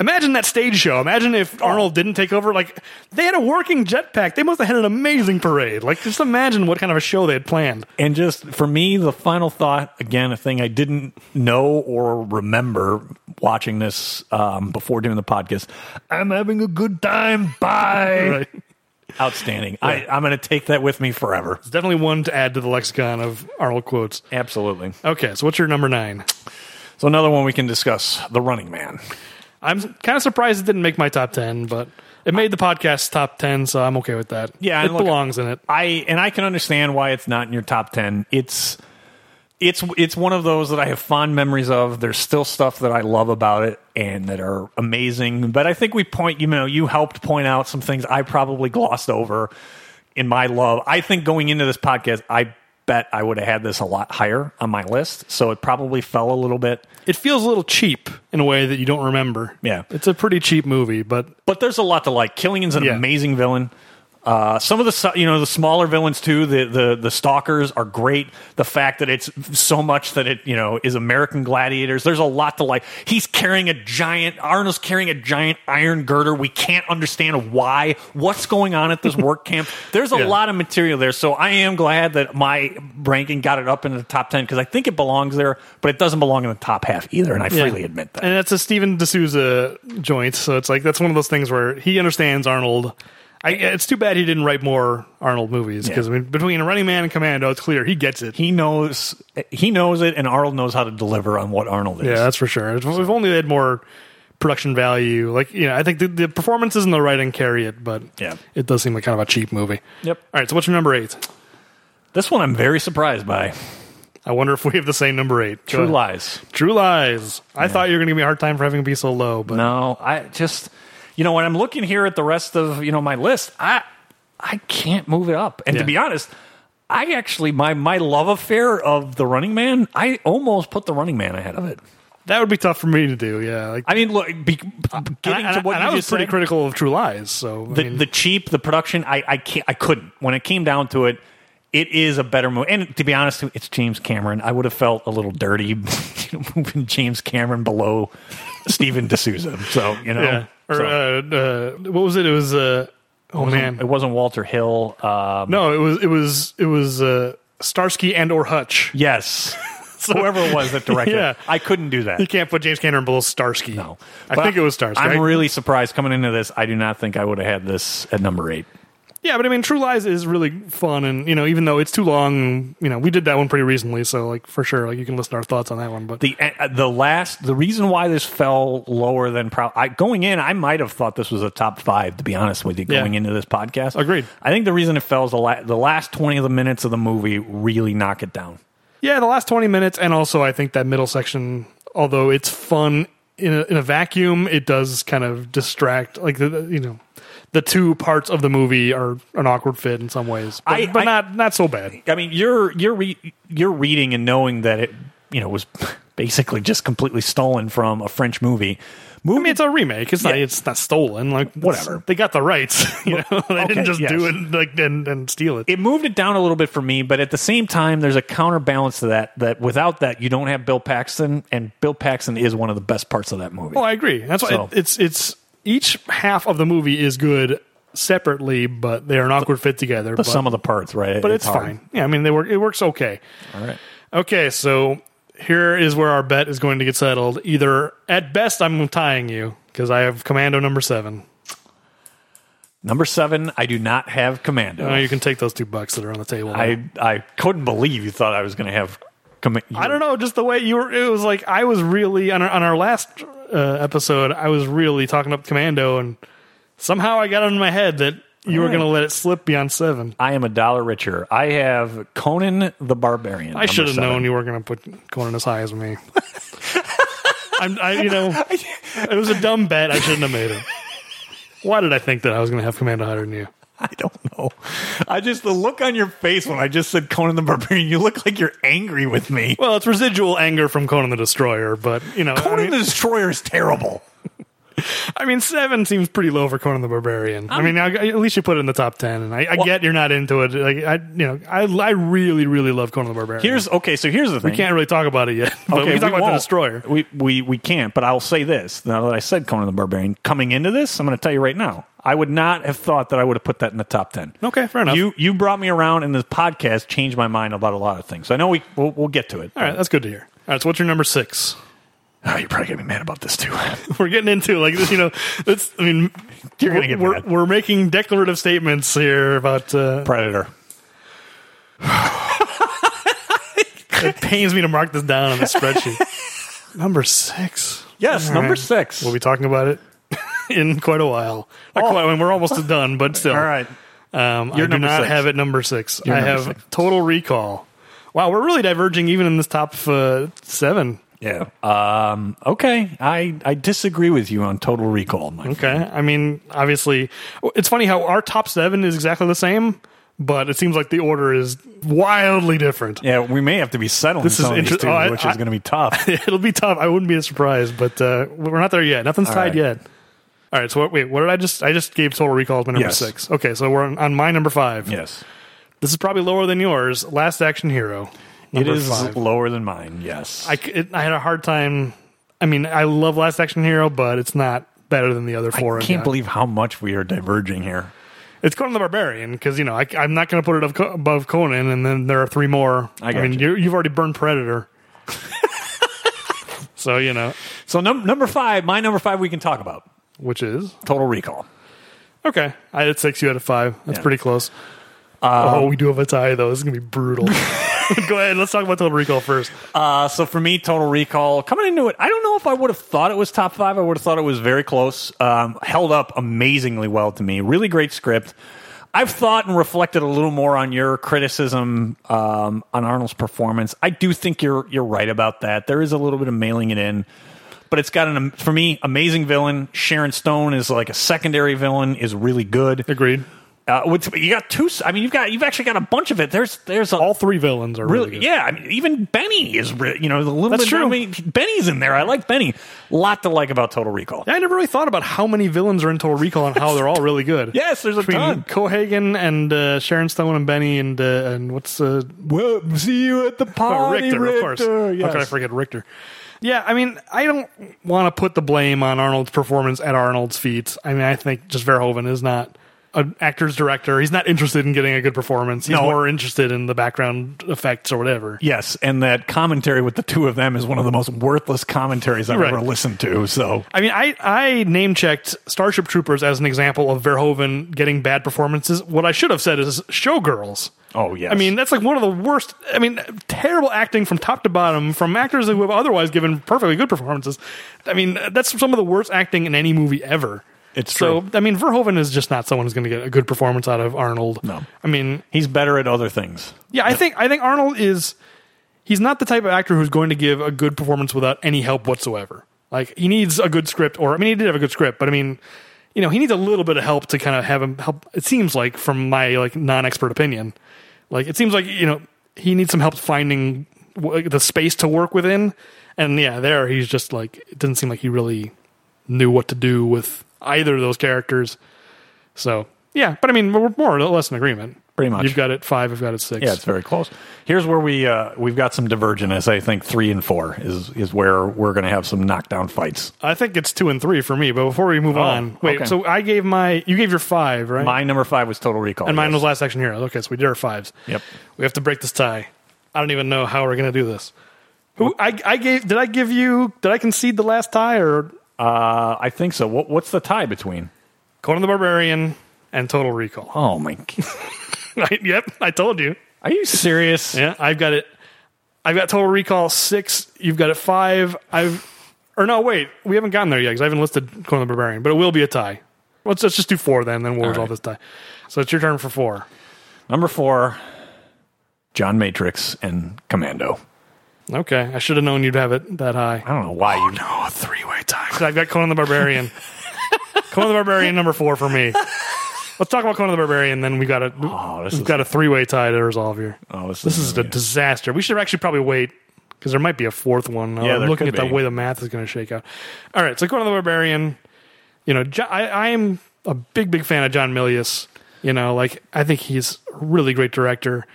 Speaker 1: Imagine that stage show. Imagine if Arnold didn't take over. Like they had a working jetpack. They must have had an amazing parade. Like just imagine what kind of a show they had planned.
Speaker 2: And just for me, the final thought again, a thing I didn't know or remember watching this um, before doing the podcast. I'm having a good time. Bye.
Speaker 1: Right.
Speaker 2: Outstanding. I, I'm going to take that with me forever.
Speaker 1: It's definitely one to add to the lexicon of Arnold quotes.
Speaker 2: Absolutely.
Speaker 1: Okay, so what's your number nine?
Speaker 2: So another one we can discuss: The Running Man.
Speaker 1: I'm kind of surprised it didn't make my top 10, but it made the podcast's top 10, so I'm okay with that.
Speaker 2: Yeah,
Speaker 1: it
Speaker 2: and look-
Speaker 1: belongs in it.
Speaker 2: I and I can understand why it's not in your top ten. It's it's it's one of those that I have fond memories of. There's still stuff that I love about it and that are amazing. But I think we point you know you helped point out some things I probably glossed over in my love. I think going into this podcast, I bet I would have had this a lot higher on my list. So it probably fell a little bit.
Speaker 1: It feels a little cheap in a way that you don't remember.
Speaker 2: Yeah.
Speaker 1: It's a pretty cheap movie, but
Speaker 2: but there's a lot to like. Killian's an
Speaker 1: Yeah.
Speaker 2: amazing villain. Uh, some of the so- you know the smaller villains too. The the the stalkers are great. The fact that it's so much that it you know is American gladiators. There's a lot to like. He's carrying a giant. Arnold's carrying a giant iron girder. We can't understand why. What's going on at this work camp? There's a
Speaker 1: Yeah.
Speaker 2: lot of material there. So I am glad that my ranking got it up into the top ten because I think it belongs there, but it doesn't belong in the top half either. And I freely admit that.
Speaker 1: And that's a Steven D'Souza joint, so it's like that's one of those things where he understands Arnold. I, it's too bad he didn't write more Arnold movies because I mean, between Running Man and Commando, it's clear he gets it.
Speaker 2: he knows he knows it, and Arnold knows how to deliver on what Arnold is.
Speaker 1: Yeah, that's for sure. If if only they had more production value. Like, you know, I think the, the performances and the writing carry it, but
Speaker 2: Yeah.
Speaker 1: it does seem like kind of a cheap movie.
Speaker 2: Yep.
Speaker 1: All right, so what's your number eight?
Speaker 2: This one I'm very surprised by.
Speaker 1: I wonder if we have the same number eight. Go
Speaker 2: True
Speaker 1: ahead.
Speaker 2: Lies.
Speaker 1: True Lies. I thought you were going to give me a hard time for having it be so low, but
Speaker 2: No, I just you know when I'm looking here at the rest of you know my list, I I can't move it up. And
Speaker 1: Yeah.
Speaker 2: to be honest, I actually my my love affair of the Running Man, I almost put the Running Man ahead of it.
Speaker 1: That would be tough for me to do. Yeah, like
Speaker 2: I mean, look, be,
Speaker 1: and I,
Speaker 2: getting
Speaker 1: and
Speaker 2: to
Speaker 1: I-
Speaker 2: what
Speaker 1: and
Speaker 2: you
Speaker 1: I was
Speaker 2: just
Speaker 1: pretty
Speaker 2: said,
Speaker 1: critical of True Lies. So I
Speaker 2: the,
Speaker 1: mean,
Speaker 2: the cheap, the production, I I can't, I couldn't. When it came down to it, it is a better movie. And to be honest, it's James Cameron. I would have felt a little dirty you know, moving James Cameron below Stephen D'Souza. So you know,
Speaker 1: yeah. Or
Speaker 2: so.
Speaker 1: uh, uh, what was it? It was uh, oh man,
Speaker 2: it wasn't Walter Hill. Um,
Speaker 1: no, it was it was it was uh, Starsky and or Hutch.
Speaker 2: Yes, whoever it was that directed,
Speaker 1: Yeah.
Speaker 2: it. I couldn't do that.
Speaker 1: You can't put James Cameron below Starsky.
Speaker 2: No.
Speaker 1: I
Speaker 2: But
Speaker 1: think it was Starsky.
Speaker 2: I'm
Speaker 1: I-
Speaker 2: really surprised coming into this. I do not think I would have had this at number eight.
Speaker 1: Yeah, but I mean, True Lies is really fun, and you know, even though it's too long, you know, we did that one pretty recently, so like for sure, like you can listen to our thoughts on that one. But
Speaker 2: The uh, the last the reason why this fell lower than pro- I, going in, I might have thought this was a top five. To be honest with you,
Speaker 1: Yeah.
Speaker 2: going into this podcast,
Speaker 1: Agreed.
Speaker 2: I think the reason it fell is the, la- the last twenty of the minutes of the movie really knock it down.
Speaker 1: yeah, the last twenty minutes, and also I think that middle section, although it's fun in a, in a vacuum, it does kind of distract. Like the, the- you know, the two parts of the movie are an awkward fit in some ways, but,
Speaker 2: I-
Speaker 1: but
Speaker 2: I-
Speaker 1: not not so bad.
Speaker 2: I mean, you're you're re- you're reading and knowing that it you know was basically just completely stolen from a French movie. Movie
Speaker 1: I mean, it's a remake. It's not. It's not stolen. Like
Speaker 2: Whatever.
Speaker 1: They got the rights. You know, they
Speaker 2: okay,
Speaker 1: didn't just do
Speaker 2: yes.
Speaker 1: it like and, and steal it.
Speaker 2: it moved it down a little bit for me, but at the same time, there's a counterbalance to that. That without that, you don't have Bill Paxton, and Bill Paxton is one of the best parts of that movie.
Speaker 1: Oh, I agree. That's why
Speaker 2: So-
Speaker 1: it- it's it's each half of the movie is good separately, but they're an awkward fit together.
Speaker 2: the
Speaker 1: but,
Speaker 2: sum of the parts, right?
Speaker 1: but it's,
Speaker 2: hard.
Speaker 1: fine. Yeah, I mean they work. It works okay.
Speaker 2: All right.
Speaker 1: Okay, so here is where our bet is going to get settled. Either at best, I'm tying you because I have Commando number seven.
Speaker 2: Number seven, I do not have Commando.
Speaker 1: Uh, you can take those two bucks that are on the table.
Speaker 2: I I couldn't believe you thought I was going to have. Commando.
Speaker 1: I don't know, just the way you were. It was like I was really on our, on our last uh, episode. I was really talking up Commando, and somehow I got it in my head that you were
Speaker 2: right.
Speaker 1: going to let it slip beyond seven.
Speaker 2: I am a dollar richer. I have Conan the Barbarian.
Speaker 1: I should have known you were going to put Conan as high as me. I'm, I, you know, it was a dumb bet. I shouldn't have made it. Why did I think that I was going to have Commando higher than you?
Speaker 2: I don't know. I just the look on your face when I just said Conan the Barbarian. You look like you're angry with me.
Speaker 1: Well, it's residual anger from Conan the Destroyer, but you know, I
Speaker 2: Conan
Speaker 1: mean,
Speaker 2: the Destroyer is terrible.
Speaker 1: I mean, seven seems pretty low for Conan the Barbarian. i mean, I, at least you put it in the top ten, and I, I get you're not into it. Like, I, you know, I, I really, really love Conan the Barbarian.
Speaker 2: Here's okay. So here's the thing.
Speaker 1: we can't really talk about it yet, but we can talk about the
Speaker 2: won't.
Speaker 1: Destroyer.
Speaker 2: We, we we can't. But I'll say this: now that I said Conan the Barbarian, coming into this, I'm going to tell you right now, I would not have thought that I would have put that in the top ten.
Speaker 1: Okay, fair enough.
Speaker 2: You you brought me around, and this podcast changed my mind about a lot of things. I know we we'll, we'll get to it.
Speaker 1: All right, that's good to hear. All right, so what's your number six?
Speaker 2: Oh, you're probably going to be mad about this too.
Speaker 1: we're getting into like this, you know that's i mean
Speaker 2: You're gonna get
Speaker 1: we're,
Speaker 2: mad.
Speaker 1: we're making declarative statements here about uh,
Speaker 2: Predator.
Speaker 1: it pains me to mark this down on the spreadsheet number six
Speaker 2: Yes,
Speaker 1: All
Speaker 2: number
Speaker 1: right.
Speaker 2: six.
Speaker 1: we'll be talking about it in quite a while Not
Speaker 2: Oh.
Speaker 1: quite, I mean, we're almost done but still
Speaker 2: All right.
Speaker 1: um, i do
Speaker 2: number
Speaker 1: not
Speaker 2: six.
Speaker 1: have it number 6 i
Speaker 2: number
Speaker 1: have
Speaker 2: six.
Speaker 1: total recall wow we're really diverging even in this top uh, seven
Speaker 2: Yeah. Um, okay. I I disagree with you on Total Recall. Mike.
Speaker 1: Okay. I mean, obviously, it's funny how our top seven is exactly the same, but it seems like the order is wildly different.
Speaker 2: Yeah, we may have to be settling
Speaker 1: This is
Speaker 2: some of these
Speaker 1: interest-
Speaker 2: two,
Speaker 1: oh, I-
Speaker 2: which
Speaker 1: I-
Speaker 2: is going to be tough.
Speaker 1: It'll be tough. I wouldn't be surprised, but uh, we're not there yet. Nothing's tied
Speaker 2: right.
Speaker 1: yet. All right. So what, wait, what did I just? I just gave Total Recall as my number
Speaker 2: Yes.
Speaker 1: six. Okay, so we're on, on my number five.
Speaker 2: yes.
Speaker 1: This is probably lower than yours. Last Action Hero.
Speaker 2: It
Speaker 1: Number
Speaker 2: is
Speaker 1: five.
Speaker 2: lower than mine. Yes.
Speaker 1: I, c- it, I had a hard time. I mean, I love Last Action Hero, but it's not better than the other four. I've
Speaker 2: can't
Speaker 1: got.
Speaker 2: believe how much we are diverging here.
Speaker 1: It's Conan the Barbarian because you know I, am not going to put it up, above Conan, and then there are three more.
Speaker 2: I got
Speaker 1: mean,
Speaker 2: you.
Speaker 1: you. have already burned Predator, so you know
Speaker 2: So num- number five, my number five, we can talk about
Speaker 1: which is
Speaker 2: Total Recall.
Speaker 1: okay. I had six, you had a five. That's
Speaker 2: Yeah. Um,
Speaker 1: pretty close. oh, we do have a tie though. This is going to be brutal. Go ahead. Let's talk about Total Recall first.
Speaker 2: Uh, so for me, Total Recall coming into it, I don't know if I would have thought it was top five. I would have thought it was very close. Um, held up amazingly well to me. Really great script. I've thought and reflected a little more on your criticism um, on Arnold's performance. I do think you're you're right about that. There is a little bit of mailing it in, but it's got an for me amazing villain. Sharon Stone is like a secondary villain is really good.
Speaker 1: Agreed.
Speaker 2: Uh, Uh, with, you got two. I mean, you've got you've actually got a bunch of it. There's there's a
Speaker 1: All three villains are really,
Speaker 2: really,
Speaker 1: good.
Speaker 2: yeah. I mean, even Benny is re- you know the little
Speaker 1: That's
Speaker 2: bit
Speaker 1: true.
Speaker 2: I mean, Benny's in there. I like Benny. Lot to like about Total Recall.
Speaker 1: I never really thought about how many villains are in Total Recall and how they're all really good.
Speaker 2: Yes, there's a
Speaker 1: Between
Speaker 2: ton.
Speaker 1: Cohagen and uh, Sharon Stone and Benny and uh, and what's uh,
Speaker 2: Well, see you at the
Speaker 1: oh,
Speaker 2: party,
Speaker 1: Richter, of course. How could I forget Richter? Yeah, I mean, I don't want to put the blame on Arnold's performance at Arnold's feet. I mean, I think just Verhoeven is not an actor's director. He's not interested in getting a good performance. He's
Speaker 2: No.
Speaker 1: more interested in the background effects or whatever.
Speaker 2: Yes, and that commentary with the two of them is one of the most worthless commentaries I've
Speaker 1: Right.
Speaker 2: ever listened to. So
Speaker 1: I mean, I, I name checked Starship Troopers as an example of Verhoeven getting bad performances. What I should have said is Showgirls.
Speaker 2: Oh, yes.
Speaker 1: I mean, that's like one of the worst. I mean, terrible acting from top to bottom from actors who have otherwise given perfectly good performances. I mean, that's some of the worst acting in any movie ever.
Speaker 2: It's
Speaker 1: so.
Speaker 2: true.
Speaker 1: I mean, Verhoeven is just not someone who's going to get a good performance out of Arnold.
Speaker 2: No.
Speaker 1: I mean,
Speaker 2: he's better at other things.
Speaker 1: yeah, I think I think Arnold is he's not the type of actor who's going to give a good performance without any help whatsoever. Like he needs a good script or I mean he did have a good script, but I mean, you know, he needs a little bit of help to kind of have him help it seems like from my like non-expert opinion. Like it seems like, you know, he needs some help finding w- the space to work within and yeah, there he's just like it didn't seem like he really knew what to do with either of those characters. So, yeah, but I mean, we're more or less in agreement.
Speaker 2: Pretty much.
Speaker 1: You've got it five, I've got it six.
Speaker 2: Yeah, it's very close. Here's where we uh, we've got some divergent. As I think three and four is is where we're going to have some knockdown fights.
Speaker 1: I think it's two and three for me. But before we move on, wait.
Speaker 2: Oh, okay.
Speaker 1: So I gave my you gave your five right,
Speaker 2: My number five was Total Recall,
Speaker 1: and mine
Speaker 2: yes.
Speaker 1: was Last Action Hero. Okay, so we did our fives.
Speaker 2: Yep.
Speaker 1: We have to break this tie. I don't even know how we're gonna do this. Who I I gave? Did I give you? Did I concede the last tie or
Speaker 2: Uh, I think so. What, what's the tie between?
Speaker 1: Conan the Barbarian and Total Recall?
Speaker 2: Oh my! g-
Speaker 1: yep, I told you.
Speaker 2: Are you serious?
Speaker 1: Yeah, I've got it. I've got Total Recall six. You've got it five. I've or no, wait, we haven't gotten there yet because I haven't listed Conan the Barbarian, but it will be a tie. Let's, let's just do four then, then we'll resolve this tie. So it's your turn for four.
Speaker 2: Number four, John Matrix and Commando.
Speaker 1: Okay, I should have known you'd have it that high.
Speaker 2: I don't know why you.
Speaker 1: No, three way tie. 'Cause I've got Conan the Barbarian. Conan the Barbarian number four for me. Let's talk about Conan the Barbarian. Then we got a
Speaker 2: Oh, this
Speaker 1: we've
Speaker 2: is-
Speaker 1: got a three way tie to resolve here.
Speaker 2: Oh, this,
Speaker 1: This is a disaster. We should actually probably wait because there might be a fourth one.
Speaker 2: Yeah,
Speaker 1: I'm
Speaker 2: there
Speaker 1: looking
Speaker 2: could
Speaker 1: at the
Speaker 2: be.
Speaker 1: way the math is going to shake out. All right, so Conan the Barbarian. You know, Jo- I, I am a big, big fan of John Milius. You know, like I think he's a really great director,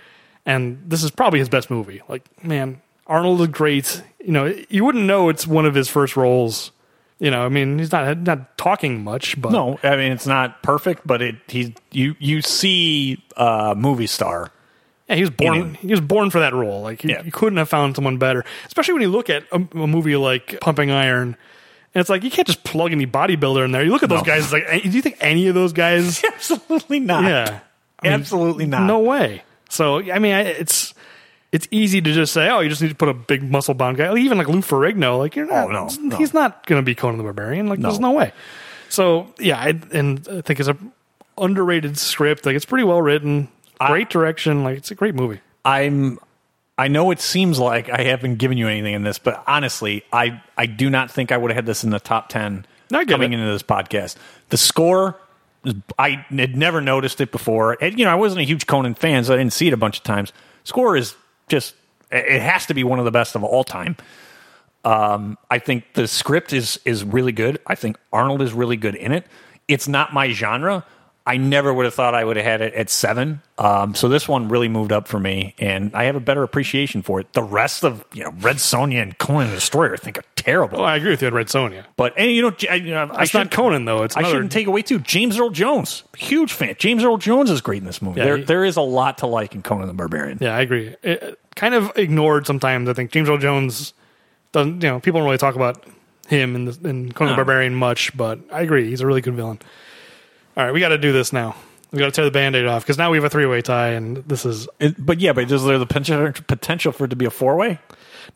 Speaker 1: and this is probably his best movie. Like, man, Arnold is great. You know, you wouldn't know it's one of his first roles. You know, I mean, he's not not talking much, but
Speaker 2: No, I mean it's not perfect, but it he you you see uh, movie star.
Speaker 1: Yeah, he was born.
Speaker 2: it.
Speaker 1: He was born for that role. Like you,
Speaker 2: Yeah.
Speaker 1: you couldn't have found someone better. Especially when you look at a, a movie like Pumping Iron, and it's like you can't just plug any bodybuilder in there. You look at those
Speaker 2: No.
Speaker 1: guys. It's like, eh, do you think any of those guys?
Speaker 2: Absolutely not.
Speaker 1: yeah,
Speaker 2: absolutely not.
Speaker 1: no way. So I mean, I- it's it's easy to just say, oh, you just need to put a big muscle bound guy. Like, even like Lou Ferrigno, like you're not.
Speaker 2: Oh, no, no.
Speaker 1: he's not going to be Conan the Barbarian. Like there's no way. So yeah, I, and I think it's a underrated script. Like it's pretty well written. Great direction. Like it's a great movie.
Speaker 2: I'm I know it seems like I haven't given you anything in this, but honestly, I I do not think I would have had this in the top 10
Speaker 1: No, I get
Speaker 2: coming
Speaker 1: it.
Speaker 2: into this podcast. The score is- I had never noticed it before. And, you know, I wasn't a huge Conan fan, so I didn't see it a bunch of times. Score is just it it has to be one of the best of all time. I think the script is is really good. I think Arnold is really good in it. It's not my genre. I never would have thought I would have had it at seven. Um, so this one really moved up for me, and I have a better appreciation for it. The rest of you know Red Sonja and Conan the Destroyer, I think, are terrible.
Speaker 1: Well, Oh, I agree with you on Red Sonja.
Speaker 2: But and you know, J- I, you know, I
Speaker 1: It's not
Speaker 2: shouldn't-
Speaker 1: Conan though. It's
Speaker 2: I
Speaker 1: another,
Speaker 2: shouldn't take away too. James Earl Jones, huge fan. James Earl Jones is great in this movie.
Speaker 1: Yeah,
Speaker 2: there,
Speaker 1: he-
Speaker 2: there is a lot to like in Conan the Barbarian.
Speaker 1: yeah, I agree. It, it- kind of ignored sometimes. I think James Earl Jones doesn't. You know, people don't really talk about him in, the, in Conan the Barbarian much, but I agree. He's a really good villain. All right, we got to do this now. We got to tear the band-aid off because now we have a three-way tie, and this is
Speaker 2: It- but yeah, but is there the potential potential for it to be a four way?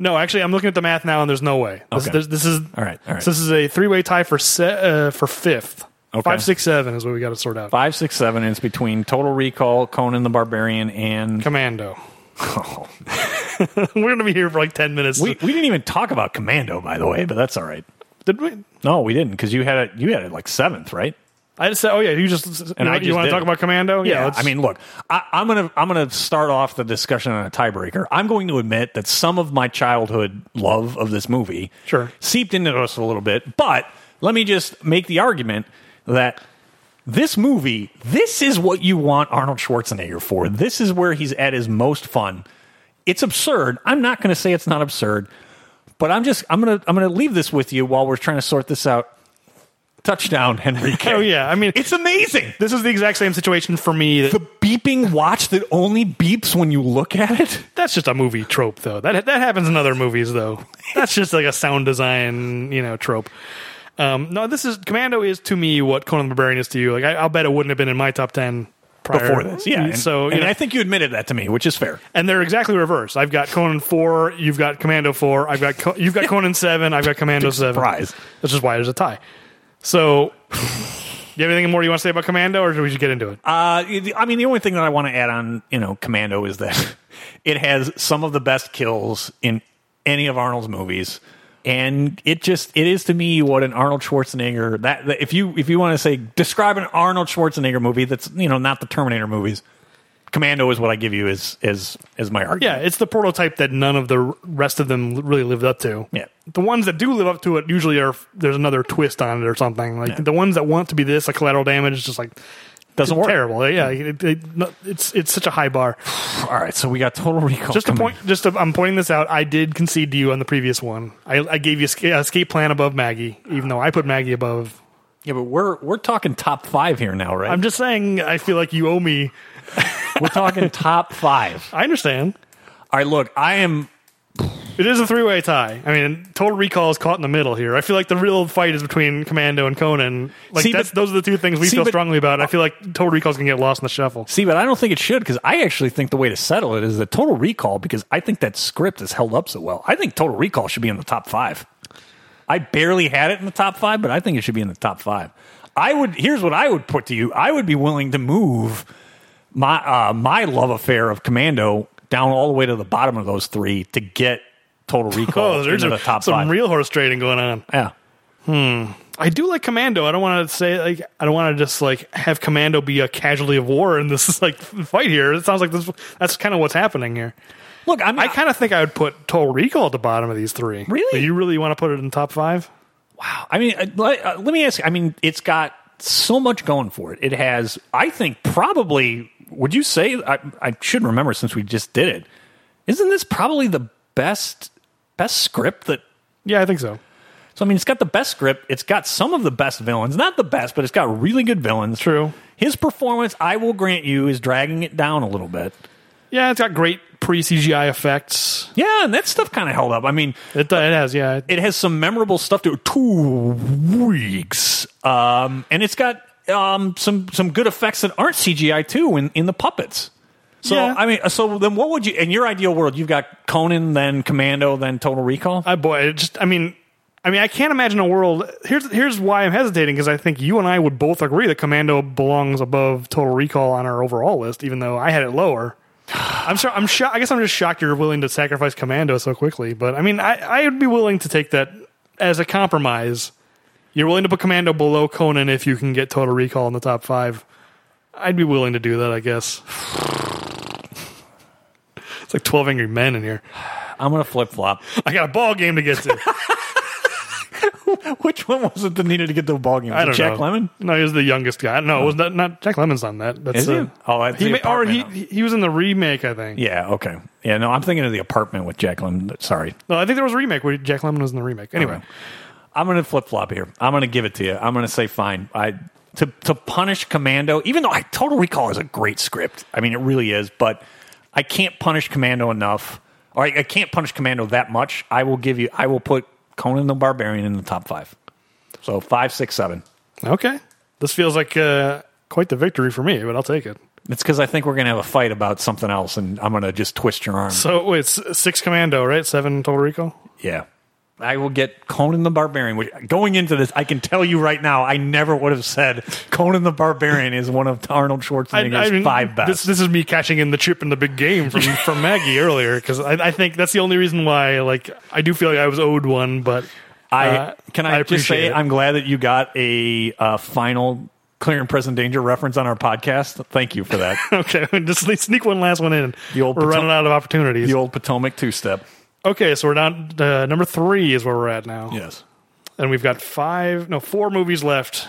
Speaker 1: no. Actually, I'm looking at the math now, and there's no way. This,
Speaker 2: Okay.
Speaker 1: this, this is
Speaker 2: All right, all right.
Speaker 1: So this is a three-way tie for se- uh, for fifth.
Speaker 2: Okay.
Speaker 1: Five, six, seven is what we got to sort out.
Speaker 2: five, six, seven. And it's between Total Recall, Conan the Barbarian, and
Speaker 1: Commando. We're gonna be here for like ten minutes.
Speaker 2: Oh. we, we didn't even talk about Commando, by the way, but that's all right.
Speaker 1: Did we?
Speaker 2: No, we didn't because you had it. You had it like seventh, right?
Speaker 1: I just said, oh yeah, you just and
Speaker 2: I
Speaker 1: you,
Speaker 2: just
Speaker 1: want
Speaker 2: did.
Speaker 1: to talk about Commando?
Speaker 2: Yeah,
Speaker 1: Oh, let's-
Speaker 2: I mean, look, I, I'm gonna I'm gonna start off the discussion on a tiebreaker. I'm going to admit that some of my childhood love of this movie
Speaker 1: Sure.
Speaker 2: seeped into us a little bit, but let me just make the argument that this movie, this is what you want Arnold Schwarzenegger for. This is where he's at his most fun. It's absurd. I'm not going to say it's not absurd, but I'm just I'm gonna I'm gonna leave this with you while we're trying to sort this out. Touchdown, Henrique.
Speaker 1: oh yeah, I mean,
Speaker 2: It's amazing
Speaker 1: this is the exact same situation for me. That,
Speaker 2: the beeping watch that only beeps when you look at it.
Speaker 1: that's just a movie trope, though. That that happens in other movies, though. That's just like a sound design, you know, trope. Um, no, this is Commando is to me what Conan the Barbarian is to you. Like I, I'll bet it wouldn't have been in my top ten prior.
Speaker 2: Before this, yeah. And,
Speaker 1: so you
Speaker 2: and
Speaker 1: know,
Speaker 2: I think you admitted that to me, which is fair.
Speaker 1: and they're exactly reversed. I've got Conan four, you've got Commando four, I've got Co- you've got Conan seven, I've got Commando seven.
Speaker 2: surprise.
Speaker 1: That's just why there's a tie. So, you have anything more you want to say about Commando, or should we just get into it?
Speaker 2: Uh, it- I mean, the only thing that I want to add on, you know, Commando is that it has some of the best kills in any of Arnold's movies, and it just it is to me what an Arnold Schwarzenegger that, that if you if you want to say describe an Arnold Schwarzenegger movie that's you know not the Terminator movies, Commando is what I give you as as as my argument.
Speaker 1: yeah, it's the prototype that none of the r- rest of them really lived up to.
Speaker 2: Yeah.
Speaker 1: the ones that do live up to it usually are there's another twist on it or something. Like the ones that want to be this, like collateral damage, is just like
Speaker 2: Doesn't work.
Speaker 1: terrible. Yeah, it- it- no- it's it's such a high bar.
Speaker 2: All right, so we got Total Recall.
Speaker 1: Just to
Speaker 2: coming.
Speaker 1: point, just to, I'm pointing this out. I did concede to you on the previous one. I, I gave you escape, escape plan above Maggie, even though I put Maggie above.
Speaker 2: Yeah, but we're we're talking top five here now, right?
Speaker 1: I'm just saying. I feel like you owe me.
Speaker 2: we're talking top five.
Speaker 1: I understand.
Speaker 2: All right, look, I am.
Speaker 1: It is a three way tie. I mean, Total Recall is caught in the middle here. I feel like the real fight is between Commando and Conan. Like
Speaker 2: See,
Speaker 1: that's,
Speaker 2: but-
Speaker 1: those are the two things we
Speaker 2: see,
Speaker 1: feel
Speaker 2: but-
Speaker 1: strongly about. I feel like Total Recall's gonna get lost in the shuffle.
Speaker 2: See, but I don't think it should because I actually think the way to settle it is the Total Recall because I think that script is held up so well. I think Total Recall should be in the top five. I barely had it in the top five, but I think it should be in the top five. I would. Here's what I would put to you: I would be willing to move my uh, my love affair of Commando down all the way to the bottom of those three to get Total Recall
Speaker 1: Oh, there's
Speaker 2: into
Speaker 1: a,
Speaker 2: the top
Speaker 1: some
Speaker 2: five.
Speaker 1: real horse trading going on.
Speaker 2: yeah.
Speaker 1: I do like Commando. I don't want to say like I don't want to just like have Commando be a casualty of war in this like fight here. It sounds like this. That's kind of what's happening here.
Speaker 2: Look, I mean,
Speaker 1: I kind of think I would put Total Recall at the bottom of these three.
Speaker 2: Really?
Speaker 1: You really want to put it in top five?
Speaker 2: Wow. I mean, uh, let, uh, let me ask. you, I mean, it's got so much going for it. It has, I think, probably. Would you say? I, I should remember since we just did it. Isn't this probably the best best script that?
Speaker 1: Yeah, I think so.
Speaker 2: So I mean, it's got the best script. It's got some of the best villains. Not the best, but it's got really good villains.
Speaker 1: True.
Speaker 2: His performance, I will grant you, is dragging it down a little bit.
Speaker 1: Yeah, it's got great pre CGI effects.
Speaker 2: Yeah, and that stuff kind of held up. I mean,
Speaker 1: It, it has, yeah.
Speaker 2: it has some memorable stuff to it. Two weeks, um, and it's got um, some some good effects that aren't CGI too in, in the puppets. So
Speaker 1: Yeah.
Speaker 2: I mean, so then what would you in your ideal world? You've got Conan, then Commando, then Total Recall.
Speaker 1: I boy, it just I mean, I mean, I can't imagine a world. Here's here's why I'm hesitating because I think you and I would both agree that Commando belongs above Total Recall on our overall list, even though I had it lower. I'm sure. I'm shocked. I guess I'm just shocked you're willing to sacrifice Commando so quickly. But I mean, I I would be willing to take that as a compromise. You're willing to put Commando below Conan if you can get Total Recall in the top five. I'd be willing to do that, I guess. It's like 12 angry men in here.
Speaker 2: I'm gonna flip flop.
Speaker 1: I got a ball game to get to.
Speaker 2: Which one was it that needed to get to the ballgame? Was
Speaker 1: I
Speaker 2: it
Speaker 1: don't
Speaker 2: Jack
Speaker 1: know.
Speaker 2: Lemon.
Speaker 1: No, he was the youngest guy. No, it was not, not Jack Lemon's on that. That's
Speaker 2: Is he?
Speaker 1: uh,
Speaker 2: Oh, that's
Speaker 1: he
Speaker 2: the
Speaker 1: ma- or he,
Speaker 2: apartment.
Speaker 1: he was in the remake, I think.
Speaker 2: Yeah. Okay. Yeah. No, I'm thinking of the apartment with Jack Lemon. Sorry.
Speaker 1: No, I think there was a remake where Jack Lemon was in the remake. Anyway,
Speaker 2: Anyway, I'm going to flip flop here. I'm going to give it to you. I'm going to say fine. I to to punish Commando, even though I Total Recall is a great script. I mean, it really is. But I can't punish Commando enough, or I, I can't punish Commando that much. I will give you. I will put Conan the Barbarian in the top five. So five, six, seven.
Speaker 1: okay, this feels like uh, quite the victory for me, but I'll take it.
Speaker 2: It's because I think we're going to have a fight about something else, and I'm going to just twist your arm.
Speaker 1: So wait, s- six Commando, right? Seven Total Recall.
Speaker 2: Yeah. I will get Conan the Barbarian, which going into this, I can tell you right now, I never would have said Conan the Barbarian is one of Arnold Schwarzenegger's
Speaker 1: mean,
Speaker 2: five best.
Speaker 1: This, this is me cashing in the chip in the big game from, from Maggie earlier because I, I think that's the only reason why. Like, I do feel like I was owed one, but
Speaker 2: I
Speaker 1: uh,
Speaker 2: can I, just
Speaker 1: appreciate
Speaker 2: say
Speaker 1: it.
Speaker 2: I'm glad that you got a uh, final clear and present danger reference on our podcast. Thank you for that.
Speaker 1: Okay, just le- sneak one last one in.
Speaker 2: The old
Speaker 1: we're
Speaker 2: Pato-
Speaker 1: running out of opportunities.
Speaker 2: the old Potomac two step.
Speaker 1: okay, so we're down uh, number three is where we're at now,
Speaker 2: Yes.
Speaker 1: and we've got five, no, four movies left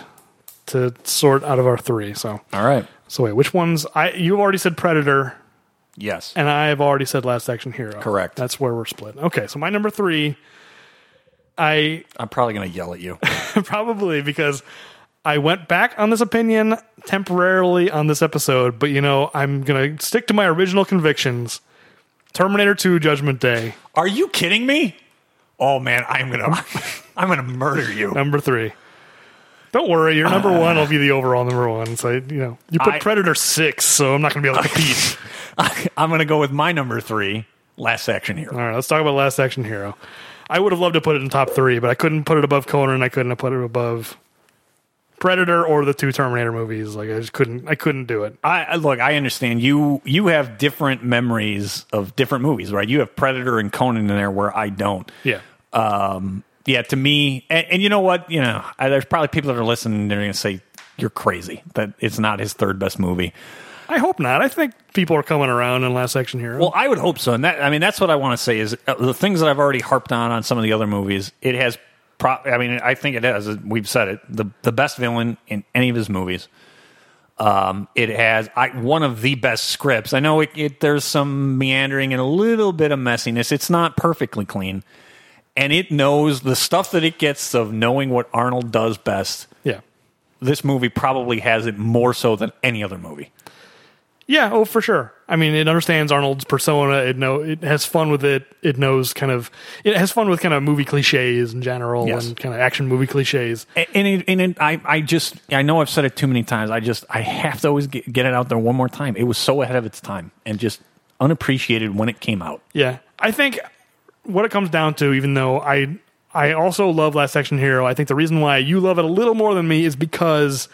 Speaker 1: to sort out of our three. So,
Speaker 2: All right.
Speaker 1: so wait, which ones? I you've already said Predator,
Speaker 2: Yes.
Speaker 1: and I've already said Last Action Hero.
Speaker 2: Correct.
Speaker 1: That's where we're split. Okay, so my number three, I
Speaker 2: I'm probably going to yell at you.
Speaker 1: probably because I went back on this opinion temporarily on this episode, but you know, I'm going to stick to my original convictions. Terminator 2 Judgment Day,
Speaker 2: Are you kidding me? Oh man, I'm going to I'm going to murder you.
Speaker 1: number 3. Don't worry, your number 1 will be the overall number 1. So, you know, you put
Speaker 2: Uh. I-
Speaker 1: Predator 6, so I'm not going to be able to compete.
Speaker 2: I'm going to go with my number 3, Last Action Hero.
Speaker 1: All right, let's talk about Last Action Hero. I would have loved to put it in top 3, but I couldn't put it above Conan, I couldn't have put it above Predator or the two Terminator movies. Like I just couldn't I couldn't do it.
Speaker 2: I I- look, I understand you you have different memories of different movies, right? You have Predator and Conan in there where I don't.
Speaker 1: Yeah.
Speaker 2: um, yeah, to me, and, and you know what, you know, I, there's probably people that are listening. They're going to say you're crazy that it's not his third best movie.
Speaker 1: I hope not. I think people are coming around in Last Action Hero.
Speaker 2: Well, I would hope so, and that I mean that's what I want to say is uh, the things that I've already harped on on some of the other movies. It has, pro- I mean, I think it has. We've said it the the best villain in any of his movies. Um, it has I, one of the best scripts. I know it, it there's some meandering and a little bit of messiness. It's not perfectly clean, and it knows the stuff that it gets of knowing what Arnold does best.
Speaker 1: yeah.
Speaker 2: This movie probably has it more so than any other movie.
Speaker 1: Yeah, oh for sure. I mean, it understands Arnold's persona. It know it has fun with it. It knows kind of it has fun with kind of movie clichés in general
Speaker 2: Yes.
Speaker 1: and kind of action movie clichés.
Speaker 2: And, and, it, and it, I, I just, I know I've said it too many times. I just, I have to always get, get it out there one more time. It was so ahead of its time and just unappreciated when it came out.
Speaker 1: Yeah. I think what it comes down to even though I I also love Last Action Hero. I think the reason why you love it a little more than me is because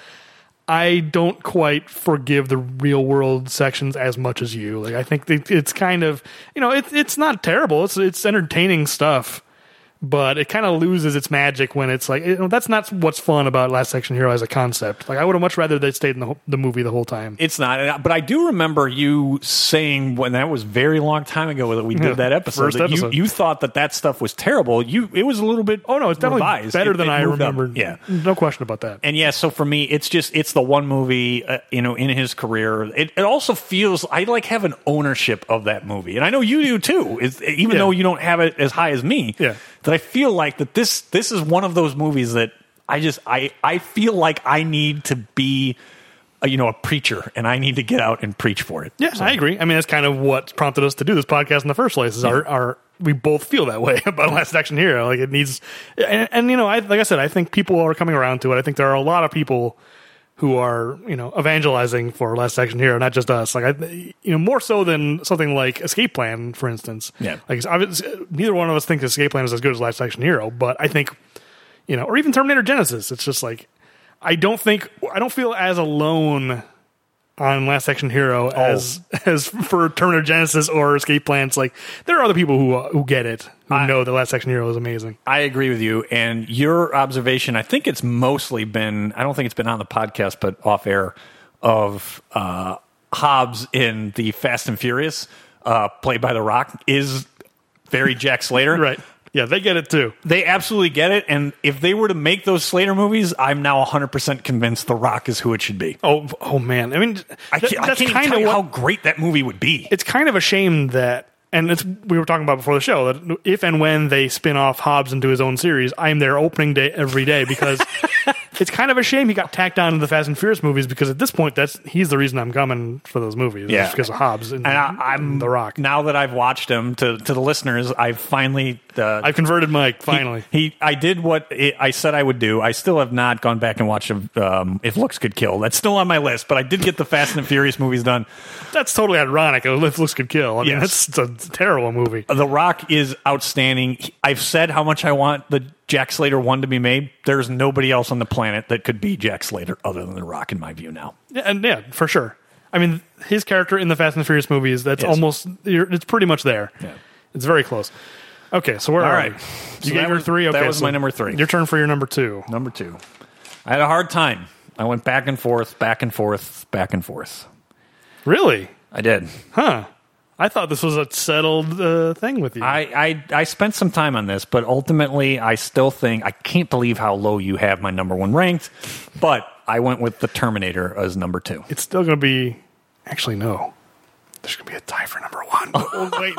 Speaker 1: I don't quite forgive the real world sections as much as you. Like I think that it's kind of you know it's it's not terrible. It's it's entertaining stuff, but it kind of loses its magic when it's like you know, that's not what's fun about Last Section Hero as a concept. Like I would have much rather they stayed in the whole- the movie the whole time.
Speaker 2: It's not, and I- but I do remember you saying when that was very long time ago that we did
Speaker 1: Yeah,
Speaker 2: that episode.
Speaker 1: first
Speaker 2: that you-
Speaker 1: episode.
Speaker 2: You, thought that that stuff was terrible. You, it was a little bit.
Speaker 1: oh no, it's definitely
Speaker 2: revised.
Speaker 1: better
Speaker 2: It-
Speaker 1: than
Speaker 2: it
Speaker 1: I
Speaker 2: moved up.
Speaker 1: remembered.
Speaker 2: Yeah.
Speaker 1: no question about that.
Speaker 2: and yeah, so for me, it's just it's the one movie uh, you know in his career. It, it also feels I like have an ownership of that movie, and I know you do too. It's, even
Speaker 1: Yeah.
Speaker 2: though you don't have it as high as me,
Speaker 1: Yeah.
Speaker 2: that I feel like that this this is one of those movies that I just I I feel like I need to be a, you know a preacher, and I need to get out and preach for it.
Speaker 1: Yeah, I agree. I mean, that's kind of what prompted us to do this podcast in the first place. Is our, our we both feel that way about Last Action Hero. Like it needs, and, and you know, I, like I said, I think people are coming around to it. I think there are a lot of people who are you know evangelizing for Last Action Hero, not just us. Like I, you know, more so than something like Escape Plan, for instance.
Speaker 2: Yeah.
Speaker 1: like it's obvious, neither one of us thinks Escape Plan is as good as Last Action Hero, but I think you know, or even Terminator Genesis. It's just like I don't think I don't feel as alone on Last Action Hero
Speaker 2: Oh.
Speaker 1: as as for Terminator Genesis or Escape Plans. Like there are other people who uh, who get it, who know that Last Action Hero is amazing.
Speaker 2: I agree with you. And your observation, I think it's mostly been, I don't think it's been on the podcast, but off air, of uh, Hobbs in the Fast and Furious, uh, played by The Rock, is very Jack Slater.
Speaker 1: Right? Yeah, they get it too.
Speaker 2: They absolutely get it. And if they were to make those Slater movies, I'm now 100% convinced The Rock is who it should be.
Speaker 1: Oh, oh man. I mean,
Speaker 2: I
Speaker 1: that-
Speaker 2: can't, I can't even
Speaker 1: kinda
Speaker 2: tell you
Speaker 1: what-
Speaker 2: how great that movie would be.
Speaker 1: it's kind of a shame that and it's we were talking about before the show that if and when they spin off Hobbs into his own series, I'm there opening day every day because it's kind of a shame he got tacked on to the Fast and Furious movies because at this point that's he's the reason I'm coming for those movies. is
Speaker 2: Yeah.
Speaker 1: because of Hobbs and,
Speaker 2: and I, I'm
Speaker 1: The Rock.
Speaker 2: Now that I've watched him to, to the listeners, I've finally uh,
Speaker 1: I've converted Mike finally.
Speaker 2: He, he- I did what i I said I would do. I still have not gone back and watched um, If Looks Could Kill. That's still on my list, but I did get the Fast and the Furious movies done.
Speaker 1: that's totally ironic. If looks could kill. I mean,
Speaker 2: Yes.
Speaker 1: that's it's a terrible movie.
Speaker 2: The Rock is outstanding. He- I've said how much I want the Jack Slater one to be made. There's nobody else on the planet that could be Jack Slater other than The Rock, in my view, now.
Speaker 1: Yeah, and yeah, for sure. I mean, his character in the Fast and Furious movies that's almost you're, it's pretty much there.
Speaker 2: Yeah.
Speaker 1: It's very close. Okay, so where are
Speaker 2: right.
Speaker 1: we? You
Speaker 2: So
Speaker 1: gave
Speaker 2: that
Speaker 1: your
Speaker 2: was-
Speaker 1: three.
Speaker 2: that
Speaker 1: Okay,
Speaker 2: was
Speaker 1: so
Speaker 2: my number three.
Speaker 1: Your turn for your number two.
Speaker 2: Number two. I had a hard time. I went back and forth, back and forth, back and forth.
Speaker 1: Really?
Speaker 2: I did.
Speaker 1: Huh. I thought this was a settled uh, thing with you.
Speaker 2: I, I I spent some time on this, but ultimately, I still think I can't believe how low you have my number one ranked. But I went with the Terminator as number two.
Speaker 1: it's still going to be. Actually, no. There's going to be a tie for number one. But
Speaker 2: Oh,
Speaker 1: we'll wait.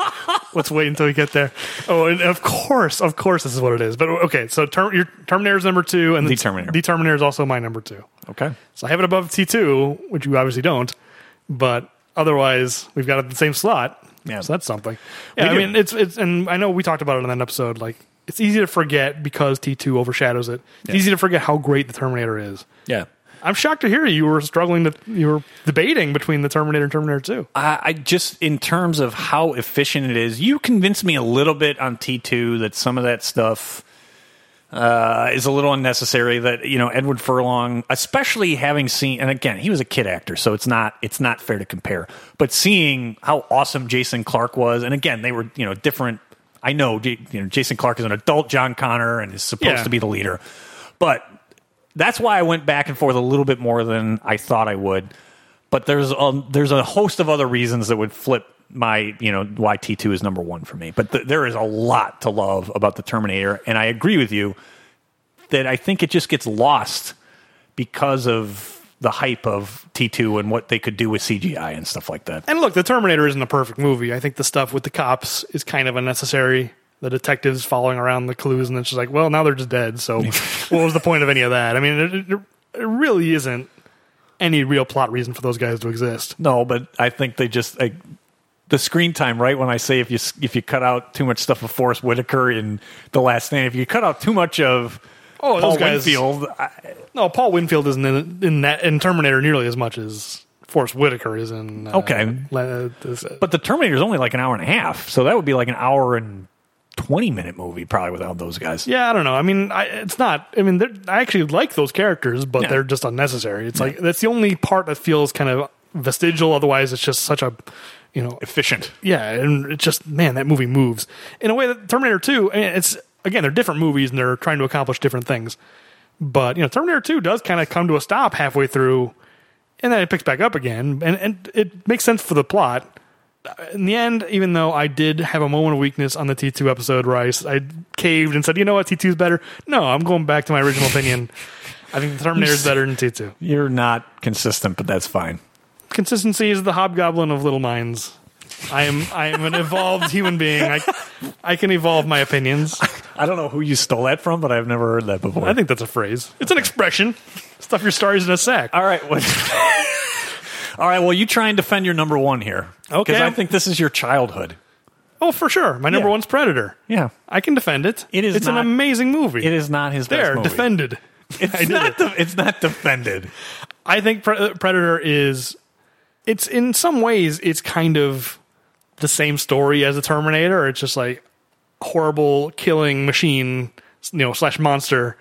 Speaker 1: Let's wait until we get there. Oh, and of course, of course, this is what it is. But okay, so term, your Terminator's number two, and
Speaker 2: The
Speaker 1: the
Speaker 2: Terminator.
Speaker 1: The Terminator is also my number two.
Speaker 2: Okay,
Speaker 1: So I have it above T2, which you obviously don't, but otherwise we've got it in the same slot.
Speaker 2: Yeah.
Speaker 1: So that's something. Yeah, I
Speaker 5: do.
Speaker 1: mean, it's, it's, and I know we talked about it in that episode. Like, it's easy to forget because T2 overshadows it. It's easy to forget how great the Terminator is.
Speaker 2: yeah.
Speaker 1: I'm shocked to hear you were struggling to, you were debating between the Terminator and Terminator 2.
Speaker 2: I, I just in terms of how efficient it is, you convinced me a little bit on T two that some of that stuff uh, is a little unnecessary. That you know Edward Furlong, especially having seen, and again he was a kid actor, so it's not it's not fair to compare. But seeing how awesome Jason Clark was, and again they were you know different. I know, J- you know Jason Clark is an adult John Connor and is supposed
Speaker 1: Yeah.
Speaker 2: to be the leader, but that's why I went back and forth a little bit more than I thought I would. But there's a, there's a host of other reasons that would flip my you know why T two is number one for me. But th- there is a lot to love about the Terminator, and I agree with you that I think it just gets lost because of the hype of T two and what they could do with CGI and stuff like that.
Speaker 1: And look, the Terminator isn't a perfect movie. I think the stuff with the cops is kind of unnecessary. The detectives following around the clues, and then she's like, "Well, now they're just dead. So, what was the point of any of that?" I mean, it, it, it really isn't any real plot reason for those guys to exist.
Speaker 2: No, but I think they just like the screen time. Right when I say if you if you cut out too much stuff of Forrest Whitaker in the last stand, if you cut out too much of
Speaker 1: Oh,
Speaker 2: Paul
Speaker 1: those guys.
Speaker 2: Winfield, I,
Speaker 1: No, Paul Winfield isn't in, in that in Terminator nearly as much as Forrest Whitaker is in. Uh,
Speaker 2: Okay.
Speaker 1: Le- this- uh,
Speaker 2: but the Terminator is only like an hour and a half, so that would be like an hour and twenty minute movie probably without those guys.
Speaker 1: yeah, I don't know. I mean, I, it's not. I mean, they're- I actually like those characters, but
Speaker 2: Yeah.
Speaker 1: they're just unnecessary. It's like that's the only part that feels kind of vestigial. Otherwise, it's just such a you know
Speaker 2: Efficient.
Speaker 1: yeah, and it's just man, that movie moves in a way that Terminator Two. I mean, It's again, they're different movies and they're trying to accomplish different things. But you know, Terminator Two does kind of come to a stop halfway through, and then it picks back up again, and and it makes sense for the plot. In the end, even though I did have a moment of weakness on the T two episode, where I, s- I caved and said, "You know what, T two is better." No, I'm going back to my original opinion. I think the Terminator is better than T two.
Speaker 2: You're not consistent, but that's fine.
Speaker 1: Consistency is the hobgoblin of little minds. I am I am an evolved human being. I I can evolve my opinions.
Speaker 2: I don't know who you stole that from, but I've never heard that before.
Speaker 1: I think that's a phrase. It's an expression. Stuff your stars in a sack.
Speaker 2: All right. What, all right. Well, you try and defend your number one here.
Speaker 1: Okay.
Speaker 2: Because I think this is your childhood.
Speaker 1: Oh, for sure. My number
Speaker 2: Yeah.
Speaker 1: one's Predator.
Speaker 2: Yeah.
Speaker 1: I can defend it.
Speaker 2: It is
Speaker 1: It's
Speaker 2: not-
Speaker 1: an amazing movie.
Speaker 2: It is not his best
Speaker 1: there
Speaker 2: movie.
Speaker 1: defended.
Speaker 2: It's
Speaker 1: did
Speaker 2: not.
Speaker 1: it.
Speaker 2: de- it's not defended.
Speaker 1: I think Pre- uh, Predator is. It's in some ways it's kind of the same story as the Terminator. It's just like horrible killing machine, you know, slash monster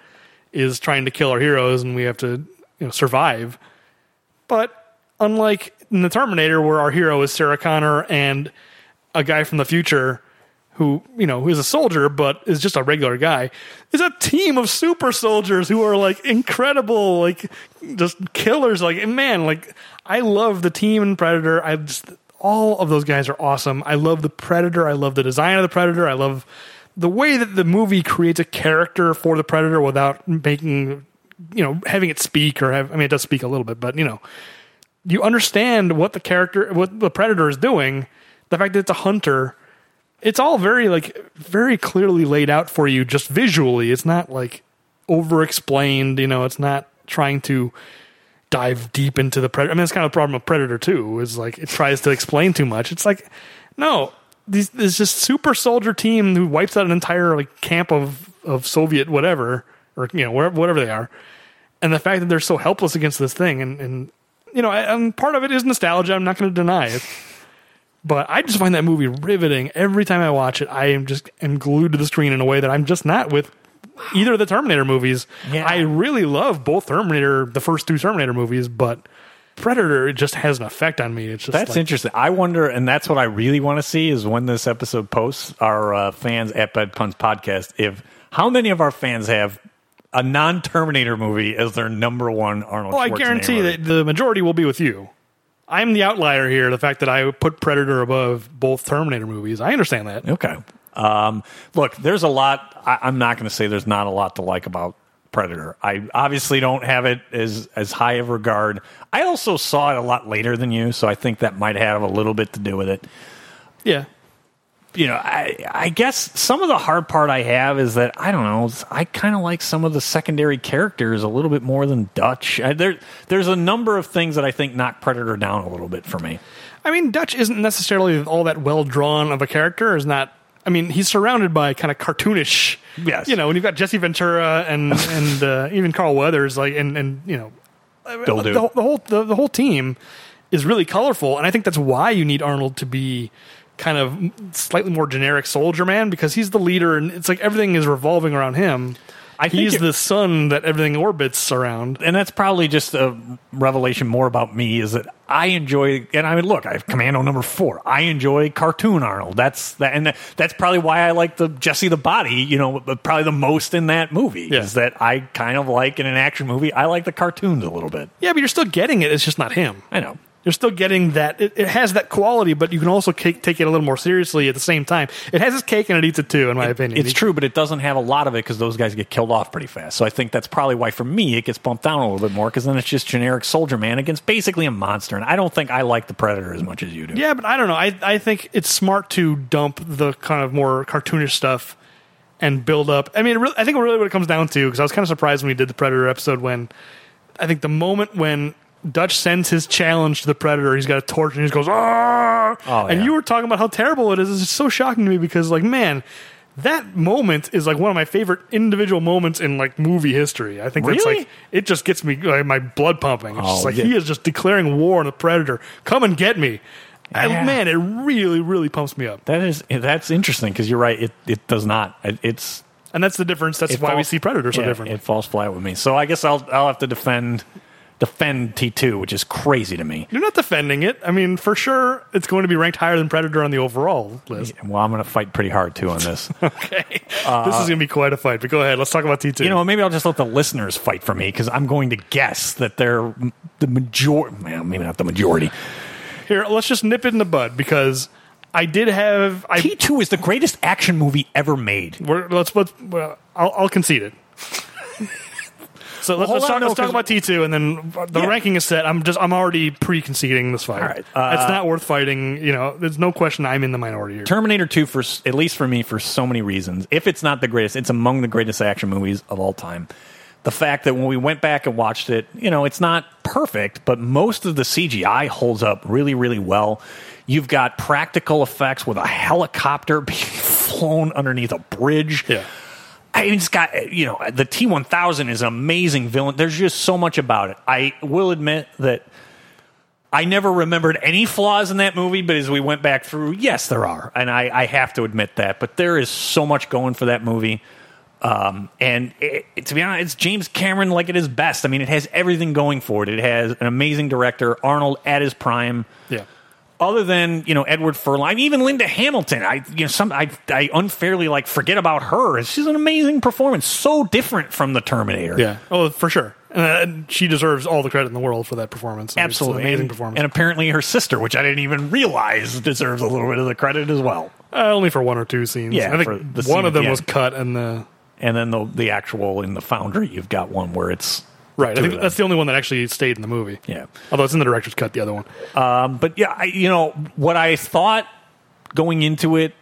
Speaker 1: is trying to kill our heroes, and we have to you know survive. But unlike in the Terminator, where our hero is Sarah Connor and a guy from the future who you know is a soldier but is just a regular guy is a team of super soldiers who are like incredible like just killers like and man like i love the team in predator i just all of those guys are awesome i love the predator i love the design of the predator i love the way that the movie creates a character for the predator without making you know having it speak or have i mean it does speak a little bit but you know you understand what the character what the predator is doing the fact that it's a hunter it's all very like very clearly laid out for you just visually it's not like over explained you know it's not trying to dive deep into the predator i mean that's kind of the problem of predator 2 is like it tries to explain too much it's like no these, this just super soldier team who wipes out an entire like camp of of soviet whatever or you know wherever, whatever they are and the fact that they're so helpless against this thing and and you know I, and part of it is nostalgia i'm not going to deny it but i just find that movie riveting every time i watch it i am just am glued to the screen in a way that i'm just not with either of the terminator movies
Speaker 2: Yeah.
Speaker 1: i really love both terminator the first two terminator movies but predator it just has an effect on me it's just
Speaker 2: That's
Speaker 1: like,
Speaker 2: interesting. I wonder, and that's what I really want to see is when this episode posts our uh, fans at Bed Puns Podcast. If how many of our fans have a non Terminator movie as their number one Arnold.
Speaker 1: Oh, I
Speaker 2: Schwarzenegger
Speaker 1: guarantee
Speaker 2: movie.
Speaker 1: that the majority will be with you. I'm the outlier here. The fact that I put Predator above both Terminator movies, I understand that.
Speaker 2: Okay. Um, look, there's a lot. I, I'm not going to say there's not a lot to like about Predator. I obviously don't have it as as high of regard. I also saw it a lot later than you, so I think that might have a little bit to do with it.
Speaker 1: Yeah,
Speaker 2: You know, I I guess some of the hard part I have is that I don't know. I kind of like some of the secondary characters a little bit more than Dutch. I, there there's a number of things that I think knock Predator down a little bit for me.
Speaker 1: I mean Dutch isn't necessarily all that well drawn of a character. Is not. I mean, he's surrounded by kind of cartoonish.
Speaker 2: Yes.
Speaker 1: you know, when you've got Jesse Ventura and and uh, even Carl Weathers, like and and you know, uh,
Speaker 2: Bill
Speaker 1: the,
Speaker 2: Duke.
Speaker 1: the whole the, the whole team is really colorful, and I think that's why you need Arnold to be kind of slightly more generic soldier man because he's the leader, and it's like everything is revolving around him.
Speaker 2: I think
Speaker 1: he's
Speaker 2: it-
Speaker 1: the sun that everything orbits around.
Speaker 2: and that's probably just a revelation more about me is that I enjoy, and I mean, look, I have Commando number four. I enjoy cartoon Arnold. That's that, and that, that's probably why I like the Jesse the Body. You know, but probably the most in that movie
Speaker 1: Yeah.
Speaker 2: is that I kind of like in an action movie. I like the cartoons a little bit.
Speaker 1: Yeah, but you're still getting it. It's just not him.
Speaker 2: I know.
Speaker 1: You're still getting that. It, it has that quality, but you can also cake, take it a little more seriously at the same time. It has its cake and it eats it too, in my opinion.
Speaker 2: It's true, but it doesn't have a lot of it because those guys get killed off pretty fast. So I think that's probably why, for me, it gets bumped down a little bit more because then it's just generic soldier man against basically a monster. And I don't think I like the Predator as much as you do.
Speaker 1: Yeah, but I don't know. I I think it's smart to dump the kind of more cartoonish stuff and build up. I mean, it really, I think really what it comes down to because I was kind of surprised when we did the Predator episode when I think the moment when Dutch sends his challenge to the Predator, he's got a torch and he just goes ah,
Speaker 2: Oh,
Speaker 1: and
Speaker 2: yeah.
Speaker 1: you were talking about how terrible it is. It's so shocking to me because like man. That moment is like one of my favorite individual moments in like movie history. I think that's
Speaker 2: Really?
Speaker 1: like it just gets me like, my blood pumping. It's just
Speaker 2: Oh,
Speaker 1: like
Speaker 2: yeah.
Speaker 1: he is just declaring war on the predator. Come and get me. I-
Speaker 2: Yeah.
Speaker 1: man, it really, really pumps me up.
Speaker 2: That is that's interesting because you're right. It it does not. It, it's
Speaker 1: And that's the difference. That's
Speaker 2: it
Speaker 1: why we
Speaker 2: falls-
Speaker 1: see Predator so
Speaker 2: yeah,
Speaker 1: differently.
Speaker 2: It falls flat with me. So I guess I'll I'll have to defend defend T two, which is crazy to me.
Speaker 1: You're not defending it. I mean, for sure, it's going to be ranked higher than Predator on the overall list.
Speaker 2: Well, I'm going to fight pretty hard too on this.
Speaker 1: Okay. this is going to be quite a fight, but go ahead. Let's talk about T2.
Speaker 2: Uh, you know, maybe I'll just let the listeners fight for me because I'm going to guess that they're the majority. Well, maybe not the majority.
Speaker 1: here, let's just nip it in the bud because I did have. I
Speaker 2: T two is the greatest action movie ever made.
Speaker 1: we're, let's let's well, I'll, I'll concede it. so let's,
Speaker 2: hold
Speaker 1: let's,
Speaker 2: on,
Speaker 1: talk,
Speaker 2: no,
Speaker 1: let's talk
Speaker 2: 'cause-
Speaker 1: about T two, and then the
Speaker 2: Yeah.
Speaker 1: ranking is set. I'm just I'm already pre-conceding this fight.
Speaker 2: All right, uh,
Speaker 1: it's not worth fighting. You know, there's no question I'm in the minority here.
Speaker 2: Terminator 2 for s- at least for me for so many reasons. If it's not the greatest, it's among the greatest action movies of all time. The fact that when we went back and watched it, you know, it's not perfect, but most of the CGI holds up really really well. You've got practical effects with a helicopter being flown underneath a bridge.
Speaker 1: yeah.
Speaker 2: I mean, it's got you know the T one thousand is an amazing villain. There's just so much about it. I will admit that I never remembered any flaws in that movie, but as we went back through, yes, there are, and I, I have to admit that. But there is so much going for that movie. Um, and it, it- to be honest, it's James Cameron like at his best. I mean, it has everything going for it. It has an amazing director, Arnold at his prime
Speaker 1: Yeah.
Speaker 2: other than you know Edward Furlong, even Linda Hamilton, I you know some I, I unfairly like forget about her. She's an amazing performance, so different from the Terminator.
Speaker 1: Yeah. Oh, for sure. And, uh, And she deserves all the credit in the world for that performance. I mean, it's an
Speaker 2: absolutely
Speaker 1: amazing
Speaker 2: and,
Speaker 1: performance.
Speaker 2: And apparently her sister, which I didn't even realize, deserves a little bit of the credit as well.
Speaker 1: uh, only for one or two scenes.
Speaker 2: Yeah,
Speaker 1: I
Speaker 2: for
Speaker 1: think
Speaker 2: the
Speaker 1: one
Speaker 2: scene
Speaker 1: of
Speaker 2: at
Speaker 1: them
Speaker 2: the
Speaker 1: was
Speaker 2: end.
Speaker 1: cut, and the
Speaker 2: And then the the actual in the Foundry, you've got one where it's
Speaker 1: right. I
Speaker 2: two
Speaker 1: think
Speaker 2: of them.
Speaker 1: that's the only one that actually stayed in the movie.
Speaker 2: yeah.
Speaker 1: Although it's in the director's cut, the other one.
Speaker 2: Um, but yeah, I, you know what I thought going into it.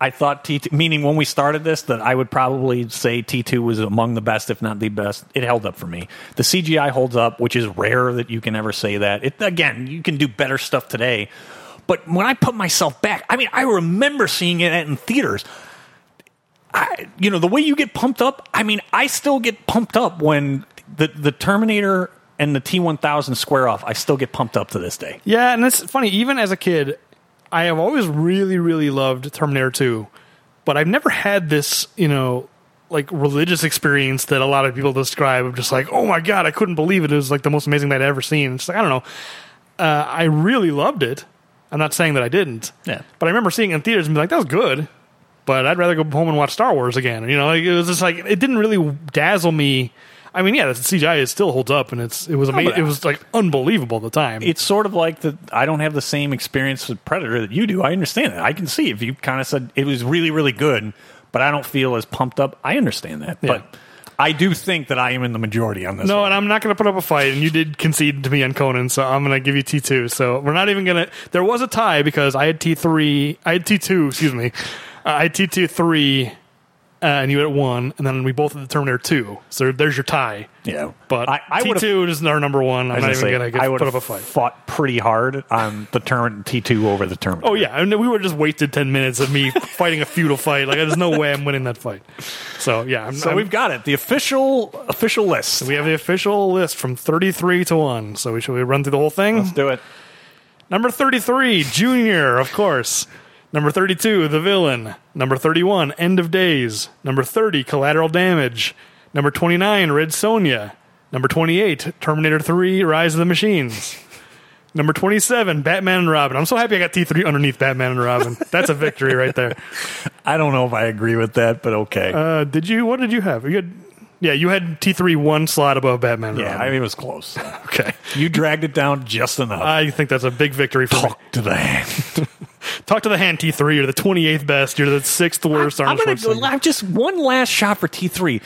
Speaker 2: I thought T two, meaning when we started this, that I would probably say T two was among the best, if not the best. It held up for me. The CGI holds up, which is rare that you can ever say that. It again, you can do better stuff today. But when I put myself back, I mean, I remember seeing it in theaters. I, you know, the way you get pumped up, I mean, I still get pumped up when the, the Terminator and the T 1000 square off. I still get pumped up to this day.
Speaker 1: Yeah, and it's funny. Even as a kid, I have always really, really loved Terminator 2, but I've never had this, you know, like religious experience that a lot of people describe of just like, oh my god, I couldn't believe it. It was like the most amazing thing I'd ever seen. It's like I don't know. Uh, I really loved it. I'm not saying that I didn't.
Speaker 2: Yeah.
Speaker 1: But I remember seeing it in theaters and be like, that was good. but I'd rather go home and watch Star Wars again. You know, like, it was just like it didn't really dazzle me. I mean, yeah, the CGI is still holds up, and it's it was amazing.
Speaker 2: Oh, but-
Speaker 1: it was like unbelievable at the time.
Speaker 2: it's sort of like that I don't have the same experience with Predator that you do. I understand that. I can see if you kind of said it was really, really good, but I don't feel as pumped up. I understand that. But I do think that I am in the majority on this.
Speaker 1: no,
Speaker 2: one.
Speaker 1: and I'm not going to put up a fight. And you did concede to me on Conan, so I'm going to give you T two. So we're not even going to. There was a tie because I had T three, I had T two, excuse me, uh, I had T two three, uh, and you had one, and then we both had the Terminator two. So there's your tie.
Speaker 2: yeah.
Speaker 1: But
Speaker 2: I, I
Speaker 1: T
Speaker 2: would've-
Speaker 1: two is our number one. I'm
Speaker 2: I
Speaker 1: not
Speaker 2: was
Speaker 1: even
Speaker 2: gonna
Speaker 1: going
Speaker 2: say,
Speaker 1: to get
Speaker 2: I
Speaker 1: put
Speaker 2: would've
Speaker 1: up a fight.
Speaker 2: Fought pretty hard on the term T two over the term.
Speaker 1: Oh yeah, I mean, we would just wasted ten minutes of me fighting a feudal fight. Like there's no way I'm winning that fight. So yeah, I'm,
Speaker 2: So
Speaker 1: I'm-
Speaker 2: we've got it. The official official list.
Speaker 1: we have the official list from 33 to one. So we should we run through the whole thing.
Speaker 2: do it.
Speaker 1: Number 33, Junior, of course. Number 32, The Villain. Number 31, End of Days. Number 30, Collateral Damage. Number 29, Red Sonja. Number 28, Terminator 3, Rise of the Machines. Number 27, Batman and Robin. I'm so happy I got T3 underneath Batman and Robin. That's a victory right there.
Speaker 2: I don't know if I agree with that, but okay.
Speaker 1: Uh, did you? What did you have? You had, yeah, you had T three one slot above Batman. and
Speaker 2: yeah, I
Speaker 1: Robin.
Speaker 2: mean, it was close.
Speaker 1: okay.
Speaker 2: you dragged it down just enough.
Speaker 1: I think that's a big victory for me.
Speaker 2: Talk to the hand.
Speaker 1: Talk to the hand, T three. You're the twenty eighth best. You're the sixth worst.
Speaker 2: I'm
Speaker 1: Arnold
Speaker 2: gonna
Speaker 1: Schwarzenegger.
Speaker 2: go. I'm just one last shot for T3.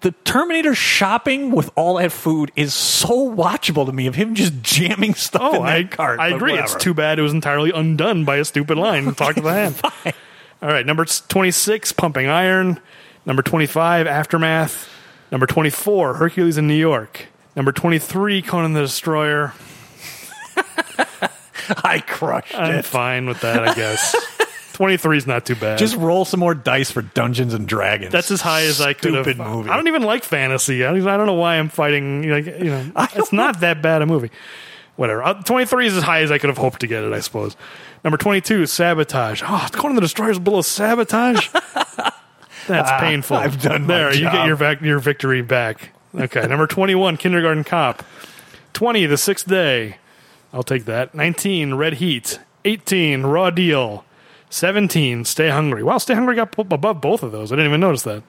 Speaker 2: The Terminator shopping with all that food is so watchable to me. Of him just jamming stuff
Speaker 1: oh,
Speaker 2: in that
Speaker 1: I,
Speaker 2: cart.
Speaker 1: I
Speaker 2: but
Speaker 1: agree.
Speaker 2: whatever.
Speaker 1: It's too bad it was entirely undone by a stupid line. Talk to the hand. All right, number twenty six, Pumping Iron. Number twenty five, Aftermath. Number twenty four, Hercules in New York. Number twenty three, Conan the Destroyer.
Speaker 2: I crushed
Speaker 1: I'm
Speaker 2: it.
Speaker 1: fine with that, I guess. Twenty three is not too bad.
Speaker 2: Just roll some more dice for Dungeons and Dragons.
Speaker 1: That's as high as I could
Speaker 2: Stupid
Speaker 1: have.
Speaker 2: movie.
Speaker 1: I don't even like fantasy. I, I don't know why I'm fighting. Like you know, it's not that bad a movie. Whatever. Uh, 23 is as high as I could have hoped to get it, I suppose. Number 22 is sabotage. Oh, it's going to the destroyers below sabotage. That's painful.
Speaker 2: Ah, I've done my
Speaker 1: there. you
Speaker 2: job.
Speaker 1: get your back, your victory back. Okay. Number 21, kindergarten cop. 20, the sixth day. I'll take that. 19, Red Heat. 18, Raw Deal. 17, Stay Hungry. Wow, Stay Hungry got p- above both of those. I didn't even notice that.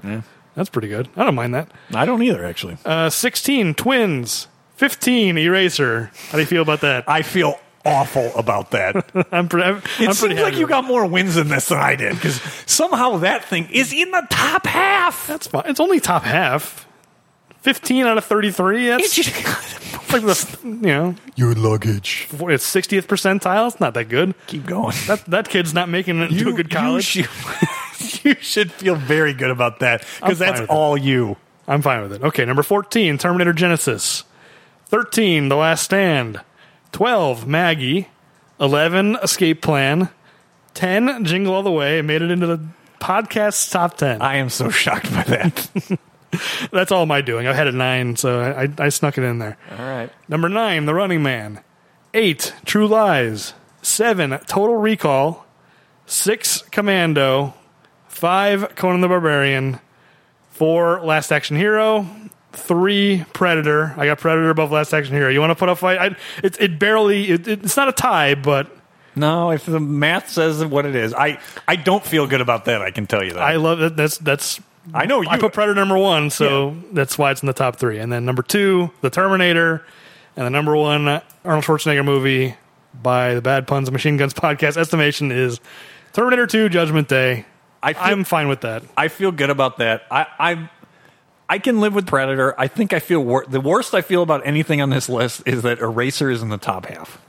Speaker 1: That's pretty good. I don't mind that.
Speaker 2: I don't either. Actually,
Speaker 1: Uh, 16, Twins. 15, Eraser. How do you feel about that?
Speaker 2: I feel awful about that. it
Speaker 1: I'm, pre- I'm, I'm
Speaker 2: seems
Speaker 1: pretty happy
Speaker 2: like you
Speaker 1: with it.
Speaker 2: got more wins in this than I did because somehow that thing is in the top half.
Speaker 1: That's fine. It's only top half. 15 out of 33. That's like the, you know,
Speaker 2: Your luggage.
Speaker 1: it's 60th percentile. It's not that good.
Speaker 2: Keep going.
Speaker 1: That, that kid's not making it to a good college.
Speaker 2: You should, you should feel very good about that
Speaker 1: I'm fine
Speaker 2: because that's
Speaker 1: with it.
Speaker 2: all you.
Speaker 1: I'm fine with it. Okay, number 14, Terminator Genesis. 13, The Last Stand. 12, Maggie. 11, Escape Plan. 10, Jingle All the Way. It made it into the podcast top 10.
Speaker 2: I am so shocked by that.
Speaker 1: That's all my doing. I had a 9, so I, I, I snuck it in there.
Speaker 3: All right.
Speaker 1: Number 9, The Running Man. 8, True Lies. 7, Total Recall. 6, Commando. 5, Conan the Barbarian. 4, Last Action Hero. 3, Predator. I got Predator above Last Action Hero. You want to put up fight? I, it, it barely, it, it- it's not a tie, but
Speaker 2: no, if the math says what it is, I, I don't feel good about that. I can tell you that.
Speaker 1: I love it. That's, that's,
Speaker 2: I know you.
Speaker 1: I put Predator number one, so that's why it's in the top three. And then number two, The Terminator, and the number one Arnold Schwarzenegger movie by the Bad Puns and Machine Guns podcast estimation is Terminator Two: Judgment Day.
Speaker 2: I feel,
Speaker 1: I'm fine with that.
Speaker 2: I feel good about that. I, I I can live with Predator. I think I feel wor- the worst I feel about anything on this list is that Eraser is in the top half.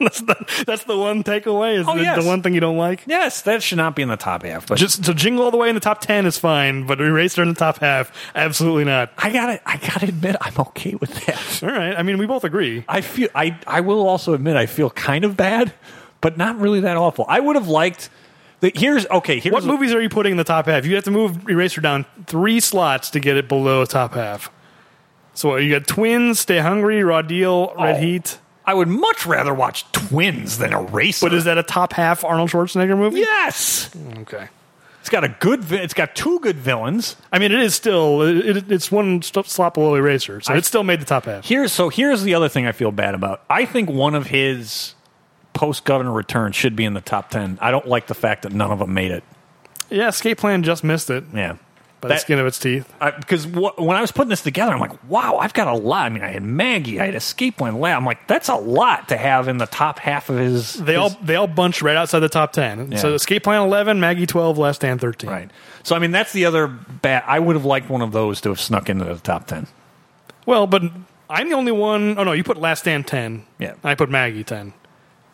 Speaker 1: that's, the, that's the one takeaway. Is
Speaker 2: Oh,
Speaker 1: the,
Speaker 2: yes.
Speaker 1: the one thing you don't like.
Speaker 2: Yes, that should not be in the top half. But
Speaker 1: Just to jingle all the way in the top ten is fine, but Eraser in the top half, absolutely not.
Speaker 2: I got to I got to admit I'm okay with that.
Speaker 1: All right. I mean, we both agree.
Speaker 2: I feel I I will also admit I feel kind of bad, but not really that awful. I would have liked the here's okay, here's
Speaker 1: What movies are you putting in the top half? You have to move Eraser down three slots to get it below top half. So you got Twins, Stay Hungry, Raw Deal, Red
Speaker 2: Oh.
Speaker 1: Heat.
Speaker 2: I would much rather watch Twins than Eraser.
Speaker 1: But is that a top half Arnold Schwarzenegger movie?
Speaker 2: yes.
Speaker 1: Okay.
Speaker 2: It's got a good vi- it's got two good villains.
Speaker 1: I mean, it is still it, it- it's one st- slot below Eraser, so it still made the top half.
Speaker 2: Here's so here's the other thing I feel bad about. I think one of his post governor returns should be in the top ten. I don't like the fact that none of them made it.
Speaker 1: Yeah, Escape Plan just missed it
Speaker 2: Yeah.
Speaker 1: by the
Speaker 2: That-
Speaker 1: skin of its teeth.
Speaker 2: Because wh- when I was putting this together, I'm like, wow, I've got a lot. I mean, I had Maggie, I had Escape Plan. La- I'm like, that's a lot to have in the top half of his.
Speaker 1: They all they all bunched right outside the top ten. So
Speaker 2: Yeah.
Speaker 1: Escape Plan eleven, Maggie twelve, Last Stand thirteen.
Speaker 2: Right. So, I mean, that's the other bat. I would have liked one of those to have snuck into the top 10.
Speaker 1: Well, but I'm the only one oh no, you put Last Stand ten.
Speaker 2: Yeah.
Speaker 1: I put Maggie ten.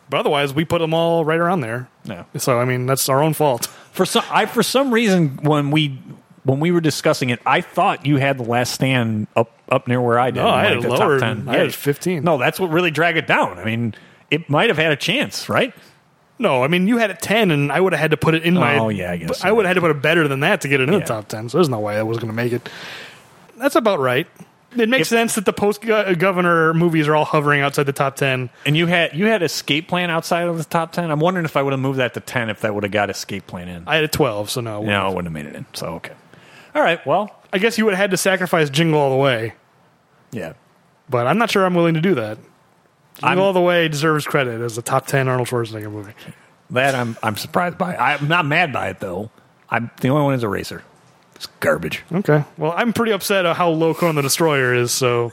Speaker 1: But otherwise, we put them all right around there.
Speaker 2: No.
Speaker 1: So I mean, that's our own fault.
Speaker 2: For some, I for some reason when we when we were discussing it, I thought you had the Last Stand up up near where I did.
Speaker 1: No, Oh, I had
Speaker 2: like
Speaker 1: it
Speaker 2: the top
Speaker 1: lower.
Speaker 2: 10.
Speaker 1: I had it 15.
Speaker 2: No, that's what really dragged it down. I mean, it might have had a chance, right?
Speaker 1: No, I mean you had it ten, and I would have had to put it in my.
Speaker 2: Oh, yeah, I guess
Speaker 1: but
Speaker 2: so.
Speaker 1: I would have had to put it better than that to get it in
Speaker 2: Yeah.
Speaker 1: the top ten. So there's no way I was going to make it. That's about right. It makes sense that the post go- uh, governor movies are all hovering outside the top ten.
Speaker 2: And you had you had Escape Plan outside of the top ten. I'm wondering if I would have moved that to ten if that would have got Escape Plan in.
Speaker 1: I had a twelve, so no.
Speaker 2: no, it wouldn't have made it in. So okay, all right. Well,
Speaker 1: I guess you would have had to sacrifice Jingle All the Way,
Speaker 2: yeah.
Speaker 1: but I'm not sure I'm willing to do that. Jingle
Speaker 2: I'm-
Speaker 1: All the Way deserves credit as a top ten Arnold Schwarzenegger movie.
Speaker 2: That I'm I'm surprised by. I'm not mad by it though. I'm the only one is Eraser. It's garbage.
Speaker 1: Okay. Well, I'm pretty upset at how low Conan the Destroyer is. So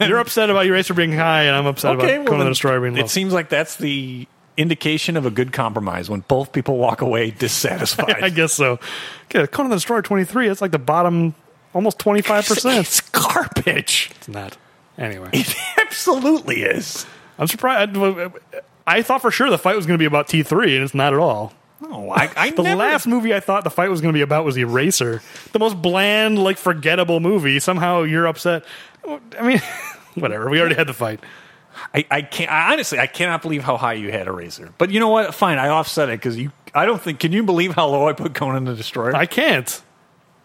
Speaker 1: you're upset about Eraser being high, and I'm upset about
Speaker 2: well,
Speaker 1: Conan
Speaker 2: then
Speaker 1: the Destroyer being low.
Speaker 2: It seems like that's the indication of a good compromise when both people walk away dissatisfied.
Speaker 1: I guess so. Okay, Conan the Destroyer 23, that's like the bottom almost 25%.
Speaker 2: It's garbage.
Speaker 1: it's not. Anyway,
Speaker 2: It absolutely is.
Speaker 1: I'm surprised. I, I thought for sure the fight was going to be about T3, and it's not at all.
Speaker 2: No, I, I
Speaker 1: The
Speaker 2: never,
Speaker 1: last movie I thought the fight was going to be about was Eraser. The most bland, like, forgettable movie. Somehow you're upset. I mean, whatever. We already had the fight.
Speaker 2: I, I can't. I, honestly, I cannot believe how high you had Eraser. But you know what? Fine, I offset it because you. I don't think. Can you believe how low I put Conan the Destroyer?
Speaker 1: I can't.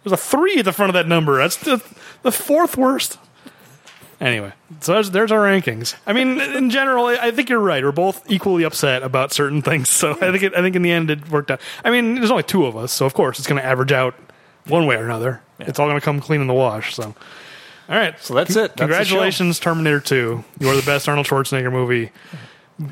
Speaker 1: There's a three at the front of that number. That's the, the fourth worst. Anyway, so there's, there's our rankings. I mean, in general, I I think you're right. We're both equally upset about certain things. So I think it, I think in the end it worked out. I mean, there's only two of us, so of course it's going to average out one way or another. It's all going to come clean in the wash. So, all right.
Speaker 2: so that's it. That's the show.
Speaker 1: Congratulations, Terminator Two. You are the best Arnold Schwarzenegger movie.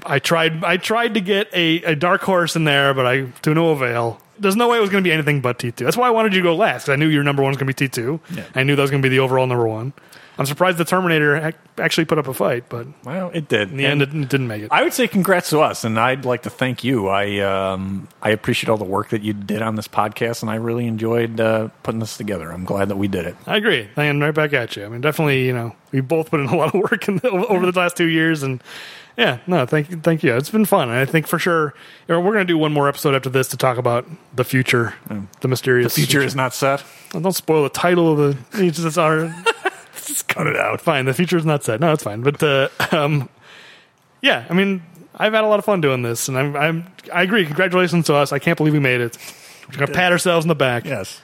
Speaker 1: I tried. I tried to get a, a dark horse in there, but I to no avail. There's no way it was going to be anything but T2. That's why I wanted you to go last. 'cause I knew your number one was going to be T2. I knew that was going to be the overall number one. I'm surprised the Terminator ac- actually put up a fight, but in
Speaker 2: Well, it did.
Speaker 1: the end, it it didn't make it.
Speaker 2: I would say congrats to us, and I'd like to thank you. I um, I appreciate all the work that you did on this podcast, and I really enjoyed uh, putting this together. I'm glad that we did it.
Speaker 1: I agree. And right back at you. I mean, definitely, you know, we both put in a lot of work in the, over the last two years, and yeah, no, thank you, thank you. It's been fun, and I think for sure you know, we're going to do one more episode after this to talk about the future, the mysterious
Speaker 2: Future is not set.
Speaker 1: Don't spoil the title of the. It's it's our
Speaker 2: Just cut it out.
Speaker 1: fine. The future is not set. No, it's fine. But uh, um, yeah, I mean, I've had a lot of fun doing this, and I'm, I'm I agree. Congratulations to us. I can't believe we made it. We're going to pat ourselves in the back.
Speaker 2: Yes.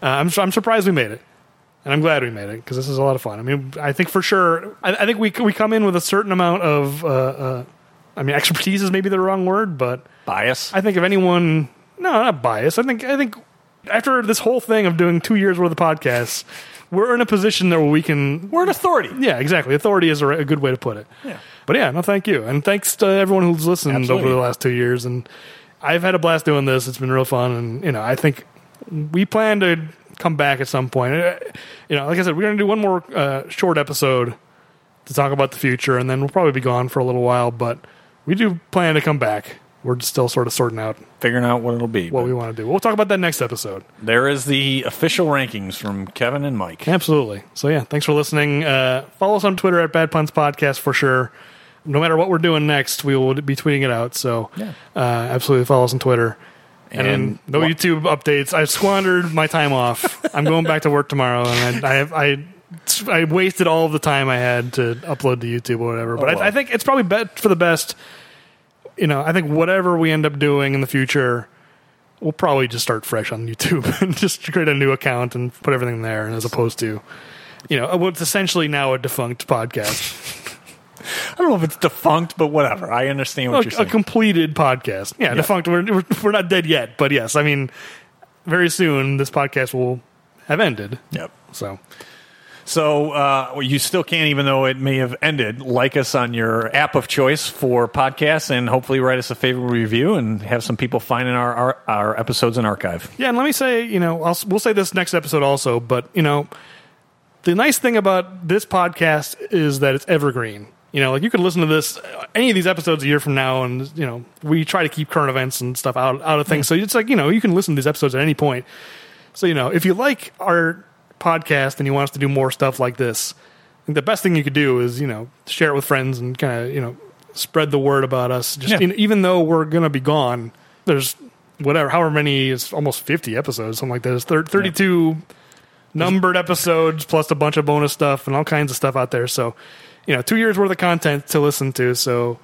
Speaker 1: Uh, I'm, I'm surprised we made it, and I'm glad we made it because this is a lot of fun. I mean, I think for sure, I, I think we we come in with a certain amount of, uh, uh, I mean, expertise is maybe the wrong word, but
Speaker 2: Bias.
Speaker 1: I think if anyone, no, not bias. I think I think after this whole thing of doing two years worth of podcasts, we're in a position there where we can.
Speaker 2: We're an authority.
Speaker 1: Yeah, exactly. Authority is a, a good way to put it.
Speaker 2: Yeah.
Speaker 1: But yeah, no, thank you, and thanks to everyone who's listened
Speaker 2: Absolutely.
Speaker 1: over the last two years. And I've had a blast doing this. It's been real fun, and you know, I think we plan to come back at some point. Uh, You know, like I said, we're going to do one more uh, short episode to talk about the future, and then we'll probably be gone for a little while. But we do plan to come back. We're still sort of sorting out
Speaker 2: Figuring out what it'll be.
Speaker 1: what
Speaker 2: But
Speaker 1: we want to do. We'll talk about that next episode.
Speaker 2: there is the official rankings from Kevin and Mike.
Speaker 1: Absolutely. So yeah, thanks for listening. Uh, follow us on Twitter at Bad Puns Podcast for sure. No matter what we're doing next, we will be tweeting it out. So
Speaker 2: Yeah.
Speaker 1: uh, absolutely follow us on Twitter. And,
Speaker 2: And
Speaker 1: no
Speaker 2: wha-
Speaker 1: YouTube updates. I've squandered my time off. I'm going back to work tomorrow, and I, I, I, I wasted all of the time I had to upload to YouTube or whatever. But
Speaker 2: Oh, well.
Speaker 1: I, I think it's probably bet for the best. You know, I think whatever we end up doing in the future, we'll probably just start fresh on YouTube and just create a new account and put everything there, as opposed to, you know, what's essentially now a defunct podcast,
Speaker 2: I don't know if it's defunct, but whatever. I understand what you're
Speaker 1: a, a
Speaker 2: saying.
Speaker 1: completed podcast. Yeah, defunct. We're, we're we're not dead yet, but yes, I mean, very soon this podcast will have ended.
Speaker 2: yep.
Speaker 1: So
Speaker 2: So uh, you still can, even though it may have ended. Like us on your app of choice for podcasts, and hopefully write us a favorable review and have some people finding our our, our episodes in archive.
Speaker 1: Yeah, and let me say, you know, I'll, we'll say this next episode also, but you know, the nice thing about this podcast is that it's evergreen. You know, like you could listen to this any of these episodes a year from now, and you know, we try to keep current events and stuff out out of things. So it's like you know, you can listen to these episodes at any point. So you know, if you like our podcast and you want us to do more stuff like this, I think the best thing you could do is you know share it with friends and kind of you know spread the word about us. Just
Speaker 2: Yeah.
Speaker 1: you know, even though we're gonna be gone, there's whatever, however many, it's almost fifty episodes, something like that. There's thir- thirty-two numbered episodes plus a bunch of bonus stuff and all kinds of stuff out there. So, you know, two years worth of content to listen to. So,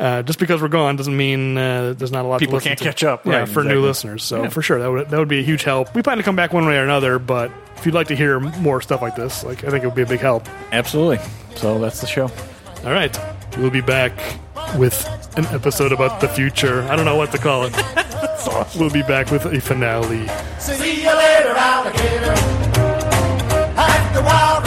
Speaker 1: uh, just because we're gone doesn't mean uh, there's not a lot
Speaker 2: People
Speaker 1: to listen
Speaker 2: can't
Speaker 1: to.
Speaker 2: catch up,
Speaker 1: Yeah,
Speaker 2: right,
Speaker 1: for
Speaker 2: exactly.
Speaker 1: new listeners. So for sure, that would that would be a huge help. We plan to come back one way or another, but if you'd like to hear more stuff like this, like I think it would be a big help.
Speaker 2: Absolutely. So that's the show.
Speaker 1: All right, we'll be back with an episode about the future. I don't know what to call it. We'll be back with a finale.
Speaker 6: See you later, alligator. At the wild